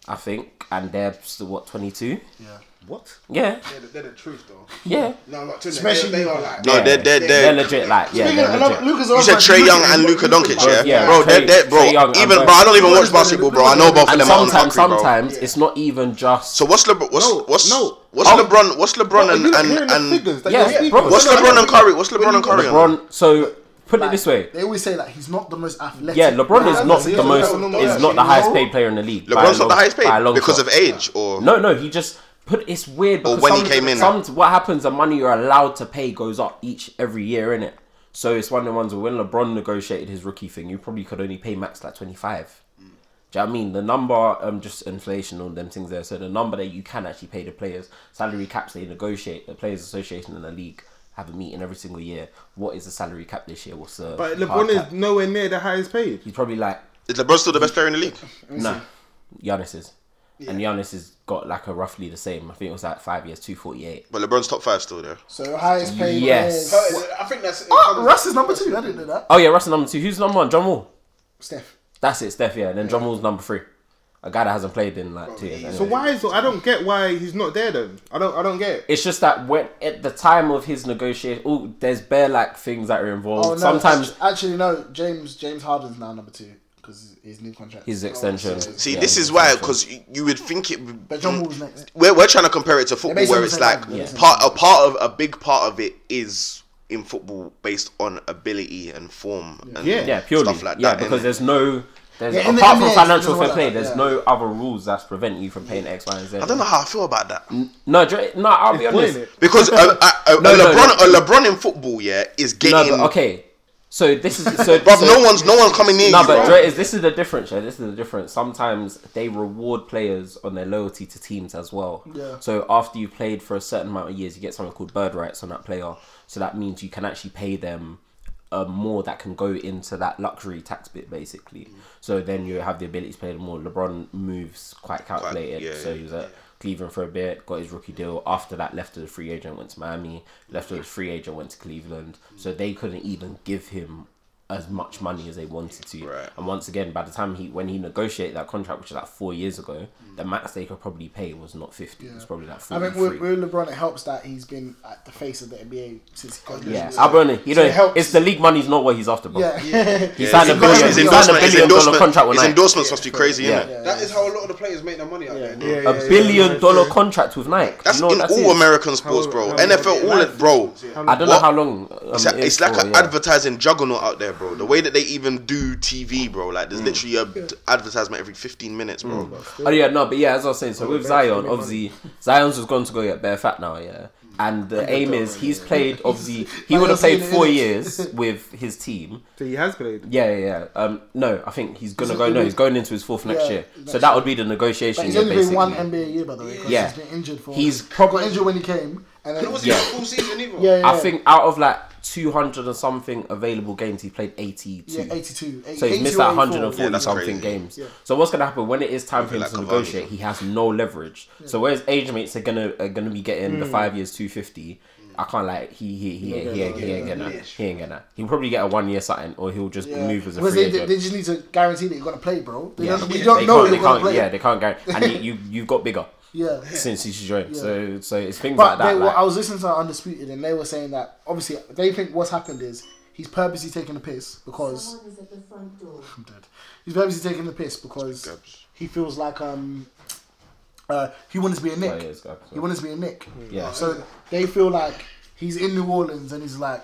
Speaker 4: I think, and they're still what twenty two.
Speaker 6: Yeah.
Speaker 5: what?
Speaker 4: Yeah,
Speaker 3: They're the, they're the truth, though.
Speaker 4: yeah.
Speaker 3: No, I'm not telling
Speaker 6: Especially
Speaker 3: Especially they, they
Speaker 6: you.
Speaker 3: are like.
Speaker 2: No, they're, they're,
Speaker 4: They're
Speaker 2: they're,
Speaker 4: legit, like yeah,
Speaker 6: Speaking
Speaker 4: they're
Speaker 6: of-
Speaker 4: legit.
Speaker 6: Luka's
Speaker 2: you said
Speaker 6: always
Speaker 2: Trey
Speaker 6: like-
Speaker 2: Young and Luka Doncic, yeah?
Speaker 4: Yeah,
Speaker 2: bro,
Speaker 4: Trey-
Speaker 2: they're, they're, bro,
Speaker 4: Trey Young and
Speaker 2: even,
Speaker 4: both.
Speaker 2: bro, I don't even watch basketball, bro. I know both of
Speaker 4: And
Speaker 2: them are on
Speaker 4: sometimes,
Speaker 2: Huckry, bro.
Speaker 4: sometimes it's not even just.
Speaker 2: So what's LeBron, what's,
Speaker 5: No,
Speaker 2: what's,
Speaker 5: no.
Speaker 2: what's LeBron, what's LeBron and, and, and,
Speaker 4: Yeah, bro.
Speaker 2: what's
Speaker 4: No, no,
Speaker 2: LeBron and Curry, what's LeBron and Curry on?
Speaker 4: LeBron. So put it
Speaker 6: Like,
Speaker 4: this way.
Speaker 6: They always say that he's not the most athletic.
Speaker 4: Yeah, LeBron is
Speaker 5: no,
Speaker 4: not
Speaker 5: no,
Speaker 4: the
Speaker 5: no,
Speaker 4: most.
Speaker 5: no, no,
Speaker 4: Is
Speaker 5: no,
Speaker 4: not the
Speaker 5: no.
Speaker 4: highest paid player in the league. by a
Speaker 2: LeBron's
Speaker 4: long-
Speaker 2: not the highest
Speaker 4: by a
Speaker 2: paid
Speaker 4: long
Speaker 2: because
Speaker 4: shot.
Speaker 2: of age, or
Speaker 4: No, no, he just put. It's weird. Because
Speaker 2: when he
Speaker 4: some,
Speaker 2: came in.
Speaker 4: some what happens? The money you're allowed to pay goes up each every year, in it. So it's one of the ones where when LeBron negotiated his rookie thing, you probably could only pay max like twenty five. Do Do you know what I mean? The number, um, just inflation, all them things there. So the number that you can actually pay the players, salary caps they negotiate, the Players Association and the league have a meeting every single year. What is the salary cap this year? What's the.
Speaker 5: But
Speaker 4: hard
Speaker 5: LeBron
Speaker 4: cap?
Speaker 5: is nowhere near the highest paid.
Speaker 4: He's probably like,
Speaker 2: Is LeBron still the best player in the league?
Speaker 4: no, Giannis is. And Giannis has got like a roughly the same. I think it was like five years, 248.
Speaker 2: But LeBron's top five still there.
Speaker 6: So your highest paid.
Speaker 4: Yes.
Speaker 6: player is-
Speaker 3: I think that's.
Speaker 6: Oh, Russ is number two. I didn't know that.
Speaker 4: Oh, yeah, Russell number two. Who's number one? John Wall.
Speaker 6: Steph.
Speaker 4: That's it, Steph, yeah. And then John Wall's number three. A guy that hasn't played in like two years.
Speaker 5: So
Speaker 4: anyway.
Speaker 5: why is I don't get why he's not there then. I don't I don't get. It.
Speaker 4: It's just that when at the time of his negotiation, oh, there's bare like things that are involved.
Speaker 6: Oh no.
Speaker 4: Sometimes
Speaker 6: Sometimes actually no. James James Harden's now number two because his new contract.
Speaker 4: his extension.
Speaker 2: See,
Speaker 4: yeah,
Speaker 2: this
Speaker 4: his
Speaker 2: is why
Speaker 4: extension.
Speaker 2: because you, you would think it. would-
Speaker 6: But John Wall's next.
Speaker 2: We're, we're trying to compare it to football,
Speaker 6: makes
Speaker 2: where
Speaker 6: sense,
Speaker 2: it's
Speaker 6: like,
Speaker 2: like
Speaker 6: yeah. Yeah.
Speaker 2: part a part of a big part of it is in football based on ability and form and
Speaker 5: Yeah.
Speaker 4: yeah, purely
Speaker 2: stuff like
Speaker 4: yeah,
Speaker 2: that.
Speaker 4: because
Speaker 2: innit?
Speaker 4: there's no. There's,
Speaker 6: Yeah, in the
Speaker 4: apart
Speaker 6: NBA,
Speaker 4: from
Speaker 6: it's
Speaker 4: financial
Speaker 6: all
Speaker 4: fair
Speaker 6: like
Speaker 4: play,
Speaker 6: that,
Speaker 4: there's
Speaker 6: yeah.
Speaker 4: no other rules that's preventing you from paying X, Y, and Z.
Speaker 2: I don't know how I feel about that
Speaker 4: No, Dre, no, I'll be
Speaker 5: Putting
Speaker 4: honest.
Speaker 5: it.
Speaker 2: because a, a, a,
Speaker 4: No,
Speaker 2: a
Speaker 4: no,
Speaker 2: LeBron
Speaker 4: no.
Speaker 2: a LeBron in football, yeah, is
Speaker 4: No,
Speaker 2: getting.
Speaker 4: but okay. So this is so.
Speaker 2: Bruv,
Speaker 4: so-
Speaker 2: no one's no one's coming near
Speaker 4: No,
Speaker 2: you.
Speaker 4: but
Speaker 2: bruv.
Speaker 4: Dre, is this is the difference. Yeah? This is the difference. Sometimes they reward players on their loyalty to teams as well.
Speaker 6: Yeah.
Speaker 4: So after you played for a certain amount of years, you get something called bird rights on that player. So that means you can actually pay them uh, more that can go into that luxury tax bit, basically. So then you have the ability to play them more. LeBron moves quite calculated.
Speaker 2: yeah,
Speaker 4: so
Speaker 2: yeah.
Speaker 4: he was at Cleveland for a bit, got his rookie deal. After that, left as a free agent, went to Miami. Left as a free agent, went to Cleveland. So they couldn't even give him as much money as they wanted to.
Speaker 2: Right.
Speaker 4: And once again, by the time he when he negotiated that contract, which is like four years ago, the max they could probably pay was not fifty. It was probably like
Speaker 6: I mean,
Speaker 4: forty-three.
Speaker 6: with, with LeBron, it helps that he's been at the face of the NBA since he got there.
Speaker 4: yeah, I'll be honest, You
Speaker 6: So
Speaker 4: know,
Speaker 6: it helps.
Speaker 4: it's the league money's not what he's after, bro.
Speaker 6: Yeah.
Speaker 4: He signed a
Speaker 2: His endorsement-
Speaker 4: billion.
Speaker 2: his
Speaker 4: He signed
Speaker 2: endorsement,
Speaker 4: a
Speaker 2: his
Speaker 4: billion dollar
Speaker 2: endorsement-
Speaker 4: contract with
Speaker 2: his
Speaker 4: Nike.
Speaker 2: endorsements must be crazy,
Speaker 4: Yeah.
Speaker 2: innit?
Speaker 3: That is how a lot of the players make their money out there.
Speaker 5: Yeah, yeah,
Speaker 4: A
Speaker 5: yeah, yeah.
Speaker 4: billion dollar contract with Nike.
Speaker 2: That's
Speaker 4: you know what
Speaker 2: in
Speaker 4: that
Speaker 2: all
Speaker 4: is?
Speaker 2: American sports, bro.
Speaker 5: how-
Speaker 2: NFL, all it, bro.
Speaker 4: I don't know
Speaker 2: What?
Speaker 4: how long. Um,
Speaker 2: It's, like- it's like
Speaker 4: for,
Speaker 2: an
Speaker 4: yeah.
Speaker 2: advertising juggernaut out there, bro. The way that they even do TV, bro. Like
Speaker 4: Mm.
Speaker 2: there's literally a d- advertisement every 15 minutes, bro.
Speaker 4: Oh yeah, no, but yeah, as I was saying, so with
Speaker 5: Bear's
Speaker 4: Zion,
Speaker 5: making
Speaker 4: obviously Zion's has gone to go get bare fat now,
Speaker 6: Mm.
Speaker 4: yeah. And the aim is he's played obviously he would have played
Speaker 6: seen it,
Speaker 4: four
Speaker 6: innit?
Speaker 4: years with his team.
Speaker 5: So he has played.
Speaker 4: Yeah, yeah, yeah. Um, no, I think he's gonna
Speaker 6: He's
Speaker 4: go.
Speaker 6: gonna
Speaker 4: No,
Speaker 6: be-
Speaker 4: he's going into his fourth next
Speaker 6: Yeah,
Speaker 4: year. So
Speaker 6: next
Speaker 4: that would be the negotiation
Speaker 6: But he's
Speaker 4: year,
Speaker 6: only been
Speaker 4: basically.
Speaker 6: one NBA year, by the way, 'cause
Speaker 4: Yeah.
Speaker 6: he's been injured for.
Speaker 4: He's
Speaker 6: got
Speaker 4: probably.
Speaker 6: injured when he came, and then
Speaker 3: It wasn't
Speaker 4: Yeah.
Speaker 3: even full season either.
Speaker 6: yeah, yeah,
Speaker 4: I think out of like two hundred and something available games, he played eighty-two.
Speaker 6: yeah, 82.
Speaker 4: So he's
Speaker 6: 82,
Speaker 4: missed like
Speaker 6: 84.
Speaker 4: 140
Speaker 2: Yeah, that's
Speaker 4: something
Speaker 2: crazy.
Speaker 4: games. So what's gonna happen when it is time for him
Speaker 2: like
Speaker 4: to
Speaker 2: Cavani.
Speaker 4: negotiate? He has no leverage. So whereas age mates are gonna are gonna be getting
Speaker 6: Hmm.
Speaker 4: the five years 250. I can't like he he he he, he, ain't- he ain't getting that. He ain't getting that. He'll probably get a one year something, or he'll just
Speaker 6: Yeah.
Speaker 4: move as a
Speaker 6: Because
Speaker 4: free
Speaker 6: they, they
Speaker 4: agent.
Speaker 6: they just need to guarantee that you're gonna play, bro. They
Speaker 4: yeah.
Speaker 6: don't, we
Speaker 4: They
Speaker 6: don't know
Speaker 4: can't-
Speaker 6: you're
Speaker 4: they
Speaker 6: gonna
Speaker 4: can't.
Speaker 6: play.
Speaker 4: Yeah, they can't guarantee. And you, you you've got bigger
Speaker 6: yeah.
Speaker 4: since you joined. So so it's things
Speaker 6: But
Speaker 4: like that.
Speaker 6: they were,
Speaker 4: like-
Speaker 6: I was listening to Undisputed, and they were saying that obviously they think what's happened is he's purposely taking the piss because
Speaker 1: Someone is at the front door.
Speaker 6: I'm dead. He's purposely taking the piss because he feels like um uh he wanted to be a Nick.
Speaker 4: Oh, yeah, it's got-
Speaker 6: He wanted to be a Nick.
Speaker 4: Yeah.
Speaker 6: So they feel like he's in New Orleans and he's like,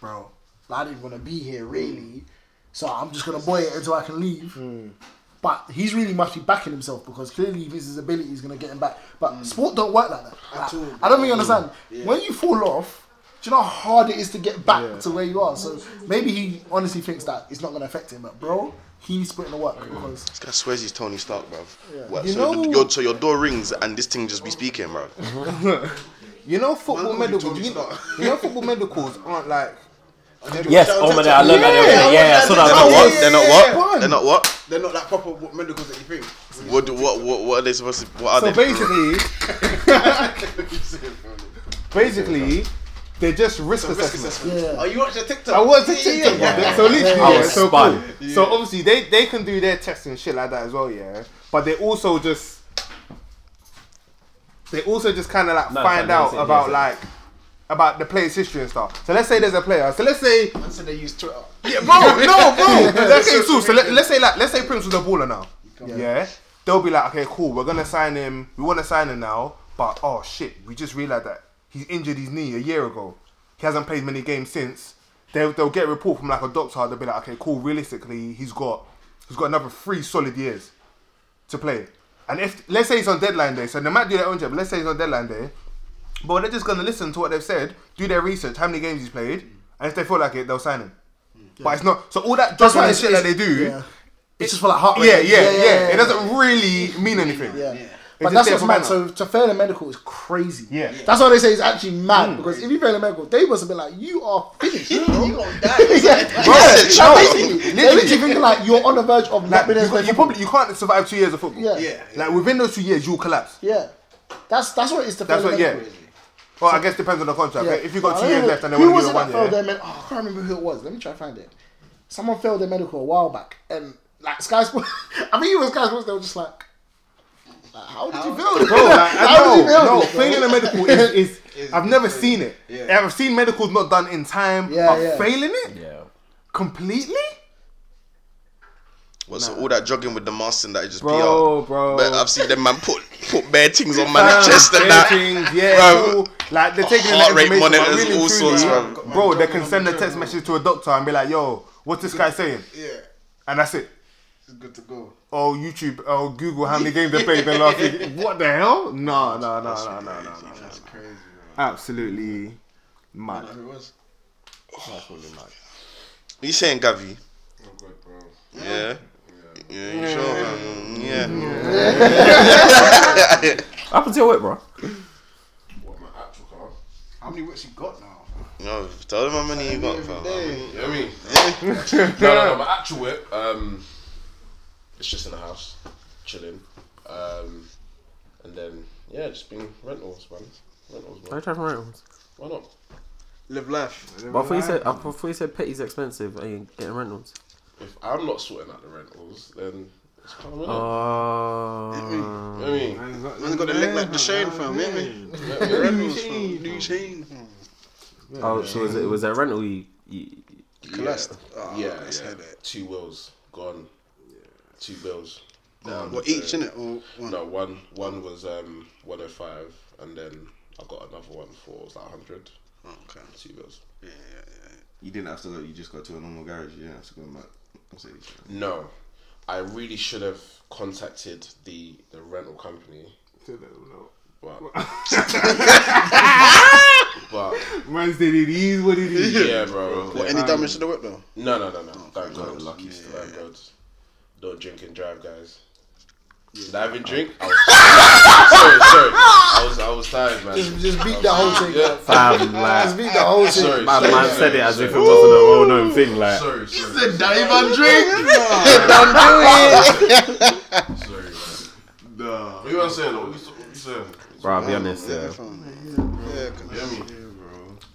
Speaker 6: bro, I didn't want to be here really. So I'm just gonna boy it until I can leave. But he's really must be backing himself because clearly his ability is gonna get him back. But sport don't work like that. Like,
Speaker 3: all,
Speaker 6: I don't really understand. When you fall off, do you know how hard it is to get back
Speaker 5: Yeah.
Speaker 6: to where you are? So maybe he honestly thinks that it's not gonna affect him, but bro, he needs to put in the work because
Speaker 2: This guy swears he's Tony Stark, bro.
Speaker 5: You
Speaker 2: so,
Speaker 5: know-
Speaker 2: your, so your door rings and this thing just be speaking, bro.
Speaker 5: You know football
Speaker 3: Man called you
Speaker 5: medical.
Speaker 3: Tony
Speaker 5: You,
Speaker 3: Stark.
Speaker 5: you know football medicals aren't like
Speaker 4: yes, oh my god, I learned that. the other day. Yeah, yeah, so
Speaker 2: They're not
Speaker 4: that.
Speaker 2: what? They're not
Speaker 5: Yeah,
Speaker 2: what?
Speaker 5: fun.
Speaker 2: They're not what?
Speaker 3: They're not that proper what medicals that you think.
Speaker 2: What, do- what, what, what are they supposed to? What are
Speaker 5: So
Speaker 2: they?
Speaker 5: basically, basically, they're just risk
Speaker 3: Risk
Speaker 5: assessment.
Speaker 3: assessment.
Speaker 6: Yeah.
Speaker 3: Are you watching TikTok?
Speaker 5: I was
Speaker 3: Yeah,
Speaker 5: yeah,
Speaker 3: yeah, yeah.
Speaker 5: So literally,
Speaker 4: I
Speaker 5: yeah,
Speaker 4: was
Speaker 5: so cool.
Speaker 4: spun.
Speaker 5: So obviously, they they can do their tests and shit like that as well, yeah. But they also just they also just kind of like
Speaker 4: No,
Speaker 5: find
Speaker 4: sorry,
Speaker 5: out
Speaker 4: no, it's-
Speaker 5: about
Speaker 4: it's-
Speaker 5: like about the player's history and stuff. So let's say there's a player. So let's say
Speaker 3: Man said they use Twitter.
Speaker 5: yeah, bro, no, bro. That's okay, so, so let, let's say like let's say Prince was a baller now. Yeah. They'll be like, okay, cool, we're gonna sign him, we wanna sign him now, but oh shit, we just realised that he's injured his knee a year ago. He hasn't played many games since. They'll they'll get a report from like a doctor, they'll be like, okay, cool, realistically he's got he's got another three solid years to play. And if let's say he's on deadline day, so they might do their own job, but let's say he's on deadline day, but they're just gonna listen to what they've said, do their research, how many games he's played, and if they feel like it, they'll sign him. But it's not so all that
Speaker 6: That's
Speaker 5: judgment
Speaker 6: why
Speaker 5: and
Speaker 6: it's-
Speaker 5: shit that they
Speaker 6: it's-
Speaker 5: do
Speaker 6: yeah. It's just for like heart rate.
Speaker 5: Yeah, yeah, yeah. It doesn't really mean anything.
Speaker 6: Yeah.
Speaker 3: Yeah.
Speaker 6: But that's
Speaker 5: It's just
Speaker 6: what's
Speaker 5: there
Speaker 6: mad.
Speaker 5: for
Speaker 6: So to fail a medical is crazy.
Speaker 5: Yeah. Mm. Yeah.
Speaker 6: That's why they say it's actually mad because if you fail a medical, they must have been like, you are finished.
Speaker 5: Mm.
Speaker 3: You
Speaker 6: yeah.
Speaker 3: gonna die.
Speaker 6: yeah.
Speaker 2: said, "Yo."
Speaker 6: basically, they literally thinking like you're on the verge of not
Speaker 5: Like,
Speaker 6: being able to
Speaker 5: you,
Speaker 6: play
Speaker 5: you
Speaker 6: football.
Speaker 5: probably you can't survive two years of football.
Speaker 6: Yeah.
Speaker 3: Yeah.
Speaker 5: Like within those two years, you'll collapse.
Speaker 6: Yeah. That's that's what it is to
Speaker 5: That's
Speaker 6: fail a
Speaker 5: what. Yeah.
Speaker 6: medical.
Speaker 5: Well, I guess depends on the contract.
Speaker 6: Yeah.
Speaker 5: If you have got
Speaker 6: I
Speaker 5: two
Speaker 6: don't
Speaker 5: years
Speaker 6: know-
Speaker 5: left and they
Speaker 6: who
Speaker 5: want
Speaker 6: was
Speaker 5: to
Speaker 6: it
Speaker 5: do one
Speaker 6: that failed
Speaker 5: year,
Speaker 6: their med- oh, I can't remember who it was. Let me try to find it. Someone failed their medical a while back, and like Sky Sports, I mean, it was Sky Sports. They were just like, like, "How did you fail?"
Speaker 5: Bro, like, I
Speaker 6: How did you
Speaker 5: know,
Speaker 6: fail
Speaker 5: no,
Speaker 6: this, bro?
Speaker 5: failing a medical is, is
Speaker 3: Is
Speaker 5: I've never
Speaker 3: crazy.
Speaker 5: seen it.
Speaker 3: Yeah.
Speaker 5: I've seen medicals not done in time,
Speaker 6: Yeah,
Speaker 5: but
Speaker 6: yeah.
Speaker 5: failing it
Speaker 4: Yeah.
Speaker 5: completely?
Speaker 2: What's all that jogging with the mask and that is just
Speaker 5: Bro,
Speaker 2: PR.
Speaker 5: bro.
Speaker 2: But I've seen them man put put bare things on
Speaker 5: Ah.
Speaker 2: man's chest and that.
Speaker 5: Things, yeah,
Speaker 2: Bro.
Speaker 5: cool. like they're taking in
Speaker 2: Heart
Speaker 5: that
Speaker 2: rate
Speaker 5: information, but
Speaker 2: monitors,
Speaker 5: really,
Speaker 2: all
Speaker 5: truly,
Speaker 2: sorts,
Speaker 5: bro.
Speaker 2: bro.
Speaker 5: they can send a text message to a doctor and be like, "Yo, what's this guy saying?"
Speaker 3: Yeah.
Speaker 5: And that's it.
Speaker 3: It's good to go.
Speaker 5: Oh, YouTube, oh Google, how many games they played the last week? What the hell? No, no, no, no, no, no, no.
Speaker 3: That's crazy, man.
Speaker 5: Absolutely mad.
Speaker 3: Who it was?
Speaker 2: What you saying, Gavi?
Speaker 3: Oh god, bro.
Speaker 2: Yeah. Yeah, you sure? Mm, yeah.
Speaker 4: Up until what, bro?
Speaker 1: What my actual car?
Speaker 3: How many whips you got now?
Speaker 2: No, tell them how many you got,
Speaker 3: Every
Speaker 2: fam.
Speaker 3: day.
Speaker 1: You know what I mean? no, no, no, my actual whip. Um, it's just in the house, chilling, um, and then yeah, just being rentals, man. Rentals, man.
Speaker 4: driving rentals.
Speaker 1: Why not?
Speaker 3: Live life.
Speaker 4: But I thought you said I thought you said petty's expensive. Are you getting rentals?
Speaker 1: If I'm not sorting out the rentals, then it's kind of uh,
Speaker 4: Oh.
Speaker 1: I mean,
Speaker 3: Man's got the leg like the Shane fam, yeah, man.
Speaker 1: let me-
Speaker 3: Rentals, fam. New chain.
Speaker 4: Oh, so was it was it a rental? You, you,
Speaker 3: Collapsed.
Speaker 1: yeah,
Speaker 3: Ah,
Speaker 1: yeah,
Speaker 3: that's
Speaker 1: yeah.
Speaker 3: headache.
Speaker 1: two wheels gone, two bills. down.
Speaker 3: Well, each in it or one.
Speaker 1: No, one one was um 105, and then I got another one for it was like 100,
Speaker 3: Oh, Okay.
Speaker 1: two bills.
Speaker 3: Yeah, yeah, yeah.
Speaker 7: You didn't have to go. You just got to a normal garage. You didn't have to go back. That's it.
Speaker 1: No, I really should have contacted the the rental company, but but
Speaker 5: Man said it is what it is.
Speaker 1: yeah, bro.
Speaker 3: What, any damage to the whip though?
Speaker 1: No, no, no, no. Thank God.
Speaker 7: lucky
Speaker 1: Lucky thank God. Don't drink and drive, guys. Did I even drink? I was sorry, sorry. I was I was tired, man.
Speaker 6: Just, just beat the whole thing.
Speaker 1: Yeah.
Speaker 4: Fam,
Speaker 6: Just
Speaker 4: like,
Speaker 6: beat the whole thing.
Speaker 1: Sorry,
Speaker 4: my
Speaker 1: sorry,
Speaker 4: man
Speaker 1: sorry,
Speaker 4: said it as
Speaker 1: sorry.
Speaker 4: if it wasn't a well known thing. Like,
Speaker 1: Sorry, sorry.
Speaker 7: Dive drink.
Speaker 1: Sorry, man. What you want saying? What you, what you saying?
Speaker 4: bro, I'll be honest. Yeah.
Speaker 3: Yeah,
Speaker 1: You hear me?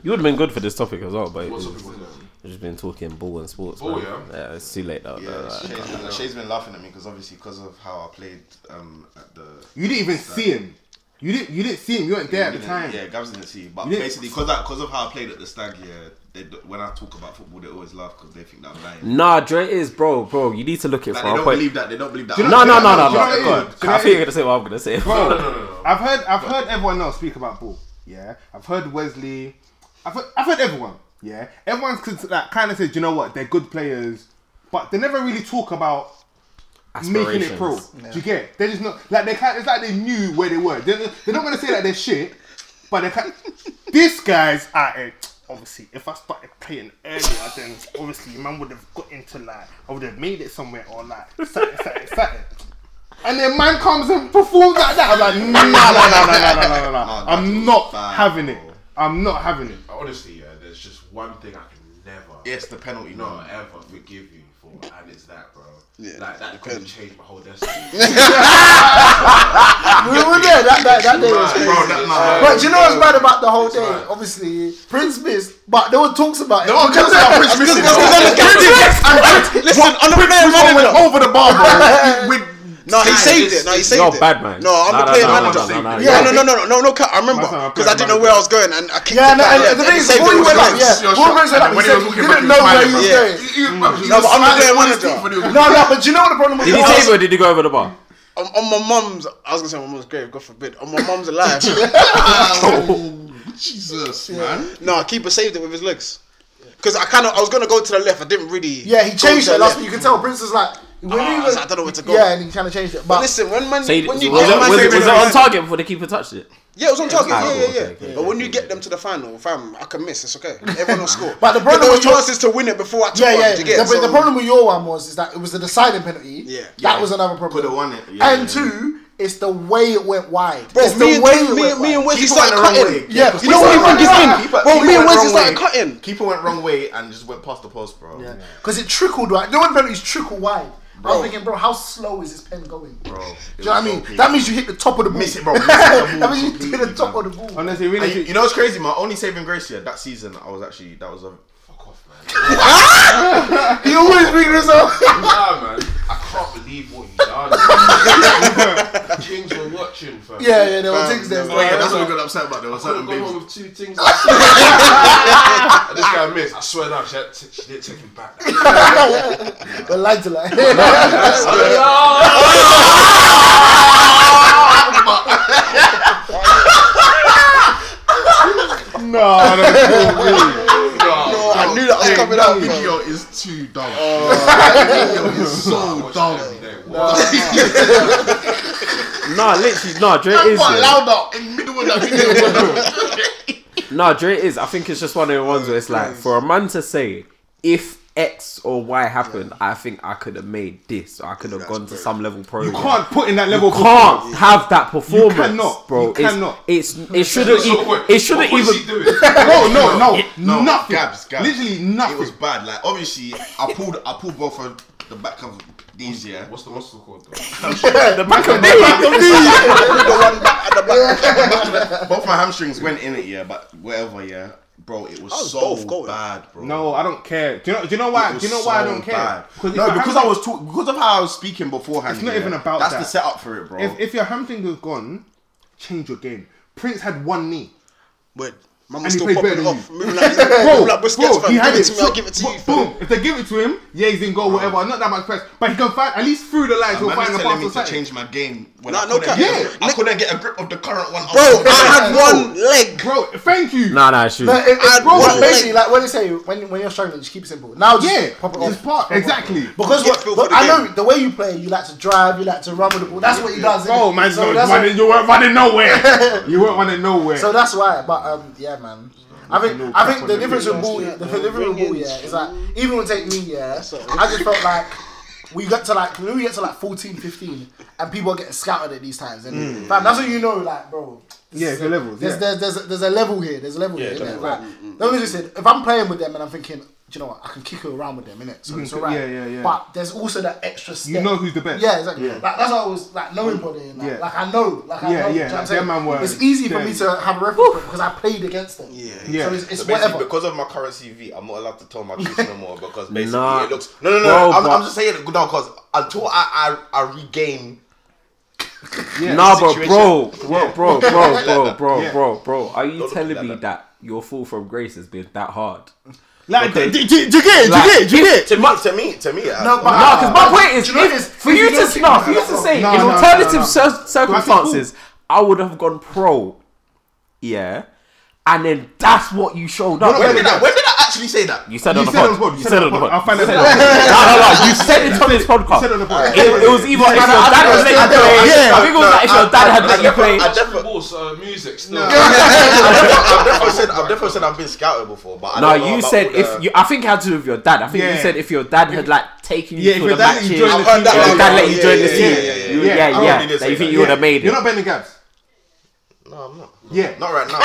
Speaker 4: You would have been good for this topic as well, but
Speaker 1: What's
Speaker 4: we've
Speaker 1: up with that?
Speaker 4: just been talking ball and sports.
Speaker 1: Ball,
Speaker 4: man.
Speaker 1: yeah?
Speaker 4: It's too late now.
Speaker 7: Yeah,
Speaker 4: though, like.
Speaker 7: Shay's been, Shay's been laughing at me because obviously because of how I played um, at the
Speaker 5: You didn't even see him. You didn't. You didn't see him. You weren't there at the
Speaker 7: Yeah,
Speaker 5: time.
Speaker 7: Yeah, Gavs didn't see. But
Speaker 5: You didn't-
Speaker 7: basically, because because of how I played at the Stag, yeah, they, d- when I talk about football, they always laugh because they think that I'm lying.
Speaker 4: Nah, Dre is, bro, bro. You need to look it
Speaker 7: Like,
Speaker 4: for
Speaker 7: they
Speaker 4: a
Speaker 7: don't
Speaker 4: point.
Speaker 7: believe that. They don't believe that.
Speaker 5: Do you
Speaker 4: No,
Speaker 5: know-
Speaker 4: no, no, no, no.
Speaker 5: Do you know
Speaker 4: God,
Speaker 5: what it is? Do you know
Speaker 4: I
Speaker 5: what
Speaker 4: think
Speaker 5: it
Speaker 4: you're gonna say what I'm gonna say.
Speaker 5: Bro,
Speaker 1: No, no, no, no.
Speaker 5: I've heard. I've heard everyone else speak about ball. Yeah, I've heard Wesley. I've heard, I've heard everyone. Yeah, everyone's cons- like, kind of says, you know what? They're good players, but they never really talk about making it pro.
Speaker 4: Aspirations.
Speaker 5: Do you get? it? They're just not like they kind. It's like they knew where they were. They're, they're not gonna say that they're shit, but they kind. this guy's at it. Obviously, if I started playing earlier, then obviously man would have got into like I would have made it somewhere or like something, something, something. And then man comes and performs like that. I'm like, nah, nah, nah, nah, nah, nah, nah, nah.
Speaker 7: Nah, that's
Speaker 5: I'm not
Speaker 7: bad,
Speaker 5: having it.
Speaker 7: bro.
Speaker 5: I'm not having it.
Speaker 1: Honestly, yeah. There's just one thing I can never.
Speaker 7: Yes, the penalty.
Speaker 1: No,
Speaker 7: No,
Speaker 1: ever forgive you for, and it's that, bro.
Speaker 3: Yeah,
Speaker 1: like that could
Speaker 3: depends.
Speaker 1: change my whole destiny.
Speaker 6: We were there that, that, that day. Was crazy.
Speaker 7: bro, that, nah.
Speaker 6: But do you know what's bad about the whole day?
Speaker 1: right.
Speaker 6: Obviously, Prince missed, but no one talks about it.
Speaker 7: one cares about Prince missing, bro.
Speaker 2: Listen, on the player manager.
Speaker 5: Over the bar, bro. with,
Speaker 2: No, he
Speaker 3: Nah,
Speaker 2: saved it.
Speaker 3: this-
Speaker 2: No, he
Speaker 3: this-
Speaker 2: saved
Speaker 4: You're
Speaker 2: it.
Speaker 4: bad, man.
Speaker 2: No, I'm
Speaker 4: Nah,
Speaker 2: the
Speaker 4: nah,
Speaker 2: player
Speaker 4: nah,
Speaker 2: manager.
Speaker 4: nah, nah, nah,
Speaker 2: yeah,
Speaker 6: yeah.
Speaker 2: no, no, no, no, no, no. cut. I remember
Speaker 5: That's not a
Speaker 2: because I
Speaker 5: player
Speaker 2: didn't know
Speaker 5: manager.
Speaker 2: where I was going, and I kicked
Speaker 6: Yeah,
Speaker 2: it
Speaker 6: no,
Speaker 2: back,
Speaker 6: and the
Speaker 2: and
Speaker 6: thing
Speaker 2: he
Speaker 6: is,
Speaker 2: saved
Speaker 6: before
Speaker 2: it.
Speaker 6: you
Speaker 2: It was
Speaker 6: went up,
Speaker 2: good.
Speaker 6: yeah, before you went up,
Speaker 5: when he was
Speaker 6: you
Speaker 5: looking back,
Speaker 6: didn't
Speaker 5: he
Speaker 6: know
Speaker 5: was
Speaker 6: where
Speaker 5: smiling,
Speaker 6: he
Speaker 5: bro.
Speaker 6: was going.
Speaker 2: No, but I'm the player manager.
Speaker 6: No, no, but do you know what the problem was?
Speaker 4: Did he
Speaker 6: I was-
Speaker 4: save it or did he go over the bar?
Speaker 3: On, on my mum's, I was gonna say my mum's grave. God forbid. On my mum's alive.
Speaker 7: Jesus, man.
Speaker 3: no, keeper saved it with his legs. Because I kind of, I was gonna go to the left. I didn't really.
Speaker 6: Yeah, he
Speaker 3: go
Speaker 6: changed it
Speaker 3: to the
Speaker 6: last
Speaker 3: left.
Speaker 6: week. You can tell Prince is like, When
Speaker 2: Ah,
Speaker 6: he
Speaker 2: I was like, I don't know where to go.
Speaker 6: Yeah, and he kind of changed it. But
Speaker 2: Listen, when man,
Speaker 4: So you,
Speaker 2: when
Speaker 4: was,
Speaker 2: you
Speaker 4: it,
Speaker 2: get
Speaker 4: was,
Speaker 2: man
Speaker 4: it,
Speaker 2: to
Speaker 4: was
Speaker 2: the
Speaker 4: it on
Speaker 2: final-
Speaker 4: target before the keeper touched it?
Speaker 2: Yeah, it was on target. Yeah,
Speaker 4: okay,
Speaker 2: yeah, yeah.
Speaker 4: okay,
Speaker 2: but when you get them to the final, fam, I can miss. It's okay. Everyone will score.
Speaker 6: But the
Speaker 2: But there
Speaker 6: problem
Speaker 2: was
Speaker 6: with your-
Speaker 2: chances to win it before I took
Speaker 6: yeah,
Speaker 2: one.
Speaker 6: yeah.
Speaker 2: do you get?
Speaker 6: The,
Speaker 2: So-
Speaker 6: the problem with your one was is that it was the deciding penalty.
Speaker 2: Yeah.
Speaker 6: that
Speaker 7: Yeah.
Speaker 6: was another problem.
Speaker 7: Coulda won it, yeah.
Speaker 6: and two, it's the way it went wide.
Speaker 2: Bro,
Speaker 6: it's
Speaker 2: me
Speaker 6: the
Speaker 2: and
Speaker 6: way
Speaker 2: me,
Speaker 6: it
Speaker 2: me,
Speaker 6: went
Speaker 2: me and
Speaker 6: wide.
Speaker 2: Wesley
Speaker 7: Keeper
Speaker 2: started
Speaker 7: went the wrong
Speaker 2: cutting.
Speaker 7: way.
Speaker 6: Yeah,
Speaker 2: you know what
Speaker 6: keeper
Speaker 2: even
Speaker 6: went
Speaker 2: this
Speaker 6: the
Speaker 2: thing?
Speaker 6: wrong
Speaker 2: Bro, me
Speaker 6: way.
Speaker 2: and
Speaker 7: went
Speaker 2: Wesley
Speaker 7: wrong
Speaker 2: started
Speaker 7: way.
Speaker 2: cutting.
Speaker 7: Keeper went wrong way and just went past the post, bro.
Speaker 6: because it trickled right. No one penalties trickle wide. I
Speaker 2: Bro.
Speaker 6: was thinking, bro, how slow is this pen going? Bro, do
Speaker 7: it
Speaker 6: you know what I
Speaker 7: was
Speaker 6: mean?
Speaker 7: so
Speaker 6: that means you hit the top of the ball.
Speaker 7: Miss it, bro. Miss it, the
Speaker 6: that
Speaker 7: ball
Speaker 6: means you hit the
Speaker 7: completely,
Speaker 6: top
Speaker 7: bro.
Speaker 6: of the ball.
Speaker 5: Honestly, really,
Speaker 7: And you, you know what's crazy? My only saving grace here that season, I was actually that was a fuck off, man.
Speaker 6: You always bring this up.
Speaker 1: Nah, man. I can't believe what you done. Kings were watching, fam.
Speaker 6: yeah, yeah, there were things there.
Speaker 7: Oh yeah, that's what we got upset about. There was certain
Speaker 1: Could have gone on
Speaker 7: things.
Speaker 1: with two things. I said. and this guy missed. I swear now, she, had t- she didn't take him back.
Speaker 6: But lie to lie.
Speaker 5: no, no, no,
Speaker 2: Oh, I knew that was coming out. bro.
Speaker 7: Video is too dumb. That video is so dumb.
Speaker 4: Nah, literally, nah, Dre is.
Speaker 7: What
Speaker 4: yeah.
Speaker 7: louder in middle of that video?
Speaker 4: Nah, Dre is. I think it's just one of the ones where it's like, for a man to say, if X or Y happened, I think I could have made this. Or I could have gone to some level pro.
Speaker 5: you can't put in that level.
Speaker 4: You
Speaker 5: of
Speaker 4: can't have that performance,
Speaker 5: cannot.
Speaker 4: bro.
Speaker 5: You
Speaker 4: It's-
Speaker 5: cannot.
Speaker 4: It's, it shouldn't. even it shouldn't
Speaker 1: what Was
Speaker 4: even.
Speaker 1: he doing?
Speaker 5: No, no, no,
Speaker 7: No,
Speaker 5: nothing.
Speaker 7: Gabs, Gabs.
Speaker 5: Literally nothing.
Speaker 7: It was bad. Like obviously, I pulled, I pulled both of the back of these. Yeah,
Speaker 1: What's the monster called? Though?
Speaker 4: The back of me.
Speaker 7: both my hamstrings went in it. Yeah, but whatever. Yeah, bro, it was,
Speaker 2: was
Speaker 7: so
Speaker 2: both going.
Speaker 7: bad, bro.
Speaker 5: No, I don't care. Do you know? Do you know why?
Speaker 7: It was
Speaker 5: Do you know why I
Speaker 7: so
Speaker 5: don't care?
Speaker 7: bad.
Speaker 5: if
Speaker 7: No,
Speaker 5: your
Speaker 7: because
Speaker 5: hamstring-
Speaker 7: I was talk- because of how I was speaking beforehand.
Speaker 5: It's not
Speaker 7: yeah,
Speaker 5: even about
Speaker 7: that's
Speaker 5: that.
Speaker 7: the setup for it, bro.
Speaker 5: If, if your hamstring was gone, change your game. Prince had one knee.
Speaker 2: Word. Man
Speaker 5: And
Speaker 2: was
Speaker 5: he
Speaker 2: still
Speaker 5: played
Speaker 2: popping
Speaker 5: better
Speaker 2: it
Speaker 5: than
Speaker 2: off. Moving like, moving like Busquets, fam. Give it to me, I'll
Speaker 5: So-
Speaker 2: give it to
Speaker 5: bo-
Speaker 2: you, fam.
Speaker 5: boom. If they give it to him, yeah, he's in goal, whatever. Not that much press, but he can find at least through the lines.
Speaker 7: Man
Speaker 5: He'll
Speaker 7: was
Speaker 5: find the
Speaker 7: telling
Speaker 5: pass
Speaker 7: me
Speaker 5: or
Speaker 7: to
Speaker 5: something.
Speaker 7: change my game when
Speaker 2: Nah,
Speaker 7: I,
Speaker 2: no
Speaker 7: couldn't
Speaker 2: cap.
Speaker 7: get,
Speaker 5: Yeah.
Speaker 7: I couldn't get a grip of the current one.
Speaker 2: Bro, I had
Speaker 5: Bro.
Speaker 2: one leg.
Speaker 5: Bro, thank you.
Speaker 4: Nah, nah, shoot.
Speaker 6: But it-
Speaker 2: I
Speaker 6: it- bro,
Speaker 2: want-
Speaker 6: basically, like when they say when when you're struggling, just keep it simple. Now, just
Speaker 5: Yeah,
Speaker 6: pop it
Speaker 5: it's
Speaker 6: off.
Speaker 5: part-
Speaker 6: Pop it off.
Speaker 5: exactly.
Speaker 6: Because
Speaker 2: Get
Speaker 6: what,
Speaker 2: feel
Speaker 6: but
Speaker 2: for the
Speaker 6: I know
Speaker 2: game.
Speaker 6: the way you play, you like to drive, you like to run with the ball. That's what he does.
Speaker 5: Oh
Speaker 6: innit?
Speaker 5: man,
Speaker 6: so
Speaker 5: no,
Speaker 6: that's
Speaker 5: running-
Speaker 6: why,
Speaker 5: you weren't running nowhere. you weren't running nowhere.
Speaker 6: so that's why. But um, yeah, man.
Speaker 5: Mm-hmm.
Speaker 6: I think I think the difference with ball, the, the difference with ball,
Speaker 2: Ringing.
Speaker 6: yeah, is like even with take me, yeah, I just felt like. We got to like when we get to like 14, 15 and people are getting scouted at these times, and fam, that's what you know, like, bro. this
Speaker 5: Mm. Yeah,
Speaker 6: is
Speaker 5: it's
Speaker 6: a-
Speaker 5: the levels,
Speaker 6: There's,
Speaker 5: yeah.
Speaker 6: there's, there's, there's a level here. There's a level here. Innit? Like, let me just say, if I'm playing with them and I'm thinking, do you know what, I can kick it around with them, innit? So it's
Speaker 5: can-
Speaker 6: alright.
Speaker 5: Mm-hmm. yeah, yeah, yeah.
Speaker 6: But there's also that extra step.
Speaker 5: You know who's the best.
Speaker 6: Yeah, exactly.
Speaker 5: Yeah.
Speaker 6: Like that's why I was like knowing body, and, like,
Speaker 5: Yeah.
Speaker 6: like I know, like I
Speaker 5: Yeah,
Speaker 6: know. do you
Speaker 5: yeah,
Speaker 6: know what I'm
Speaker 5: like,
Speaker 6: saying?
Speaker 5: them man were-
Speaker 6: It's easy for me
Speaker 5: Yeah.
Speaker 6: to have a reference point because I played against them. Yeah,
Speaker 5: yeah.
Speaker 6: So it's, it's
Speaker 2: So basically,
Speaker 6: whatever.
Speaker 2: because of my current CV, I'm not allowed to tell my truth no more because basically
Speaker 4: Nah.
Speaker 2: it looks. No, no, no.
Speaker 4: Bro,
Speaker 2: I'm,
Speaker 4: but-
Speaker 2: I'm just saying it no, because until I, I, I regain.
Speaker 4: Nah, bro,
Speaker 2: situation.
Speaker 4: bro, bro, bro, bro, bro,
Speaker 5: Yeah.
Speaker 4: bro, bro, bro. Are you
Speaker 2: Don't look
Speaker 4: telling
Speaker 2: like
Speaker 4: me
Speaker 2: that.
Speaker 4: that your fall from grace has been that hard?
Speaker 5: Like,
Speaker 4: Okay.
Speaker 5: do, do- do you get it? Do you
Speaker 4: Like,
Speaker 5: get it? Do you get it?
Speaker 2: To me, to me, to me. I-
Speaker 6: No, but-
Speaker 4: Nah, because my point is,
Speaker 6: Do you know
Speaker 4: if-
Speaker 6: this-
Speaker 4: for
Speaker 6: if
Speaker 4: you
Speaker 6: you
Speaker 4: to
Speaker 6: don't
Speaker 4: stop,
Speaker 6: think-
Speaker 4: for you to say
Speaker 5: No,
Speaker 4: in
Speaker 5: no, no,
Speaker 4: alternative
Speaker 5: no.
Speaker 4: cir- circumstances, I would have gone pro. Yeah, and then that's what you showed up.
Speaker 5: You're not
Speaker 2: when, did I, when did I actually say that?
Speaker 4: You said
Speaker 5: You
Speaker 4: on the
Speaker 5: said on the
Speaker 4: pod.
Speaker 5: pod,
Speaker 4: You said on the pod.
Speaker 5: I'll find
Speaker 4: You
Speaker 5: it
Speaker 4: said
Speaker 5: out.
Speaker 4: on the pod. No, no, no. You said it on this podcast.
Speaker 5: said it on the pod.
Speaker 4: It it was either if your dad was letting you play. I think it was like if your dad had let you play.
Speaker 2: I definitely,
Speaker 1: Balls, uh, music still.
Speaker 2: I've definitely said, I've definitely said I've been scouted before, but I
Speaker 4: No,
Speaker 2: don't know
Speaker 4: you
Speaker 2: about
Speaker 4: said
Speaker 2: all the-
Speaker 4: if you. I think it had to do with your dad. I think
Speaker 5: Yeah.
Speaker 4: you said if your dad had like taken you
Speaker 5: Yeah, if
Speaker 4: to
Speaker 5: your
Speaker 4: the
Speaker 5: dad let
Speaker 4: matches.
Speaker 5: you
Speaker 4: Your
Speaker 5: join
Speaker 2: I've heard
Speaker 5: the
Speaker 2: that
Speaker 5: team.
Speaker 2: one.
Speaker 4: dad let
Speaker 2: Yeah,
Speaker 4: you join the
Speaker 2: yeah, yeah, yeah,
Speaker 4: team. You-
Speaker 5: yeah, yeah.
Speaker 4: Yeah,
Speaker 5: I
Speaker 4: yeah.
Speaker 2: already did
Speaker 4: That you
Speaker 2: say
Speaker 4: think
Speaker 2: that.
Speaker 4: you would have made
Speaker 5: You're
Speaker 4: it?
Speaker 5: not bending gaps.
Speaker 2: No, I'm not.
Speaker 5: Yeah.
Speaker 2: Not right now.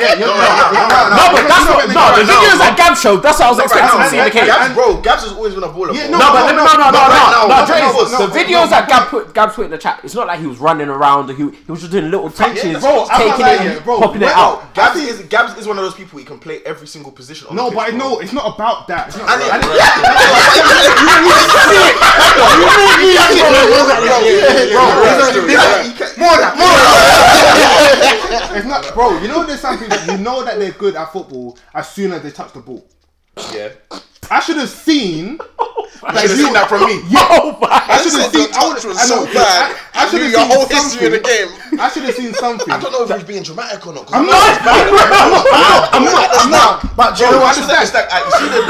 Speaker 5: Yeah, you're not. You're not.
Speaker 4: No, but that's what. No,
Speaker 2: right
Speaker 4: the thing
Speaker 2: now.
Speaker 4: is that Gab showed. That's what I was expecting
Speaker 5: now.
Speaker 4: to see in the
Speaker 5: Yeah,
Speaker 4: case.
Speaker 2: Gabs, bro, Gabs has always been a baller.
Speaker 5: Yeah,
Speaker 2: bro.
Speaker 5: no,
Speaker 4: No, but let me, no, no,
Speaker 2: not right
Speaker 4: no, no,
Speaker 2: now.
Speaker 4: no,
Speaker 2: Not right
Speaker 4: James,
Speaker 2: now.
Speaker 4: the
Speaker 5: No,
Speaker 4: videos
Speaker 5: no,
Speaker 4: that Gab put, Gab put in the chat, it's not like he was running around, he, he was just doing little touches,
Speaker 5: bro, I'm
Speaker 4: taking
Speaker 5: not
Speaker 4: it,
Speaker 5: lying,
Speaker 4: and
Speaker 5: bro.
Speaker 4: popping it
Speaker 5: We're
Speaker 4: out.
Speaker 2: Gabs is Gabs is one of those people he can play every single position. On
Speaker 5: No,
Speaker 2: the
Speaker 5: but I
Speaker 2: pitch, bro.
Speaker 5: know it's not about that. It's not
Speaker 2: And
Speaker 5: about-
Speaker 2: it-
Speaker 5: It's not, bro. You know, there's something that you know that they're good at football as soon as they touch the ball.
Speaker 2: Yeah.
Speaker 5: I should have seen
Speaker 2: should have seen that from me.
Speaker 4: Oh my!
Speaker 2: I should have seen.
Speaker 5: seen- I
Speaker 2: I
Speaker 5: would-
Speaker 2: was
Speaker 5: I
Speaker 2: so
Speaker 5: know.
Speaker 2: bad.
Speaker 5: I- I
Speaker 2: I should have
Speaker 5: should've
Speaker 2: your
Speaker 5: seen
Speaker 2: whole history in the game.
Speaker 5: I should have seen something.
Speaker 2: I don't know if he's being dramatic or not.
Speaker 5: I'm not. I'm not. I'm not. I'm not. But
Speaker 2: Bro, I should have stack. You see the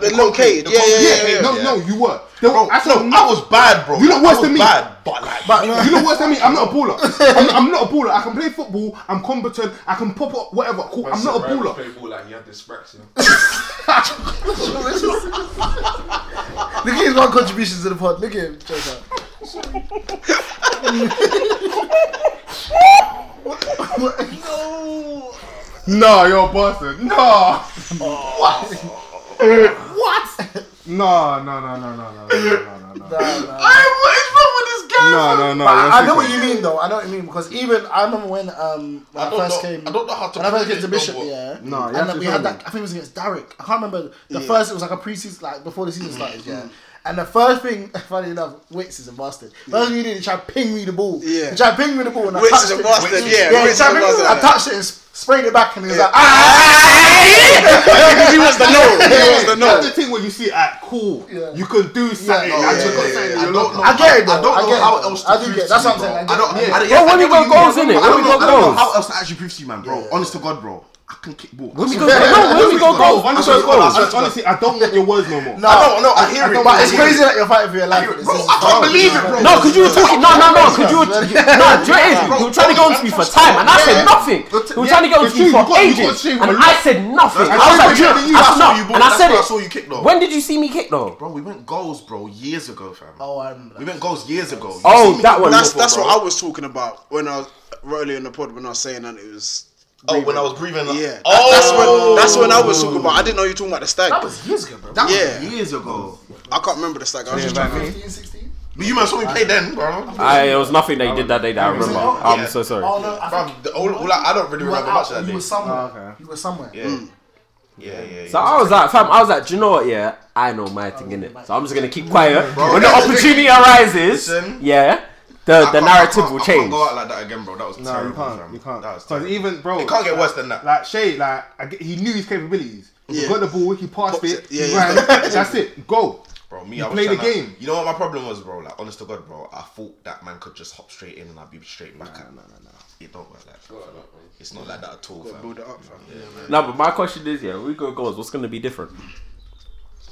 Speaker 2: the the, the locate. Yeah, yeah, yeah, yeah.
Speaker 5: No,
Speaker 2: yeah.
Speaker 5: no, you were. There were- I
Speaker 2: I,
Speaker 5: said
Speaker 2: no, I was bad, bro.
Speaker 5: You know worse
Speaker 2: I was
Speaker 5: than me.
Speaker 2: Bad, but like,
Speaker 5: you know what's I mean? I'm not a baller. I'm, I'm not a baller. I can play football. I'm competent. I can pop up whatever. Cool. I'm not a baller.
Speaker 1: Play ball like he had dyspraxia.
Speaker 6: Look at his one contribution to the pod. Look at him. Check that.
Speaker 5: No, you're a person. No. What?
Speaker 6: What?
Speaker 5: No, no, no, no, no, no, no, no,
Speaker 6: Nah, nah.
Speaker 5: no. No, no, no.
Speaker 6: But I, I know
Speaker 5: you're
Speaker 6: what you mean though. I know what you mean because even I remember when um when I,
Speaker 2: I don't
Speaker 6: first
Speaker 2: know-
Speaker 6: came.
Speaker 2: I don't know how to
Speaker 6: When I first
Speaker 2: put
Speaker 6: came to
Speaker 2: it,
Speaker 6: Bishop,
Speaker 2: but-
Speaker 6: yeah.
Speaker 5: No,
Speaker 6: and
Speaker 5: you have
Speaker 6: then
Speaker 5: to
Speaker 6: we
Speaker 5: tell
Speaker 6: had
Speaker 5: me.
Speaker 6: that. I think it was against Derek. I can't remember the first. It was like a preseason, like before the
Speaker 2: Mm-hmm.
Speaker 6: season started. Yeah. And the first thing, funny enough, Wits is a bastard. First thing he did, he tried to ping me the ball.
Speaker 3: Yeah.
Speaker 6: He tried to ping me the ball, and I
Speaker 2: Wits
Speaker 6: touched
Speaker 2: is a
Speaker 6: it.
Speaker 2: bastard, yeah,
Speaker 6: yeah he
Speaker 2: Wits is
Speaker 6: tried to
Speaker 2: a
Speaker 6: ping me the ball, I
Speaker 2: bastard.
Speaker 6: touched it and sprayed it back, and he was like, ah.
Speaker 2: he wants to know. He wants to know.
Speaker 5: That's the thing where you see, at cool,
Speaker 6: Yeah.
Speaker 5: you can do something.
Speaker 6: yeah,
Speaker 5: I
Speaker 6: yeah,
Speaker 5: just got
Speaker 6: yeah,
Speaker 2: I
Speaker 5: something. You're
Speaker 2: don't know.
Speaker 5: not-
Speaker 6: I get it, though.
Speaker 2: I don't
Speaker 6: I
Speaker 2: know
Speaker 6: get it,
Speaker 2: how
Speaker 6: though.
Speaker 2: else to
Speaker 6: I do
Speaker 2: prove
Speaker 6: get
Speaker 2: to
Speaker 6: it. That's
Speaker 2: you,
Speaker 6: what I'm saying,
Speaker 2: bro. I
Speaker 6: I get
Speaker 2: don't.
Speaker 6: it.
Speaker 2: I don't-
Speaker 4: Yeah, when we
Speaker 2: I don't
Speaker 4: got goals,
Speaker 2: even know-
Speaker 4: innit?
Speaker 2: I don't
Speaker 4: When we
Speaker 2: know-
Speaker 4: got
Speaker 2: I don't know
Speaker 4: goals.
Speaker 2: How else to actually prove to you, man, bro? Honest to God, bro, I can kick balls.
Speaker 4: When we go, no, when we go goals, when we
Speaker 5: Honestly,
Speaker 4: go goals.
Speaker 5: honestly, honestly, I don't want your words no more.
Speaker 2: I don't know. I hear it.
Speaker 6: But it's crazy that you're fighting for your life.
Speaker 2: Bro, I can't believe it, bro.
Speaker 4: No, because you were talking. No, no, no. Because you were. No, do you know what it is? You were trying to get on to me for time, and I said nothing. You were trying to get on
Speaker 5: it's
Speaker 4: to me
Speaker 5: true,
Speaker 4: for
Speaker 5: you got- you got
Speaker 4: ages,
Speaker 5: shame
Speaker 4: and
Speaker 5: a
Speaker 4: I
Speaker 5: lot.
Speaker 4: said nothing. I was
Speaker 5: I saw
Speaker 4: like,
Speaker 5: you-
Speaker 4: "Do you know-
Speaker 2: I
Speaker 4: I
Speaker 2: saw
Speaker 4: saw-
Speaker 2: you, bro.
Speaker 4: and I
Speaker 2: That's
Speaker 4: said
Speaker 2: why I
Speaker 4: it.
Speaker 2: saw you kick, though.
Speaker 4: When did you see me kick though?
Speaker 2: Bro, we went goals, bro, years ago, fam.
Speaker 6: Oh, I'm.
Speaker 2: We went goals years ago. You
Speaker 4: Oh,
Speaker 2: see me-
Speaker 4: that one.
Speaker 3: That's that's
Speaker 2: bro.
Speaker 3: what I was talking about when I was earlier in the pod when I was saying that it was.
Speaker 2: Oh, when I was breathing. like-
Speaker 3: Yeah,
Speaker 2: Oh,
Speaker 3: that's when that's when I was talking about. I didn't know you were talking about the stag.
Speaker 6: That was years ago, bro.
Speaker 2: that
Speaker 3: yeah.
Speaker 2: was years ago.
Speaker 3: I can't remember the stag. I was just trying.
Speaker 6: 15, 16?
Speaker 2: But you man saw me play then, bro.
Speaker 4: I, it was nothing they did that day that I remember. I'm so sorry.
Speaker 6: Oh, no, I think-
Speaker 2: Bro, the, all, all, I, I don't really
Speaker 6: You were,
Speaker 2: remember much of
Speaker 6: out,
Speaker 2: that
Speaker 6: you
Speaker 2: day.
Speaker 6: were somewhere.
Speaker 5: Oh, okay.
Speaker 6: You were somewhere.
Speaker 2: Yeah.
Speaker 5: Mm.
Speaker 2: yeah, yeah, yeah.
Speaker 4: So I was like, fam, I was like, do you know what? Yeah, I know my thing in it. So I'm just gonna keep quiet. when the opportunity arises,
Speaker 2: Listen.
Speaker 4: yeah, the the
Speaker 2: can't- I
Speaker 4: narrative
Speaker 2: can't-
Speaker 4: will
Speaker 2: I can't
Speaker 4: change.
Speaker 2: go out like that again, bro. That was
Speaker 5: No, you
Speaker 2: terrible.
Speaker 5: can't.
Speaker 2: fam.
Speaker 5: You can't.
Speaker 2: That was
Speaker 5: Because
Speaker 2: terrible.
Speaker 5: even bro,
Speaker 2: It can't get worse than that.
Speaker 5: Like Shay, like I get, he knew his capabilities. He
Speaker 3: Yeah.
Speaker 5: got the ball, he passed
Speaker 3: Popped
Speaker 5: it.
Speaker 3: it. Yeah,
Speaker 5: he
Speaker 3: yeah.
Speaker 5: ran. That's it. Go.
Speaker 2: Bro, me,
Speaker 5: You
Speaker 2: I was
Speaker 5: play the
Speaker 2: trying to-
Speaker 5: game.
Speaker 2: You know what my problem was, bro? Like, honest to God, bro, I thought that man could just hop straight in and I'd be straight back. No, no, no, no. It don't work like that. It's not like that at all, fam.
Speaker 3: Build it up, fam.
Speaker 4: No, but my question is, yeah, when we go goals. What's gonna be different?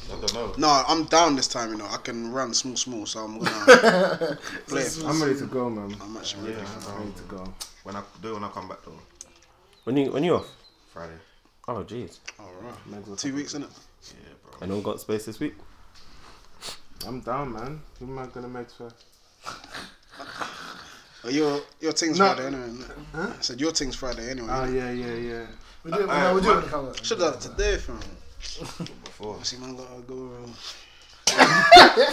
Speaker 2: I don't know.
Speaker 3: No, I'm down this time. You know, I can run small, small, so I'm gonna play. it.
Speaker 5: I'm ready to go, man.
Speaker 3: I'm actually ready.
Speaker 5: I'm ready to go.
Speaker 2: When I do it when I come back though,
Speaker 4: When you when you off?
Speaker 2: Friday.
Speaker 4: Oh jeez,
Speaker 3: All right, two weeks in it.
Speaker 2: Yeah, bro.
Speaker 4: anyone got space this week?
Speaker 5: I'm down, man. Who am I gonna make first?
Speaker 3: Your your thing's
Speaker 5: No.
Speaker 3: Friday anyway. innit? I said your thing's Friday anyway.
Speaker 5: Oh yeah, yeah, yeah.
Speaker 6: We do it.
Speaker 2: Uh,
Speaker 6: no, we do it
Speaker 2: uh,
Speaker 6: when it comes up.
Speaker 3: Should have today, fam.
Speaker 2: Before.
Speaker 3: See, man, gotta go. uh,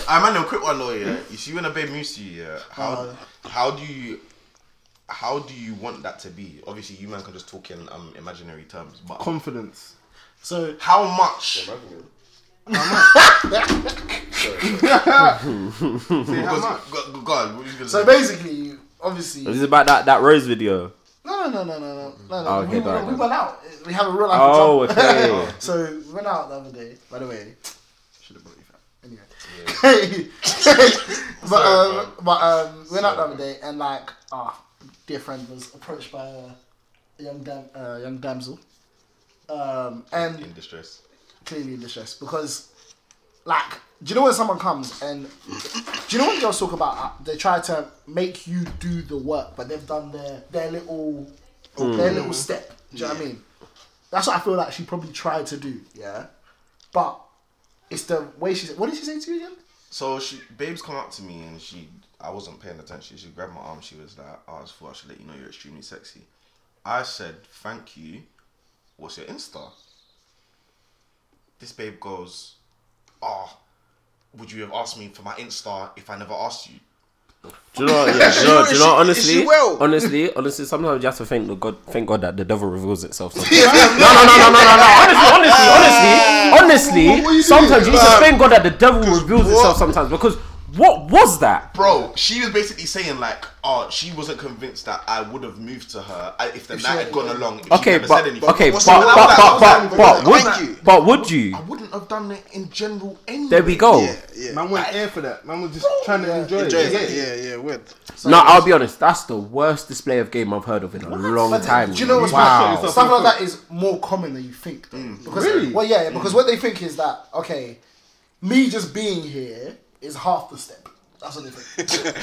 Speaker 2: I man, a quick one though. Yeah,
Speaker 5: Hmm?
Speaker 2: you see when a babe moves to you, yeah,
Speaker 5: Uh,
Speaker 2: how how do you how do you want that to be? Obviously, you man can just talk in um imaginary terms, but
Speaker 5: Confidence.
Speaker 6: So
Speaker 2: how much?
Speaker 5: Say how much?
Speaker 2: God, God, what you gonna
Speaker 6: so
Speaker 2: say?
Speaker 6: basically, you- obviously,
Speaker 4: This
Speaker 6: no,
Speaker 4: is about that that Rose video.
Speaker 6: no, no, no, no, no, no. no.
Speaker 4: Oh, okay,
Speaker 6: we,
Speaker 4: alright,
Speaker 6: we
Speaker 4: then.
Speaker 6: went out. We have a real life.
Speaker 4: Oh,
Speaker 6: example.
Speaker 4: okay.
Speaker 6: So we went out the other day. By the way, should have brought you that. Anyway, but um, but um, we went out the other day, and like our dear friend was approached by a young dam- uh, young damsel, um, and
Speaker 2: in distress.
Speaker 6: clearly in distress because, like, do you know when someone comes and do you know when girls talk about uh, they try to make you do the work, but they've done their their little
Speaker 2: Mm.
Speaker 6: their little step. Do you know what I mean? That's what I feel like she probably tried to do. Yeah, but it's the way she said. What did she say to you again?
Speaker 2: So she, babes, come up to me and she, I wasn't paying attention. She grabbed my arm. She was like, "Oh, "I was thought I should let you know you're extremely sexy." I said, "Thank you." What's your Insta? This babe goes, "Ah, would you have asked me for my Insta if I never asked you?"
Speaker 4: Do you know? what- Yeah, do you know? Do you know? Honestly,
Speaker 3: she well?
Speaker 4: honestly, honestly, sometimes you have to thank the God, thank God that the devil reveals itself. Sometimes. no, no, no, no, no, no, no. Honestly, honestly, honestly, honestly.
Speaker 5: What- what are you doing?
Speaker 4: sometimes you need to thank God that the devil reveals itself sometimes because What was that?
Speaker 2: Bro, she was basically saying like, oh, she wasn't convinced that I would have moved to her I- if the night had gone along. If she
Speaker 4: Okay,
Speaker 2: never said
Speaker 4: but
Speaker 2: anything.
Speaker 4: okay, but
Speaker 2: What's the-
Speaker 4: but
Speaker 2: I was
Speaker 4: but
Speaker 2: like,
Speaker 4: but
Speaker 2: I was
Speaker 4: but
Speaker 2: like, thank
Speaker 4: would
Speaker 2: you.
Speaker 4: but would you?
Speaker 2: I wouldn't have done it in general anyway.
Speaker 4: There we go.
Speaker 5: Man went air for that. Man was just trying to enjoy,
Speaker 3: Enjoy
Speaker 5: it.
Speaker 3: it.
Speaker 5: Yeah.
Speaker 3: Yeah, yeah, weird.
Speaker 4: No, I'll be honest. That's the worst display of game I've heard of in a long time.
Speaker 6: Do you know what's
Speaker 4: wow.
Speaker 6: mad? Stuff like that is more common than you think, though. Because,
Speaker 5: Really?
Speaker 6: Well, yeah, because what they think is that okay, me just being here is half the step. That's what they think.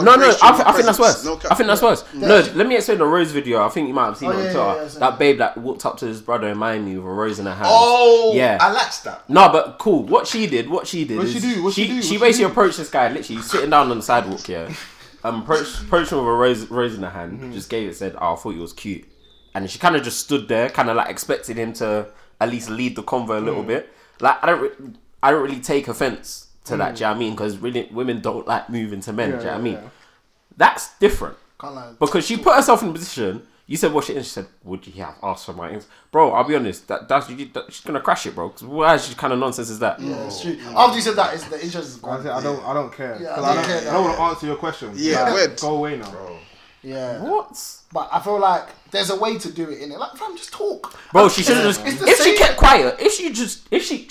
Speaker 4: No, no, I,
Speaker 2: Outraged
Speaker 4: th- I think that's worse.
Speaker 2: No cap.
Speaker 4: I think that's worse. No, let me explain the Rose video. I think you might have seen
Speaker 6: Oh,
Speaker 4: it on
Speaker 6: yeah,
Speaker 4: Twitter.
Speaker 6: yeah, yeah, yeah.
Speaker 4: that babe that walked up to his brother in Miami with a rose in her hand.
Speaker 2: Oh,
Speaker 4: yeah.
Speaker 2: I liked that.
Speaker 4: No, but cool. What she did, what she did
Speaker 5: What
Speaker 4: is
Speaker 5: she do? What she
Speaker 4: she,
Speaker 5: do? What she
Speaker 4: basically
Speaker 5: do?
Speaker 4: approached this guy, literally he's sitting down on the sidewalk, yeah. Um, approached, approached him with a rose, rose in her hand,
Speaker 5: Mm-hmm.
Speaker 4: just gave it, said, "Oh, I thought you was cute," and she kind of just stood there, kind of like expected him to at least lead the convo a
Speaker 5: Mm.
Speaker 4: little bit. Like I don't, re- I don't really take offense to that. Do you know what I mean? Because really, women don't like moving to men. do you know what I mean?
Speaker 5: Mm. yeah.
Speaker 4: That's different.
Speaker 6: Can't lie.
Speaker 4: Because she put herself in a position. You said what she and she said, "Would you have asked for my ins-" bro?" I'll be honest. That that's you, that, she's gonna crash it, bro. 'cause What actually kind of nonsense is that?
Speaker 6: Yeah, it's true. After you said that, it's, the interest is
Speaker 5: I,
Speaker 6: gone.
Speaker 5: said, I don't. I don't care. 'Cause
Speaker 6: Yeah, I
Speaker 5: I
Speaker 6: don't
Speaker 5: don't,
Speaker 6: care
Speaker 5: I
Speaker 6: now.
Speaker 5: don't want to answer your question.
Speaker 3: Yeah,
Speaker 5: Like,
Speaker 3: weird.
Speaker 5: Go away now.
Speaker 6: Yeah.
Speaker 4: What,
Speaker 6: But I feel like there's a way to do it in it. Like, fam, just talk.
Speaker 4: bro? She should have just.
Speaker 6: It's the
Speaker 4: If she
Speaker 6: same-
Speaker 4: kept quiet, if she just, if she.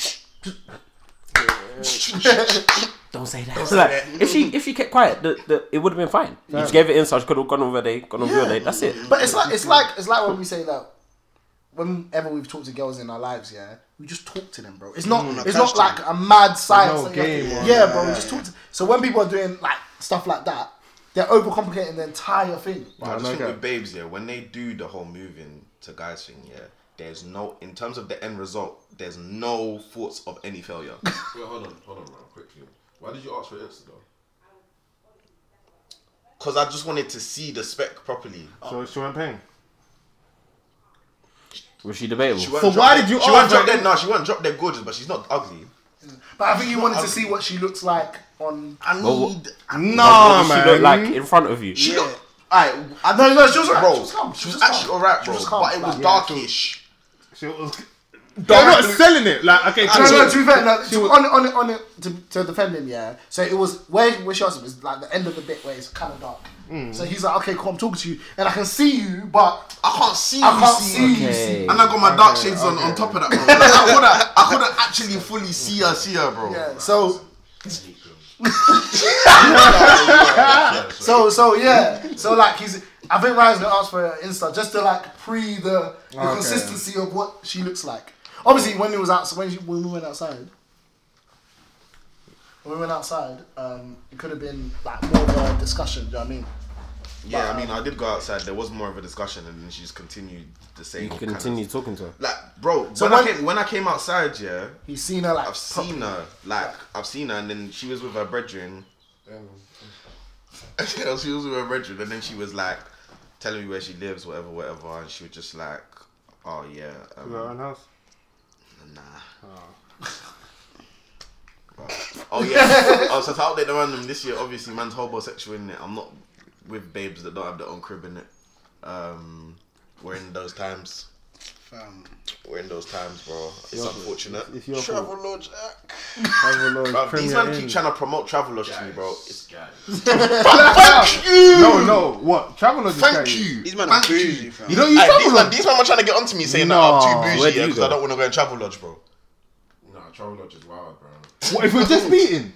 Speaker 4: Don't say that. Like, If she if she kept quiet, the, the, it would have been fine. You just gave it inside. She could have gone over there, gone over your day. That's it.
Speaker 6: But it's like it's like it's like when we say that whenever we've talked to girls in our lives, yeah, we just talk to them, bro. It's not it's not like a mad science.
Speaker 5: no
Speaker 6: that you have to-
Speaker 5: game or-
Speaker 6: yeah, bro. we just talk to. So when people are doing like stuff like that, they're overcomplicating the entire thing.
Speaker 2: I just
Speaker 5: no
Speaker 2: think
Speaker 5: cap.
Speaker 2: with babes, yeah, when they do the whole moving to guys thing, yeah, there's no in terms of the end result, there's no thoughts of any failure.
Speaker 7: Wait, hold on, hold on, man, quickly. Why did you ask for Insta though?
Speaker 2: Cause I just wanted to see the spec properly.
Speaker 5: So she went paying.
Speaker 4: Was she debatable?
Speaker 2: She won't
Speaker 5: So
Speaker 2: drop
Speaker 5: why
Speaker 2: dead-
Speaker 5: did you
Speaker 2: She won't
Speaker 5: ask
Speaker 2: drop
Speaker 5: her-
Speaker 2: dead. No, she won't drop dead gorgeous, but she's not ugly.
Speaker 6: But I think you wanted to see what she looks like on.
Speaker 2: I need.
Speaker 5: Nah,
Speaker 4: What does she look like in front of you?
Speaker 2: She looked. Alright, I
Speaker 6: No, no, she was alright,
Speaker 2: bro.
Speaker 6: she was calm, she
Speaker 2: She was
Speaker 6: was
Speaker 2: actually
Speaker 6: calm.
Speaker 2: alright,
Speaker 6: She
Speaker 2: bro.
Speaker 6: was calm,
Speaker 2: But it was
Speaker 6: like, yeah,
Speaker 2: darkish.
Speaker 5: She was. They're not selling it. Like okay.
Speaker 6: No,
Speaker 5: cool.
Speaker 6: no, to be fair, no,
Speaker 5: She
Speaker 6: to-
Speaker 5: was-
Speaker 6: on, on, on it, to, to defend him, yeah. So it was where, where she asked him, is like the end of the bit where it's kind of dark.
Speaker 5: Hmm.
Speaker 6: So he's like, okay, cool, I'm talking to you, and I can see you, but
Speaker 2: I can't see.
Speaker 6: I
Speaker 2: you,
Speaker 6: can't
Speaker 2: see.
Speaker 6: see you.
Speaker 4: Okay.
Speaker 2: And I got my dark shades on on top of that, bro. Like, I couldn't, I couldn't actually fully see her, see her, bro.
Speaker 6: Yeah, so. so so yeah, so like he's. I think Ryan's gonna ask for her Insta just to like pre the, the
Speaker 5: Okay.
Speaker 6: consistency of what she looks like. Obviously, when it was out, when, she, when we went outside, when we went outside, um, it could have been like more of a discussion. Do you know what I mean?
Speaker 2: Yeah, I mean,
Speaker 6: um,
Speaker 2: I did go outside. There was more of a discussion, and then she just continued the same.
Speaker 4: You
Speaker 2: kind of-
Speaker 4: continue talking to her.
Speaker 2: like, bro,
Speaker 6: So
Speaker 2: when, I
Speaker 6: when-
Speaker 2: came, when I came outside, yeah,
Speaker 6: He's seen her like.
Speaker 2: I've seen her. Like, I've seen her, and then she was with her brethren.
Speaker 6: Um,
Speaker 2: she was with her brethren, and then she was like telling me where she lives, whatever, whatever, and she was just like, "Oh yeah, um,
Speaker 5: Your own house.
Speaker 2: nah." Oh yeah. oh, so to update the random this year, obviously, man's homosexual in it. I'm not with babes that don't have their own crib in it. Um, we're in those times.
Speaker 3: Fam.
Speaker 2: We're in those times, bro. It's unfortunate.
Speaker 5: It's your fault.
Speaker 3: Travel Lord Jack.
Speaker 5: Travel Lodge,
Speaker 2: Bruv, these
Speaker 5: Premier
Speaker 2: men keep
Speaker 5: Inn.
Speaker 2: trying to promote travel lodge to me, bro. It's,
Speaker 7: Guys,
Speaker 2: thank you.
Speaker 5: No, no. What? Travel Lodge is
Speaker 2: Thank
Speaker 5: crazy.
Speaker 2: you.
Speaker 3: These men are
Speaker 2: Thank you.
Speaker 3: bougie, fam.
Speaker 5: You don't use
Speaker 2: Aye, these,
Speaker 5: travel
Speaker 2: man,
Speaker 5: lodge.
Speaker 2: these men are trying to get onto me saying that
Speaker 5: No,
Speaker 2: I'm too
Speaker 4: where do
Speaker 2: bougie
Speaker 4: you
Speaker 2: because
Speaker 4: go?
Speaker 2: I don't want to go in travel lodge, bro.
Speaker 7: nah, travel lodge is wild, bro.
Speaker 5: What if we're just meeting?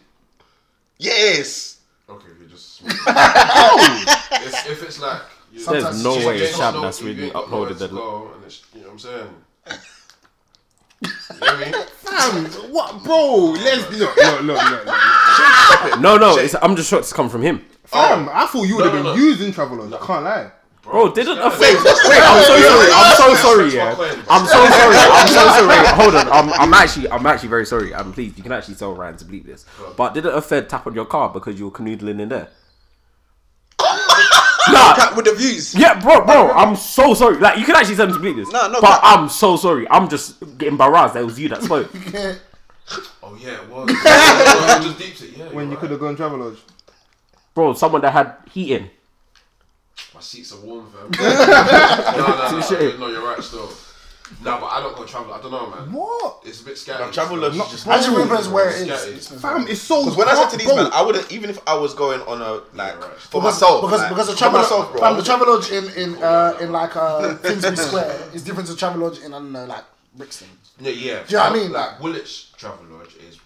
Speaker 2: Yes.
Speaker 7: Okay, if you just.
Speaker 1: Oh!
Speaker 7: if, if it's like. You,
Speaker 4: There's no
Speaker 7: you
Speaker 4: way
Speaker 7: ain't got
Speaker 4: Shab
Speaker 7: no-
Speaker 4: that's
Speaker 7: you
Speaker 4: really
Speaker 7: ain't got nowhere
Speaker 4: uploaded
Speaker 7: to
Speaker 4: the
Speaker 7: go and it's, You know what I'm saying? you know what I mean?
Speaker 5: Damn, what, bro? Let's look, look, look, look. look.
Speaker 4: No, no, it's, I'm just shocked it's come from him.
Speaker 5: Fam, I thought you would have
Speaker 7: no, no.
Speaker 5: been using travel lodge. I can't lie.
Speaker 4: Bro, didn't a wait, wait, I'm so sorry. I'm so sorry, yeah.
Speaker 7: coin, bro.
Speaker 4: I'm so sorry. I'm so sorry. Hold on. I'm, I'm actually I'm actually very sorry. I'm pleased. You can actually tell Ryan to bleep this. But didn't a Fed tap on your car because you were canoodling in there? nah.
Speaker 3: Cat with the views.
Speaker 4: Yeah, bro, bro, I'm so sorry. Like, you can actually tell him to bleep this.
Speaker 3: No, no,
Speaker 4: But
Speaker 3: but-
Speaker 4: I'm so sorry. I'm just embarrassed that it was you that spoke.
Speaker 7: Oh, yeah, it was. I just deeped it, yeah.
Speaker 5: When you could have gone travel lodge.
Speaker 4: Bro, someone that had heating.
Speaker 7: My seats are warm, fam. no, no, no, no, no, you're right, still.
Speaker 1: No, but I don't go travel. I don't know, man.
Speaker 5: What?
Speaker 1: It's a bit scary.
Speaker 2: Now, travel looks
Speaker 1: It's
Speaker 2: just-
Speaker 6: I just remember it's where it
Speaker 1: Scary.
Speaker 6: is.
Speaker 5: Fam, it's so.
Speaker 2: Because when I said to these
Speaker 5: bro,
Speaker 2: man, I wouldn't even if I was going on a like
Speaker 1: right.
Speaker 2: for myself
Speaker 6: because
Speaker 2: like,
Speaker 6: because the
Speaker 2: for
Speaker 6: travel
Speaker 2: myself, bro. I
Speaker 6: fam, the
Speaker 2: would-
Speaker 6: travel lodge in in uh, in like uh, Finsbury Square is different to travel lodge in I don't know like Brixton.
Speaker 1: Yeah, yeah.
Speaker 6: Do you know what I mean?
Speaker 1: Like Woolwich Travel Lodge is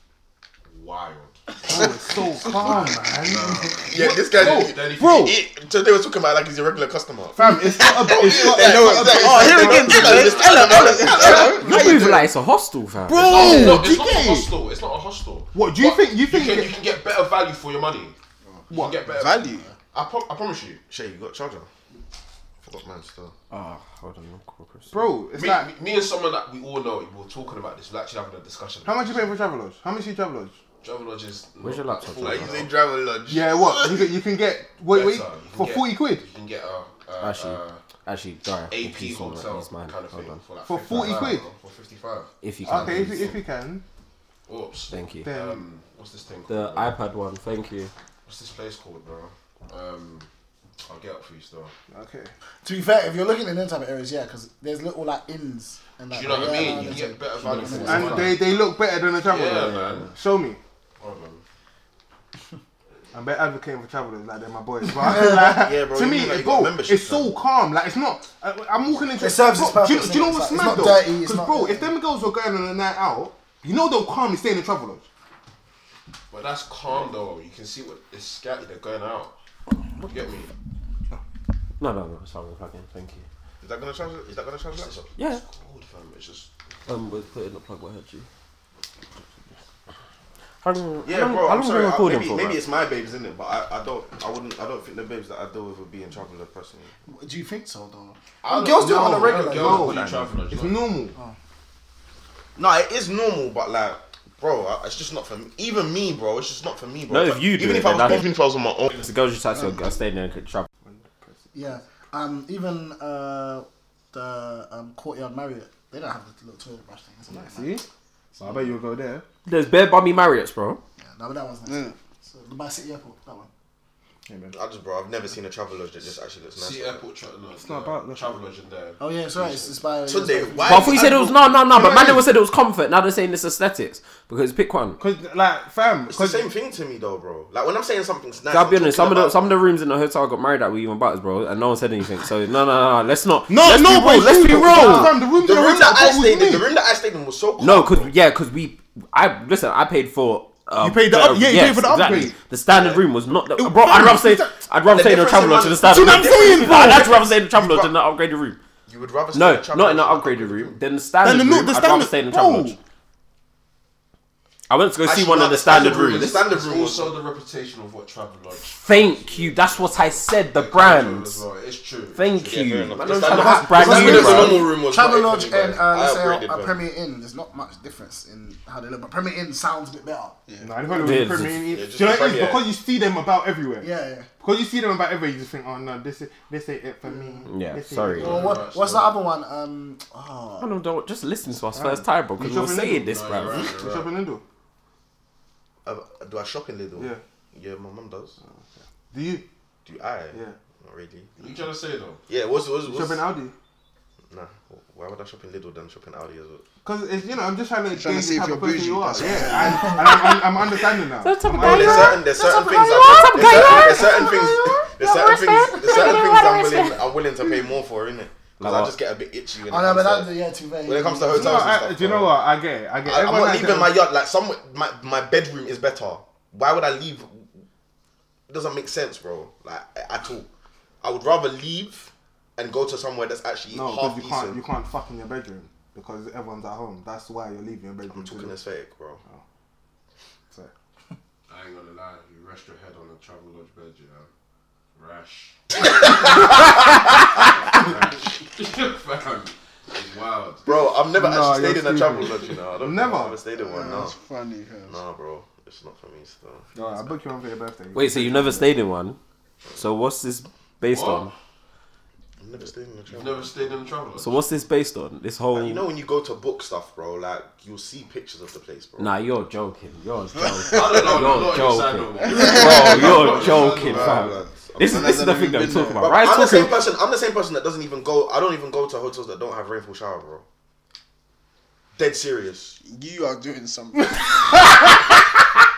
Speaker 1: wild.
Speaker 5: it's so calm, man.
Speaker 2: yeah, this guy.
Speaker 1: Then
Speaker 2: didn't
Speaker 1: you- then if
Speaker 5: Bro.
Speaker 1: you-
Speaker 2: He, so they were talking about like he's a regular customer.
Speaker 5: Fam, it's not about. It's not
Speaker 2: They
Speaker 5: like.
Speaker 2: know exactly-
Speaker 4: Oh, here again,
Speaker 2: Hello,
Speaker 4: hello,
Speaker 2: Mr.
Speaker 4: hello,
Speaker 2: Hello, hello.
Speaker 4: You're moving like it's a hostel, fam. Bro,
Speaker 1: No,
Speaker 5: Oh,
Speaker 1: it's not a
Speaker 5: DK.
Speaker 1: hostel. It's not a hostel.
Speaker 5: What, do you think- you think
Speaker 1: you can,
Speaker 5: it-
Speaker 1: you can get better value for your money? You what can get better
Speaker 2: Value.
Speaker 1: I, pro- I promise you.
Speaker 2: Shay, you got charger. Forgot mine still.
Speaker 4: oh, hold on, I'm cool, Chris.
Speaker 5: Bro, it's
Speaker 1: Me,
Speaker 5: like.
Speaker 1: me and someone that we all know, we were talking about this. We are actually having a discussion.
Speaker 5: How much you paying for Travelodge? How much is Travelodge?
Speaker 1: Travel Lodge is.
Speaker 4: Where's your laptop?
Speaker 2: Like he's in travel lodge.
Speaker 5: Yeah, what? You can, you can get. Wait, wait.
Speaker 1: Better, you
Speaker 5: For
Speaker 1: can
Speaker 5: 40 quid?
Speaker 1: You can get a, a,
Speaker 4: Actually,
Speaker 1: a
Speaker 4: actually, sorry. if
Speaker 1: AP
Speaker 4: you can,
Speaker 1: uh, hotel
Speaker 4: use mine.
Speaker 1: kind of
Speaker 4: Hold
Speaker 1: thing
Speaker 4: on.
Speaker 1: for like
Speaker 5: For 40
Speaker 1: 55,
Speaker 5: quid?
Speaker 1: Or for fifty-five.
Speaker 4: If you can.
Speaker 5: Okay, if,
Speaker 4: please.
Speaker 5: you- if you can.
Speaker 1: Oops.
Speaker 4: Thank you.
Speaker 5: Then.
Speaker 1: Um, what's this thing?
Speaker 4: The
Speaker 1: Called, bro?
Speaker 4: iPad one, thank you.
Speaker 1: What's this place called, bro? Um, I'll get up for you still.
Speaker 5: Okay.
Speaker 6: To be fair, if you're looking in them type of areas, yeah, because there's little like inns and like.
Speaker 1: Do you know what I
Speaker 6: yeah,
Speaker 1: mean? You
Speaker 6: there's
Speaker 1: get
Speaker 6: a-
Speaker 1: better value for your
Speaker 5: And
Speaker 1: money.
Speaker 5: they, they look better than a travel
Speaker 1: yeah,
Speaker 5: lodge.
Speaker 1: man.
Speaker 5: Show me.
Speaker 1: Hold on.
Speaker 5: I'm better advocating for travelers like they're my boys. But like,
Speaker 2: Yeah, bro,
Speaker 5: to
Speaker 2: you
Speaker 5: me,
Speaker 2: mean like you
Speaker 5: it,
Speaker 2: got
Speaker 5: bro,
Speaker 2: membership
Speaker 5: it's so calm. Like it's not. I, I'm walking into.
Speaker 6: It serves
Speaker 5: bro,
Speaker 6: its purpose,
Speaker 5: Do you, do you know
Speaker 6: innit?
Speaker 5: what's
Speaker 6: It's like- it's not
Speaker 5: mad though?
Speaker 6: dirty, it's not-
Speaker 5: bro, if them girls were going on a night out, you know they'll calmly stay in the travel lodge.
Speaker 1: But that's calm though. You can see what it's scatty. They're going out. You get me?
Speaker 4: No, no, no, sorry, plug in, thank you.
Speaker 2: Is that gonna charge? Is that gonna charge laptop?
Speaker 4: Yeah.
Speaker 1: Cold fam. It's just.
Speaker 4: Um, we're putting the plug behind you. How long,
Speaker 2: Yeah,
Speaker 4: how long,
Speaker 2: bro.
Speaker 4: how
Speaker 2: I'm
Speaker 4: long
Speaker 2: sorry.
Speaker 4: we
Speaker 2: I,
Speaker 4: recording
Speaker 2: maybe
Speaker 4: for?
Speaker 2: maybe
Speaker 4: man?
Speaker 2: it's my babes, isn't it? But I, I don't. I wouldn't. I don't think the babes that I deal with would be in trouble personally.
Speaker 6: Do you think so though?
Speaker 1: I don't
Speaker 6: girls do it on
Speaker 1: know,
Speaker 6: a regular,
Speaker 1: Girls
Speaker 5: no.
Speaker 1: do travel lodge,
Speaker 5: It's
Speaker 1: man.
Speaker 5: normal.
Speaker 2: No, it is normal, but like, bro, I- it's just not for me. Even me, bro. It's just not for me, bro.
Speaker 4: No, if
Speaker 2: But
Speaker 4: you do
Speaker 2: even
Speaker 4: it,
Speaker 2: if I
Speaker 4: then
Speaker 2: was,
Speaker 4: that's-
Speaker 2: even if I was on my own,
Speaker 4: The girls just had to uh, stay there and travel.
Speaker 6: Yeah. Um. Even uh, the um, courtyard Marriott, they don't have the little toilet brush thing. It's nice.
Speaker 5: See. So I bet you'll go there.
Speaker 4: There's bare bummy Marriott's, bro.
Speaker 6: Yeah, no, but that one's nice. So the by City Airport, that one.
Speaker 2: I just, bro, I've never seen a travel lodge that just actually looks nice.
Speaker 1: See airport travel lodge. It's
Speaker 5: not about that.
Speaker 1: travel lodge in there.
Speaker 6: Oh yeah, it's right. It's, it's by.
Speaker 2: So they,
Speaker 6: it's by-
Speaker 2: why?
Speaker 4: But I thought you said it was no, no, no. But
Speaker 5: what I
Speaker 4: man, they
Speaker 5: mean?
Speaker 4: were said it was comfort. Now they're saying it's aesthetics because pick one.
Speaker 5: Cause like fam,
Speaker 2: It's the
Speaker 5: cause
Speaker 2: same thing to me, though, bro. Like when I'm saying something's nice,
Speaker 4: I'll be
Speaker 2: I'm
Speaker 4: honest. Some
Speaker 2: talking
Speaker 4: of the
Speaker 2: about-
Speaker 4: some of the rooms in the hotel got married at we even butters, bro, and no one said anything. So no, no, no. no, Let's not.
Speaker 5: no,
Speaker 4: let's
Speaker 5: no,
Speaker 4: be
Speaker 5: bro.
Speaker 4: real, Let's be real.
Speaker 5: Fam, the room,
Speaker 2: the room that I stayed in, the
Speaker 5: room.
Speaker 2: room that I stayed in was so cold.
Speaker 4: No, because yeah, because we. I listen. I paid for. Um,
Speaker 5: You paid the up- yeah, you paid for the upgrade.
Speaker 4: The standard room was not. The, bro, I'd rather say I'd rather
Speaker 2: The
Speaker 4: say the
Speaker 2: difference
Speaker 4: travel
Speaker 2: in
Speaker 4: lodge to the
Speaker 2: money-
Speaker 4: standard.
Speaker 5: See what
Speaker 4: room.
Speaker 5: I'm saying, bro?
Speaker 4: I'd actually rather stay in the travel lodge than the upgraded room.
Speaker 2: you would rather stay in
Speaker 4: No,
Speaker 2: a travel
Speaker 4: not in the
Speaker 2: lodge than
Speaker 4: upgraded
Speaker 2: a
Speaker 4: room. Then the standard
Speaker 5: Then the-
Speaker 4: room.
Speaker 5: the
Speaker 4: I'd rather
Speaker 5: standard- Oh.
Speaker 4: stay in the travel
Speaker 5: bro.
Speaker 4: lodge. I went to go
Speaker 2: Actually,
Speaker 4: see one
Speaker 2: no,
Speaker 4: of the
Speaker 2: the standard
Speaker 4: standard
Speaker 2: room
Speaker 4: rooms.
Speaker 2: is- standard
Speaker 1: It's
Speaker 2: room
Speaker 1: also the reputation of what travel lodge.
Speaker 4: Thank you. That's what I said. The
Speaker 1: As
Speaker 4: brands.
Speaker 1: well. It's true.
Speaker 4: Thank
Speaker 2: Yeah, fair
Speaker 4: you.
Speaker 2: enough.
Speaker 4: Man,
Speaker 2: The
Speaker 4: I'm trying
Speaker 2: standard-
Speaker 4: to ask
Speaker 2: the
Speaker 4: brand
Speaker 2: standard
Speaker 4: new,
Speaker 2: room is
Speaker 4: bro.
Speaker 2: a normal room was
Speaker 6: Travel
Speaker 2: right
Speaker 6: Lodge
Speaker 2: for me,
Speaker 6: and
Speaker 2: but
Speaker 6: uh,
Speaker 2: I
Speaker 6: let's say
Speaker 2: upgraded,
Speaker 6: a
Speaker 2: bro.
Speaker 6: Premier Inn. There's not much difference in how they look, but Premier Inn sounds a bit better. Yeah,
Speaker 5: Nah, they probably wouldn't
Speaker 4: Yeah,
Speaker 5: put me in.
Speaker 2: just-
Speaker 5: Do you know what it
Speaker 2: yeah.
Speaker 5: is? Because you see them about everywhere.
Speaker 6: yeah.
Speaker 5: Because you see them about everywhere, you just think, oh no, this is this ain't it for me.
Speaker 4: Mm, Yeah,
Speaker 5: This ain't
Speaker 4: sorry.
Speaker 5: it.
Speaker 6: Well, what, what's the other one? Um, oh,
Speaker 4: Man, don't just listen to us first time, bro. Because
Speaker 5: You
Speaker 4: we're
Speaker 5: dropping
Speaker 4: saying
Speaker 5: it?
Speaker 4: this,
Speaker 1: No, you're
Speaker 4: bro.
Speaker 1: right,
Speaker 5: You
Speaker 1: you're
Speaker 5: shop
Speaker 1: right.
Speaker 5: in Lindo?
Speaker 2: Uh, do I shop in Lidl?
Speaker 5: Yeah.
Speaker 2: Yeah, my mum does.
Speaker 5: Do you?
Speaker 2: Do I?
Speaker 5: Yeah.
Speaker 2: Not really.
Speaker 1: You trying to say though?
Speaker 2: Yeah, what's what's
Speaker 5: You shop
Speaker 2: what's
Speaker 5: in Audi?
Speaker 2: Nah, why would I shop in Lidl than shop in Audi as well?
Speaker 5: Because it's you know, I'm just trying to
Speaker 3: Trying to
Speaker 5: gauge
Speaker 3: see
Speaker 5: the
Speaker 3: if
Speaker 5: type
Speaker 3: you're
Speaker 5: of person
Speaker 3: bougie,
Speaker 5: you are.
Speaker 3: that's
Speaker 5: Yeah, and, and I'm, I'm, I'm understanding now.
Speaker 4: That's a
Speaker 5: I'm
Speaker 4: guy
Speaker 2: There's
Speaker 4: you
Speaker 2: certain,
Speaker 4: are.
Speaker 5: understanding.
Speaker 2: there's certain
Speaker 4: what
Speaker 2: things
Speaker 4: you are,
Speaker 2: I'm
Speaker 4: some
Speaker 2: there's
Speaker 4: guy you
Speaker 2: certain, there's certain
Speaker 4: are, some guy
Speaker 2: things
Speaker 4: you are.
Speaker 2: there's
Speaker 4: Don't
Speaker 2: certain things
Speaker 4: respect,
Speaker 2: there's certain
Speaker 4: don't
Speaker 2: things I'm
Speaker 4: respect.
Speaker 2: willing I'm willing to pay more for, innit? Because I
Speaker 4: what?
Speaker 2: just get a bit itchy when it
Speaker 6: oh no, but
Speaker 2: comes
Speaker 6: that
Speaker 2: to
Speaker 6: yeah, too bad.
Speaker 2: when it comes to
Speaker 5: Do you know
Speaker 2: hotels
Speaker 5: what,
Speaker 2: and
Speaker 5: I-
Speaker 2: stuff.
Speaker 5: do you know
Speaker 2: bro.
Speaker 5: what? I get it. I get it.
Speaker 2: I, I'm
Speaker 5: Everyone
Speaker 2: not
Speaker 5: likes
Speaker 2: leaving
Speaker 5: it.
Speaker 2: my yard like some. My my bedroom is better. Why would I leave? It doesn't make sense, bro. Like at all. I would rather leave and go to somewhere that's actually
Speaker 5: No,
Speaker 2: half
Speaker 5: because you
Speaker 2: decent.
Speaker 5: can't you can't fuck in your bedroom because everyone's at home. That's why you're leaving your bedroom.
Speaker 2: I'm
Speaker 5: to
Speaker 2: talking
Speaker 5: look.
Speaker 2: aesthetic, bro.
Speaker 5: So,
Speaker 1: I ain't gonna lie. You rest your head on a travel lodge bed, you know. Rash. Rash. Fam, it's wild.
Speaker 2: Bro, I've never
Speaker 5: Nah,
Speaker 2: actually stayed
Speaker 5: you're
Speaker 2: in a travel
Speaker 5: stupid.
Speaker 2: lodge, you know. I don't
Speaker 5: Never.
Speaker 2: Think I've ever stayed in one. No,
Speaker 3: That's funny. huh?
Speaker 2: no, bro. It's not for me still.
Speaker 5: alright, I'll book you one for your birthday.
Speaker 4: Wait, so you never stayed in one? So what's this based
Speaker 1: What?
Speaker 4: on?
Speaker 2: I've never stayed in a travel.
Speaker 1: You've never stayed in a travel lodge.
Speaker 4: So what's this based on? This whole.
Speaker 2: You know when you go to book stuff, bro, like you'll see pictures of the place, bro.
Speaker 4: Nah, you're joking. You're joking.
Speaker 1: I don't know. I'm
Speaker 4: You're
Speaker 1: not inside no
Speaker 4: joking.
Speaker 1: more.
Speaker 4: Bro, you're joking,
Speaker 2: Nah,
Speaker 4: fam.
Speaker 2: blood.
Speaker 4: This is this is the thing that I'm talking about. Right?
Speaker 2: I'm the same
Speaker 4: Talking.
Speaker 2: person. I'm the same person that doesn't even go. I don't even go to hotels that don't have rainfall shower, bro. Dead serious.
Speaker 3: You are doing something.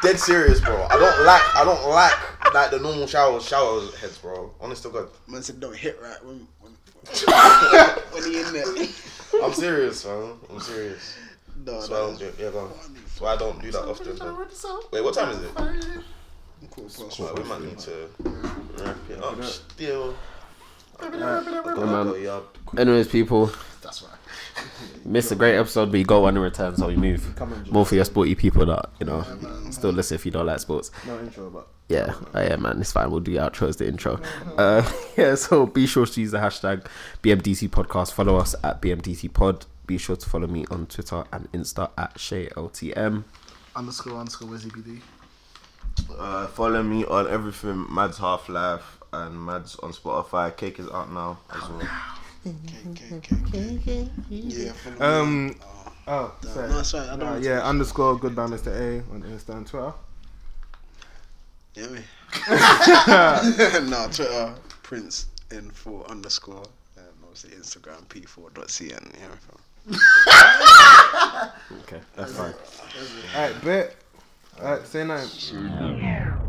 Speaker 2: Dead serious, bro. I don't like. I don't like like the normal shower shower heads, bro. Honest to God,
Speaker 3: Man said don't hit right when when, when he in there.
Speaker 2: I'm serious, man. I'm serious.
Speaker 3: No,
Speaker 2: That's why I
Speaker 3: no,
Speaker 2: don't do it. Yeah, go on. That's why I don't do that often. bro. Wait, what time is it?
Speaker 3: cool, cool.
Speaker 2: Like, we might need to wrap it up. Still.
Speaker 4: man.
Speaker 2: Got you up.
Speaker 4: Anyways, people,
Speaker 6: That's right.
Speaker 4: miss a great episode, but you go on and return, so we move. More for your sporty people that, you know, still listen if you don't like sports.
Speaker 5: No intro, but
Speaker 4: Yeah, oh, yeah, man, it's fine. We'll do the outro as the intro. Uh, yeah, so be sure to use the hashtag BMDC Podcast. Follow us at BMDC Pod. Be sure to follow me on Twitter and Insta at ShayLTM.
Speaker 6: Underscore underscore Wizzy PD.
Speaker 2: Uh, follow me on everything Mads Half Life and Mads on Spotify. Cake is out now as well.
Speaker 3: Okay, okay, okay. Yeah, follow me.
Speaker 5: um. Oh, sorry.
Speaker 3: No, sorry, I don't.
Speaker 5: Uh,
Speaker 3: want to-
Speaker 5: yeah, underscore good by Mr. A on Insta and Twitter.
Speaker 3: Yeah, me. no, Twitter, Prince N4 underscore, uh, and obviously Instagram, P4.cn. Yeah, fam.
Speaker 4: Okay, that's fine.
Speaker 5: Alright, bet. Alright, say night.
Speaker 4: Bye.